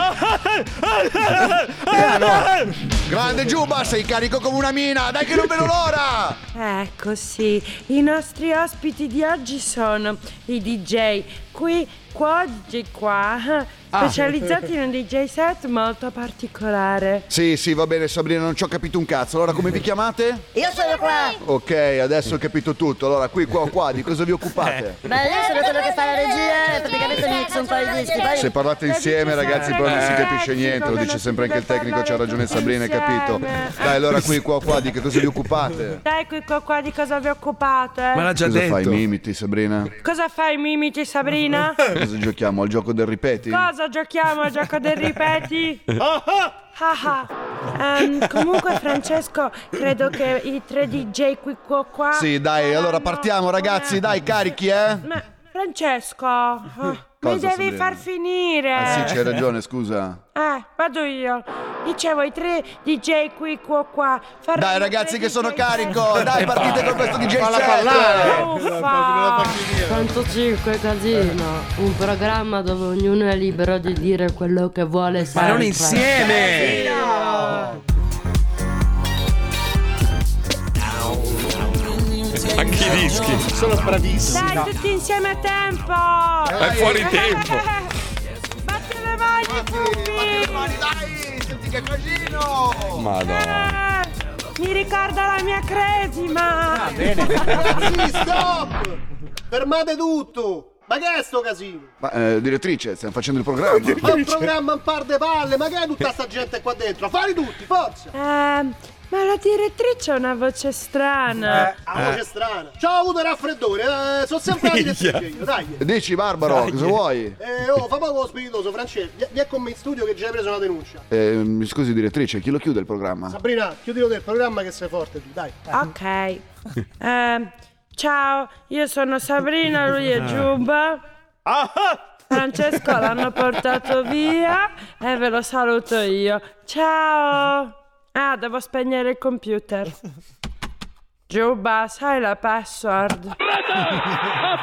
no. Grande Giuba, sei carico come una mina, dai che non vedo l'ora!
Ecco sì, i nostri ospiti di oggi sono i DJ qui, qua, oggi qua,
Ah.
specializzati in un DJ set molto particolare.
Sì, sì, va bene Sabrina, non ci ho capito un cazzo. Allora, come vi chiamate?
Io sono qua!
Ok, adesso ho capito tutto. Allora, qui, qua, qua, di cosa vi occupate?
Beh, io sono quello che fa la regia e praticamente mix un po' i dischi. Poi...
Se parlate insieme, ragazzi, poi non si capisce niente. Lo dice sempre anche il tecnico, c'ha ragione Sabrina, hai capito? Dai, allora, qui, qua, qua, di che cosa vi occupate?
Dai qui, qua, qua, di cosa vi occupate?
cosa fai, mimiti, Sabrina?
Cosa fai mimiti Sabrina?
Cosa giochiamo? Al gioco del ripeti?
cosa giochiamo al gioco del ripeti? Ah, ah. Ehm, comunque Francesco, credo che i tre DJ qui, qua, qua...
Sì, dai, allora partiamo, ragazzi, dai, carichi, eh?
Ma Francesco, ah, mi
Cosa,
devi
Sabrina?
far finire.
Ah, sì, c'hai ragione, scusa.
Eh, vado io. Dicevo, i tre DJ qui, qua, qua. faranno
Dai,
tre
ragazzi, che Eh, sono
DJ
carico! Dai, partite con questo DJ
Falla
set!
parlare.
Uffa!
105 Ah, Casino, un programma dove ognuno è libero di dire quello che vuole sempre.
non insieme!
Anche i dischi.
Sono bravissimi.
Dai, tutti insieme a tempo!
È fuori tempo.
Batte le mani, Pupi!
dai! Senti che casino!
Madonna.
Eh, Mi ricorda la mia cresima! Va
Ragazzi, Ah, stop! Fermate tutto! Ma che è sto casino?
Ma, eh, direttrice, stiamo facendo il programma.
Ma un Ah, programma un par de palle, ma che è tutta sta gente qua dentro? Fai tutti, forza!
Ehm, ma la direttrice ha una voce strana.
Eh, a voce strana. Ciao, ho avuto il raffreddore, eh, sono sempre la direttrice io, dai.
Dici, Barbaro,
Dai.
cosa vuoi?
Eh, oh, fa poco lo spiritoso, Francesco. Vi- Vi è con me in studio che già hai preso una denuncia.
Eh, mi scusi, direttrice, chi lo chiude il programma?
Sabrina, chiudilo del programma che sei forte tu, dai.
Ok. Ehm, ciao, io sono Sabrina, lui è Giuba. Francesco l'hanno portato via e ve lo saluto io. Ciao! Ah, devo spegnere il computer. Giuba, sai la password?
Ha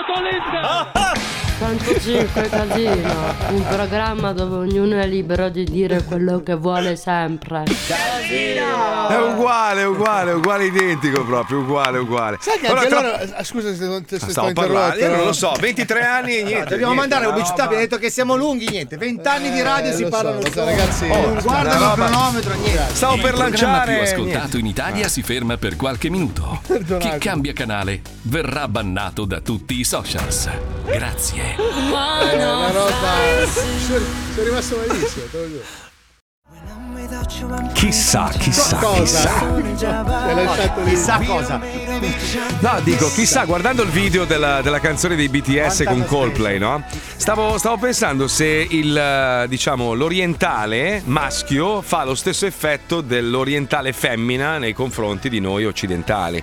pareggiato l'Inter!
105 Casino, un programma dove ognuno è libero di dire quello che vuole sempre.
È uguale, è uguale, è uguale identico proprio, uguale, uguale.
Sai
che
Allora,
anche
tra-
loro-
Ah, Scusa se non ti
Ah, Stavo parlando, io non lo so, 23 anni e niente.
Dobbiamo
niente,
mandare
una
pubblicità,
roba-
abbiamo detto che siamo lunghi, niente. 20 anni di radio
Eh,
si
lo so,
parlano
lo so,
solo.
ragazzi.
Oh, non guardano il
roba.
cronometro, niente.
Stavo per
il programma
lanciare-
più ascoltato in
niente.
Italia
Ah.
si ferma per qualche minuto. Chi cambia canale verrà bannato da tutti i socials. Grazie.
Eh, una roba. Sono sono rimasto malissimo, te lo giuro.
Chissà, chissà,
Cosa?
chissà.
L'hai lasciato lì.
Chissà cosa.
No, dico, chissà, guardando il video della, della canzone dei BTS con Coldplay, no? Stavo, stavo pensando se il, eh, diciamo, l'orientale maschio fa lo stesso effetto dell'orientale femmina nei confronti di noi occidentali.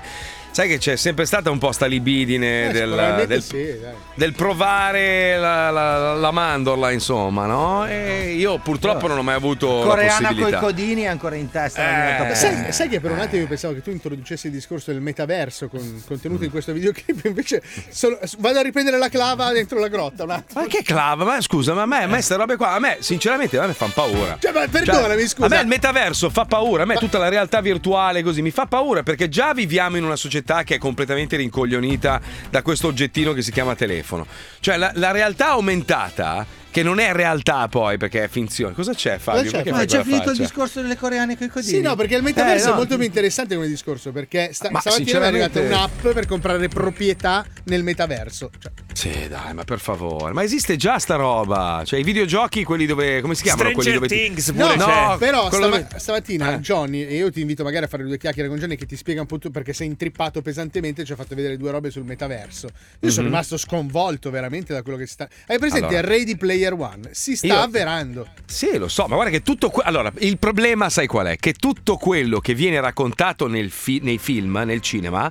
Sai che c'è sempre stata un po' sta libidine del,
Probabilmente
del-
sì, dai.
del provare la, la- la mandorla, insomma, no? E io purtroppo non ho mai avuto la
Coreana coi
possibilità.
codini è ancora in testa. la mia top
Ma
ten.
Eh. Sai, sai che per un attimo io pensavo che tu introducessi il discorso del metaverso con contenuto in questo videoclip, invece sono- vado a riprendere la clava dentro la grotta un attimo.
Ma che clava? Ma scusa, ma a me, a me sta roba qua, a me sinceramente a me fanno paura.
Eh. Cioè, ma perdonami, scusa.
A me il metaverso fa paura, a me tutta la realtà virtuale così mi fa paura perché già viviamo in una società che è completamente rincoglionita da questo oggettino che si chiama telefono. Cioè la, la realtà aumentata, che non è realtà poi perché è finzione. Cosa c'è Fabio? Perché
Ma
fai
è già
quella
finito il
faccia?
discorso delle coreane coi codini.
Sì, no, perché il metaverso
Eh, no.
è molto più interessante come discorso, perché sta,
Ma
stamattina mi è arrivata
sinceramente-
un'app per comprare proprietà nel metaverso. Cioè,
Sì, dai, ma per favore. Ma esiste già sta roba? Cioè, i videogiochi, quelli dove. come si chiamano?
Stranger
quelli dove ti-
Things
No,
no,
però
quello
stama-
dove-
stamattina
Eh.
Johnny, e io ti invito magari a fare due chiacchiere con Johnny che ti spiega un po' tu perché sei intrippato pesantemente, ci ha fatto vedere due robe sul metaverso. Io sono
Mhm.
rimasto sconvolto veramente da quello che si sta... Hai presente
Allora.
Ready Player Player One si sta
Io-
avverando.
Sì, lo so, ma guarda che tutto. que- allora, il problema, sai qual è? Che tutto quello che viene raccontato nel fi- nei film, nel cinema.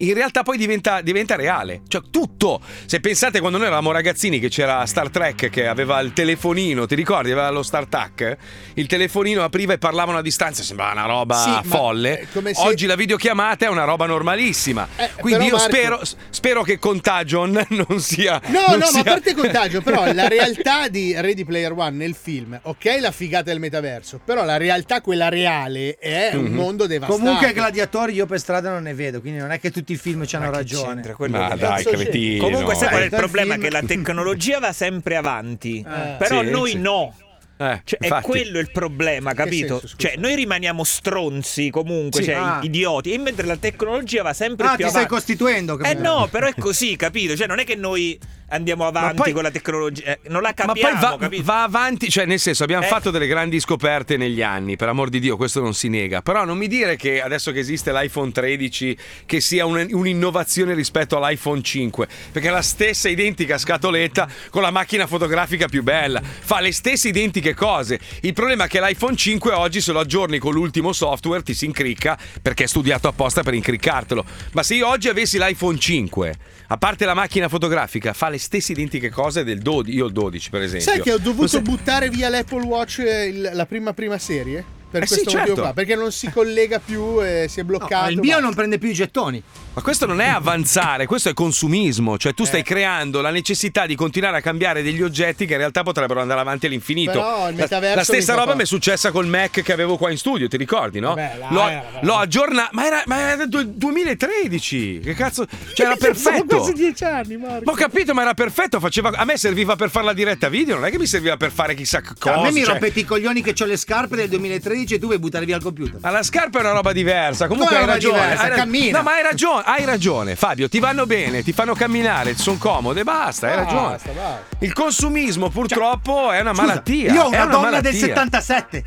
In realtà poi diventa, diventa reale, cioè tutto. Se pensate quando noi eravamo ragazzini che c'era Star Trek che aveva il telefonino, ti ricordi? Aveva lo Star Trek? Il telefonino apriva e parlavano a distanza, sembrava una roba
Sì, ma
folle.
come se- Eh,
Oggi la videochiamata è una roba normalissima. Quindi io
però, Marco-
spero, spero che Contagion non sia...
No, no,
non
ma
sia-
a parte il contagio, però la realtà di Ready Player One nel film, ok, la figata del metaverso, però la realtà, quella reale, è un
Mhm.
mondo devastato.
Comunque gladiatori io per strada non ne vedo, quindi non è che tutti i film c'hanno ragione.
Ma dai, cretino. eh.
Comunque, sai qual è il
Dal
problema?
film-
Che la tecnologia va sempre avanti, però
Sì,
noi
sì.
no.
Eh,
Cioè, è
infatti.
quello il problema,
che
capito?
senso, scusa?
cioè, noi rimaniamo stronzi comunque,
Sì.
cioè,
Ah.
idioti, e mentre la tecnologia va sempre
Ah,
più
ti stai
avanti.
costituendo,
Eh
capito?
no, però è così, capito? Cioè, non è che noi andiamo avanti con la tecnologia, eh, non la
Ma
capiamo,
poi va,
capito?
va avanti, cioè nel senso abbiamo
Eh.
fatto delle grandi scoperte negli anni, per amor di Dio, questo non si nega, però non mi dire che adesso che esiste l'iPhone 13 che sia un- un'innovazione rispetto all'iPhone 5, perché è la stessa identica scatoletta con la macchina fotografica più bella, fa le stesse identiche cose. Il problema è che l'iPhone 5 oggi se lo aggiorni con l'ultimo software ti si incricca perché è studiato apposta per incriccartelo, ma se io oggi avessi l'iPhone 5, a parte la macchina fotografica, fa le stesse identiche cose del 12, io ho il 12 per esempio.
Sai che ho
Lo
dovuto
sai-
buttare via l'Apple Watch eh, il- la prima prima serie? Per
Eh sì,
questo motivo
certo.
qua, perché non si collega più, eh, si è bloccato.
il mio non prende più i gettoni.
Ma questo non è avanzare, questo è consumismo, cioè tu stai creando la necessità di continuare a cambiare degli oggetti che in realtà potrebbero andare avanti all'infinito.
Però il
La- la,
metaverso mi
stessa
fa
roba
paura.
mi è successa col Mac che avevo qua in studio, ti ricordi, no? l'ho, l'ho aggiornato, ma era, ma era du- 2013, che cazzo, cioè era
Sono
perfetto.
quasi dieci anni, Marco.
Ma ho capito, ma era perfetto. Faceva... A me serviva per fare la diretta video, non è che mi serviva per fare chissà che cosa.
a me mi
cioè.
rompete i coglioni che ho le scarpe del 2013 e tu vuoi buttare via il computer.
Ma la scarpa è una roba diversa. Comunque
Come roba
hai ragione.
diversa?
hai rag-
Cammina.
No, ma hai ragione, hai ragione, Fabio. Ti vanno bene, ti fanno camminare, sono comode, basta, hai ragione.
Basta, basta. Cioè,
Il consumismo purtroppo è una malattia.
Io ho una, Ecco,
è
donna del
malattia.
77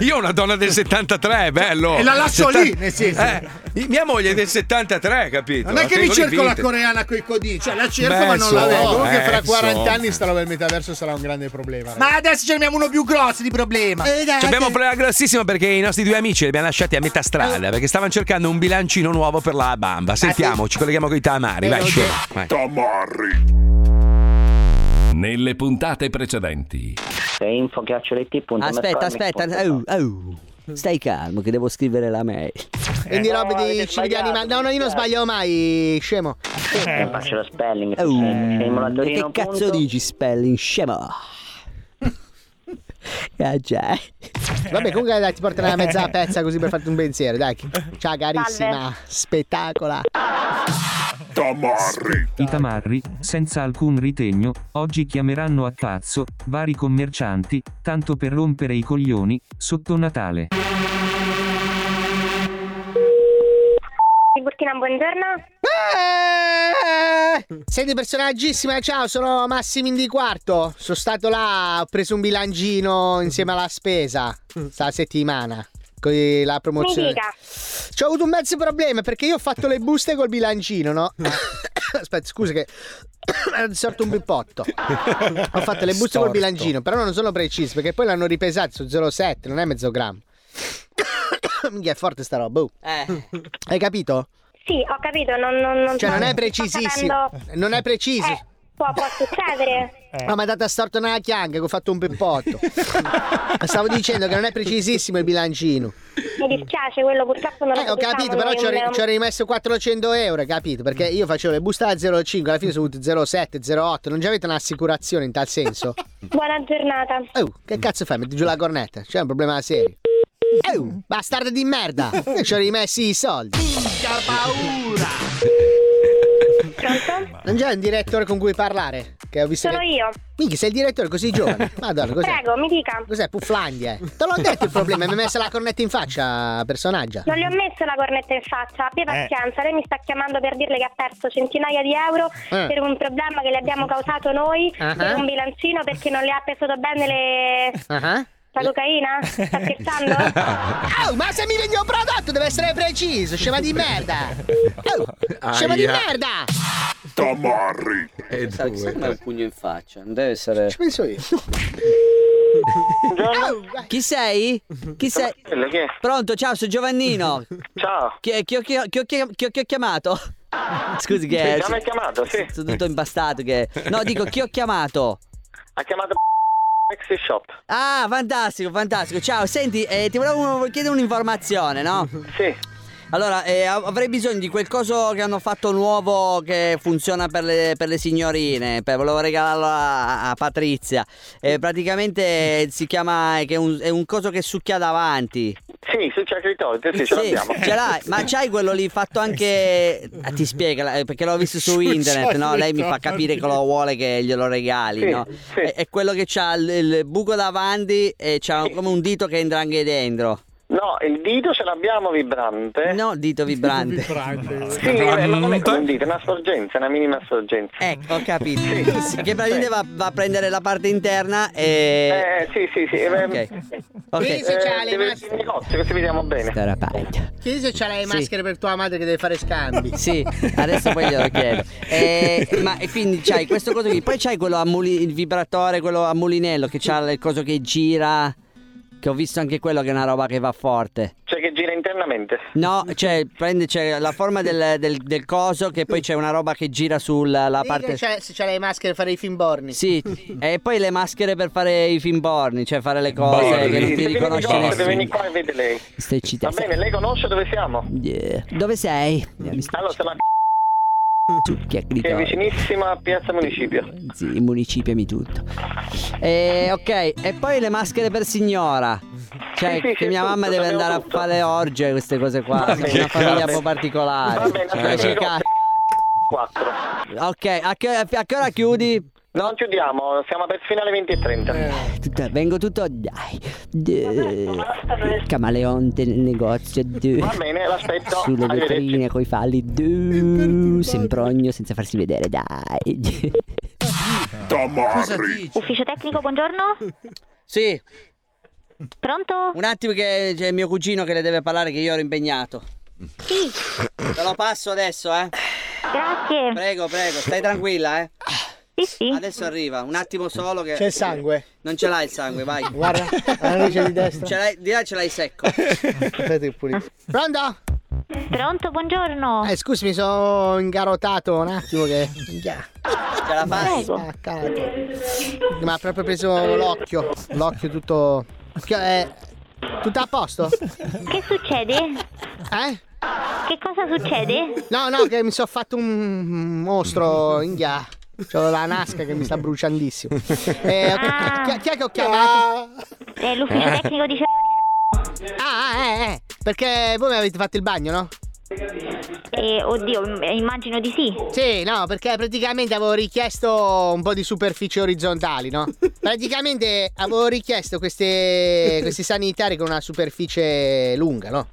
Io ho una donna del 73, bello.
Cioè, e la lascio lì,
70
nel senso.
Eh, mia moglie è del 73, capito?
Non è che mi
tengo lì
cerco la
vintage.
coreana coi codini, cioè la cerco
Beh,
ma non la
insomma,
vedo.
Comunque
Eh,
fra 40
insomma.
anni sta roba del metaverso sarà un grande problema. ragazzi.
Ma adesso ce ne abbiamo uno più grosso di problema.
Ci abbiamo un problema grossissimo perché i nostri due amici li abbiamo lasciati a metà strada perché stavano cercando un bilancino nuovo per la
Ah,
bamba. Sentiamo, ci colleghiamo con i
Eh,
tamari. Vai, scemo. Vai.
Nelle puntate precedenti.
Aspetta, aspetta, au, au. stai calmo che devo scrivere la
Eh,
mail. eh,
Quindi robe di civiliani, ma no, no, io non sbaglio mai, scemo.
Eh, faccio lo
Oh.
spelling.
Ehm,
che cazzo dici spelling, scemo? Ah già.
Vabbè, comunque dai, ti porta una mezza pezza così per farti un pensiero, dai. Ciao carissima, spettacola.
I tamarri, senza alcun ritegno, oggi chiameranno a cazzo vari commercianti, tanto per rompere i coglioni, sotto Natale.
Burkina, buongiorno.
Eh, Siete personaggissima, eh, ciao, sono Massimin di Quarto. Sono stato là, ho preso un bilancino insieme alla spesa sta settimana. Con la promozione.
Mi dica.
Ci ho avuto un mezzo problema perché io ho fatto le buste col bilancino, no? Aspetta, scusa che è sorto un bippotto. Ho fatto le buste
Storto.
col bilancino, però non sono precise perché poi l'hanno ripesato su 0,7, non è mezzo grammo. Minchia, è forte sta roba. oh. Hai capito?
Sì, ho capito, non, non, non,
Cioè, non è
sto
precisissimo.
capendo.
Non è preciso.
Eh, può, può succedere.
No, mi ha dato a storto una chianga che ho fatto un peppotto. Stavo dicendo che non è precisissimo il bilancino.
Mi dispiace, quello purtroppo non
Eh, ho capito, però ci ho, ri- ci ho rimesso 400 euro, hai capito? Perché io facevo le buste a 0,5, alla fine sono venute 0,7, 0,8. Non già avete un'assicurazione in tal senso?
Buona giornata.
Oh, che cazzo fai? Metti giù la cornetta, c'è un problema serio. Oh, bastardo di merda! Io ci ho rimessi i soldi.
Minchia paura!
Non c'è un direttore con cui parlare? Che ho visto
Sono
che-
io.
Minchia, sei il direttore così giovane. Madonna, cos'è?
Prego, mi dica.
Cos'è Pufflandia? eh? Te l'ho detto il problema, mi hai messo la cornetta in faccia, personaggia.
Non le ho messo la cornetta in faccia, abbia
Eh.
pazienza, lei mi sta chiamando per dirle che ha perso centinaia di euro
Eh.
per un problema che le abbiamo causato noi
Ah.
per un bilancino perché non le ha pesato bene le... la cocaina? Sta scherzando?
Oh, ma se mi vendi un prodotto deve essere preciso, scema di merda! Oh, scema di
Aia.
merda!
Tamarri.
E un pugno in faccia, non deve essere. Ci
penso io.
Chi sei? Chi sei?
Quello che è?
Pronto, ciao, sono Giovannino.
Ciao.
Chi, chi ho- chi ho- chi ho- chi ho- chi ho- chi ho chiamato? Scusi
Sì,
che...
già mi hai chiamato, sì.
Sono tutto imbastato che... No, dico, chi ho chiamato?
Ha chiamato Sexy Shop.
Ah, fantastico, fantastico. Ciao, senti, eh, ti volevo chiedere un'informazione, no?
Sì.
Allora, eh, av- avrei bisogno di quel coso che hanno fatto nuovo che funziona per le, per le signorine. per- volevo regalarlo a, a Patrizia. Eh, praticamente si chiama. Che è, un, è un coso che succhia davanti.
Sì, sul Ciacritorio, sì, ce l'abbiamo.
ce l'hai, ma c'hai quello lì fatto anche. Ah, ti spiega, la- perché l'ho visto su internet, no? Lei mi fa capire che lo vuole che glielo regali,
certo, Sì,
no? È, è quello che c'ha il, il buco davanti e c'ha come un dito che entra anche dentro.
No, il dito ce l'abbiamo vibrante.
No, dito vibrante.
Sì, eh, ma non è come un dito, è una sorgenza, una minima sorgenza.
Ecco, ho capito. Che praticamente va, va a prendere la parte interna e.
Eh, sì, sì, sì. eh,
Ok. Ok.
Quindi se c'ha le
deve essere in negozio, così vediamo bene.
Chiedi se c'ha le
Sì.
maschere per tua madre che deve fare scambi.
Sì, adesso poi glielo chiedo. Eh, ma e quindi c'hai questo coso qui, poi c'hai quello a muli- il vibratore, quello a mulinello che c'ha il coso che gira. Che ho visto anche quello che è una roba che va forte.
Cioè che gira internamente.
No, cioè prende c'è la forma del, del- del coso che poi c'è una roba che gira sulla la
Vedi che
parte.
c'ha- se c'ha le maschere per fare i finborni.
Sì, e poi le maschere per fare i finborni, cioè fare le cose che non
Se
ti
vieni qua,
riconosce
deve venire
nessuno.
qua e vede lei.
Stai
Va
città.
bene, lei conosce dove siamo?
Dove sei? Mi
Allora, siamo a
Che
che è vicinissima a Piazza Municipio.
Sì, municipiami tutto. Eh, ok, e poi le maschere per signora. Cioè,
Sì, sì,
che
sì,
mia mamma
tutto,
deve
abbiamo
andare
tutto.
a fare le orge, queste cose qua. Siamo
che
una famiglia
cazzo.
un po' particolare.
bene,
Cioè,
aspetta,
che
dico-
cazzo.
4.
Ok, a che, a che ora chiudi? Eh.
Non chiudiamo, siamo aperti fino alle 20 e 30.
Tutta- vengo tutto. Dai. De- Camaleonte nel negozio. de-
Va bene, l'aspetto.
Sulle
Arrivederci.
vetrine coi falli. de- Semprogno senza farsi vedere, dai.
Tamarri.
Ufficio tecnico, buongiorno.
Sì.
Pronto?
Un attimo che c'è mio cugino che le deve parlare che io ero impegnato. Sì. Te lo passo adesso, eh.
Grazie.
Prego, prego, stai tranquilla, eh. Sì, sì. Adesso arriva, un attimo solo che...
C'è il sangue.
Non ce l'hai il sangue, vai.
Guarda, alla luce di destra.
Ce l'hai, di là ce l'hai secco.
Aspetta che pulisco. Pronto?
Pronto, buongiorno.
Eh, scusi, mi sono ingarotato un attimo che... Ah,
Ce la fai?
Ma ha proprio preso l'occhio. L'occhio tutto... Che- eh, tutto a posto?
Che succede?
Eh?
Che cosa succede?
No, no, che mi sono fatto un Mm, mostro in ghià. C'ho la nasca che mi sta bruciandissimo. Eh, ho- chi, chi è che ho chiamato?
Ah. Eh, l'ufficio
Ah.
tecnico dice.
Ah, eh, eh. Perché voi mi avete fatto il bagno, no?
Eh, oddio, eh, immagino di sì.
Sì, no, perché praticamente avevo richiesto un po' di superfici orizzontali, no? Praticamente avevo richiesto queste, questi sanitari con una superficie lunga, no?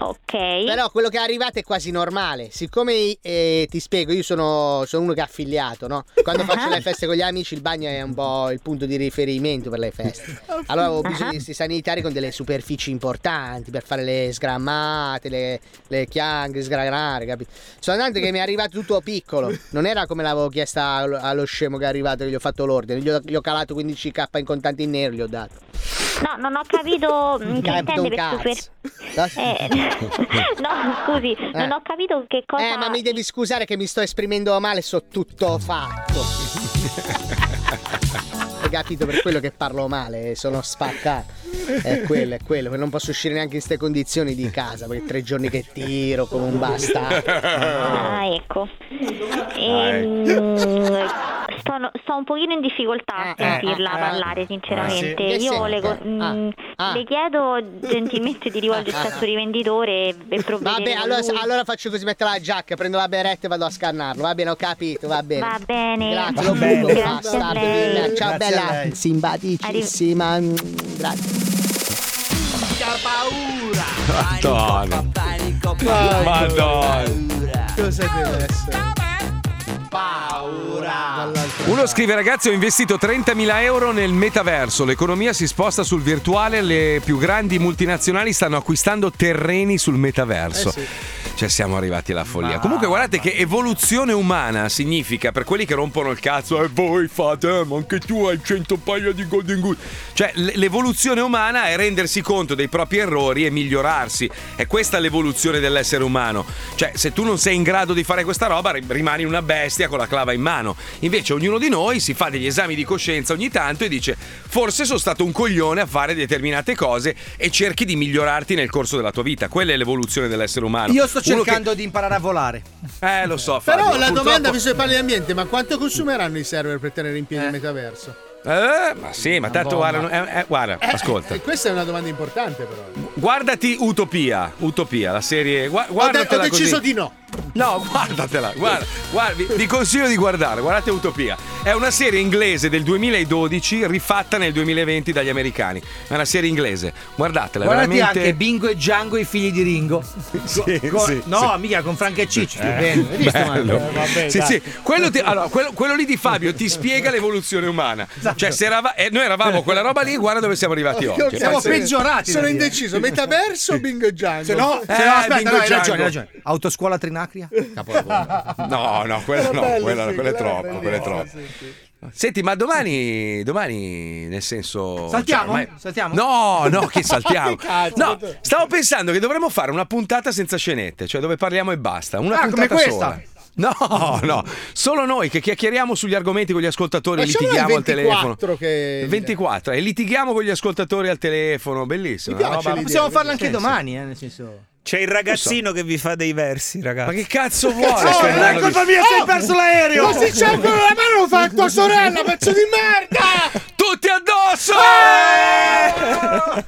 Ok.
Però quello che è arrivato è quasi normale. Siccome eh, ti spiego, io sono, sono uno che è affiliato, no? Quando faccio le feste con gli amici, il bagno è un po' il punto di riferimento per le feste. Allora avevo bisogno di questi sanitari con delle superfici importanti per fare le sgrammate, le, le chianghe, sgranare, capito? Sono andato che mi è arrivato tutto piccolo. Non era come l'avevo chiesta allo- allo scemo che è arrivato, che gli ho fatto l'ordine. Gli ho, gli ho calato 15k in contanti in nero, gli ho dato.
No, non ho capito mm, che
Capito
intende
un
per
cazzo.
super. Eh, no, scusi, non
Eh.
ho capito che cosa.
Eh, ma mi devi scusare che mi sto esprimendo male, so tutto fatto. Hai capito per quello che parlo male, sono spaccato. È quello, è quello, che non posso uscire neanche in queste condizioni di casa, perché tre giorni che tiro come un bastardo.
Ah, ecco.
Dai.
Ehm, sto, sto un pochino in difficoltà a
ecco. eh,
sentirla
ah, ah.
parlare, sinceramente.
Ah, sì.
Io
Eh,
le, co-
sì. Ah,
mm,
ah.
le chiedo gentilmente di rivolgersi al suo rivenditore e, e
Vabbè,
provvedere con
allora,
lui.
allora faccio così, metto la giacca, prendo la beretta e vado a scannarlo. Va bene, ho capito, va bene.
Va bene.
Grazie,
Va
lo
bene.
butto,
Grazie a
bastardo di
lei.
merda. Ciao
Grazie a
bella,
lei.
simpaticissima. Mm, Grazie.
Madonna. Madonna.
Cosa deve essere? Paura.
Uno scrive ragazzi ho investito 30.000 euro nel metaverso, l'economia si sposta
Eh
sul
Eh
virtuale, le più grandi multinazionali stanno acquistando terreni sul metaverso. Cioè, siamo arrivati alla follia. Comunque,
Ah,
guardate che evoluzione umana significa per quelli che rompono il cazzo. E voi fate, eh, ma anche tu hai 100 paia di Golden Goose. Cioè, l- l'evoluzione umana è rendersi conto dei propri errori e migliorarsi. È questa l'evoluzione dell'essere umano. Cioè, se tu non sei in grado di fare questa roba, ri- rimani una bestia con la clava in mano. Invece, ognuno di noi si fa degli esami di coscienza ogni tanto e dice: Forse sono stato un coglione a fare determinate cose e cerchi di migliorarti nel corso della tua vita. Quella è l'evoluzione dell'essere umano.
Io sto
Uno che-
cercando di imparare a volare.
eh, lo so.
Però
Fabio,
la
purtroppo-
domanda, visto che parli di ambiente, ma quanto consumeranno i server per tenere in piedi il metaverso?
Eh, ma sì, ma tanto
Madonna.
guarda, eh, eh, guarda, ascolta.
E questa è una domanda importante, però.
Guardati Utopia, Utopia, la serie. gua-
Ho, de- ho
guardatela
deciso
così.
di no.
No, guardatela, guarda, guarda, vi, vi consiglio di guardare, guardate Utopia. È una serie inglese del 2012 rifatta nel 2020 dagli americani. È una serie inglese, guardatela, è
Guardati
veramente...
anche Bingo e Django, i figli di Ringo. Con-
sì,
no,
sì.
mica con Frank e Ciccio.
Eh,
stupendo. Hai visto,
bello.
Mario? Eh, vabbè,
Sì,
dai.
sì, quello, ti- allora, quello- quello lì di Fabio ti spiega l'evoluzione umana. Cioè, se erava- eh, noi eravamo quella roba lì, guarda dove siamo arrivati oggi. È
Siamo
pazzesco.
peggiorati. Sono indeciso, metaverso o bingo e Django?
Se no, se
Eh,
no, aspetta,
Bingo
no, hai
Django.
ragione, hai ragione. Autoscuola Trinacria?
No, no, quello no,
Era bello, sì,
quello, quello è
quello era
troppo, quello è troppo. Senti, ma domani, domani, nel senso.
Saltiamo?
ormai-
Saltiamo?
No, no, che saltiamo.
Che cazzo?
no, stavo pensando che dovremmo fare una puntata senza scenette, cioè dove parliamo e basta. Una
Ah, come
puntata
questa?
sola. No, no, solo noi che chiacchieriamo sugli argomenti con gli ascoltatori,
Lasciamola
litighiamo al
al 24
telefono.
eh, cioè.
che-
Il 24 e litighiamo con gli ascoltatori al telefono, bellissimo.
Mi piace
una roba-
l'idea, Possiamo farlo anche domani, eh, nel senso.
C'è il ragazzino che vi fa dei versi, ragazzi. Ma che
cazzo
vuole? Oh, non è colpa mia se hai perso l'aereo.
Ma se c'è ancora la mano lo fa a tua sorella, pezzo di merda! Eh!
Tutti addosso!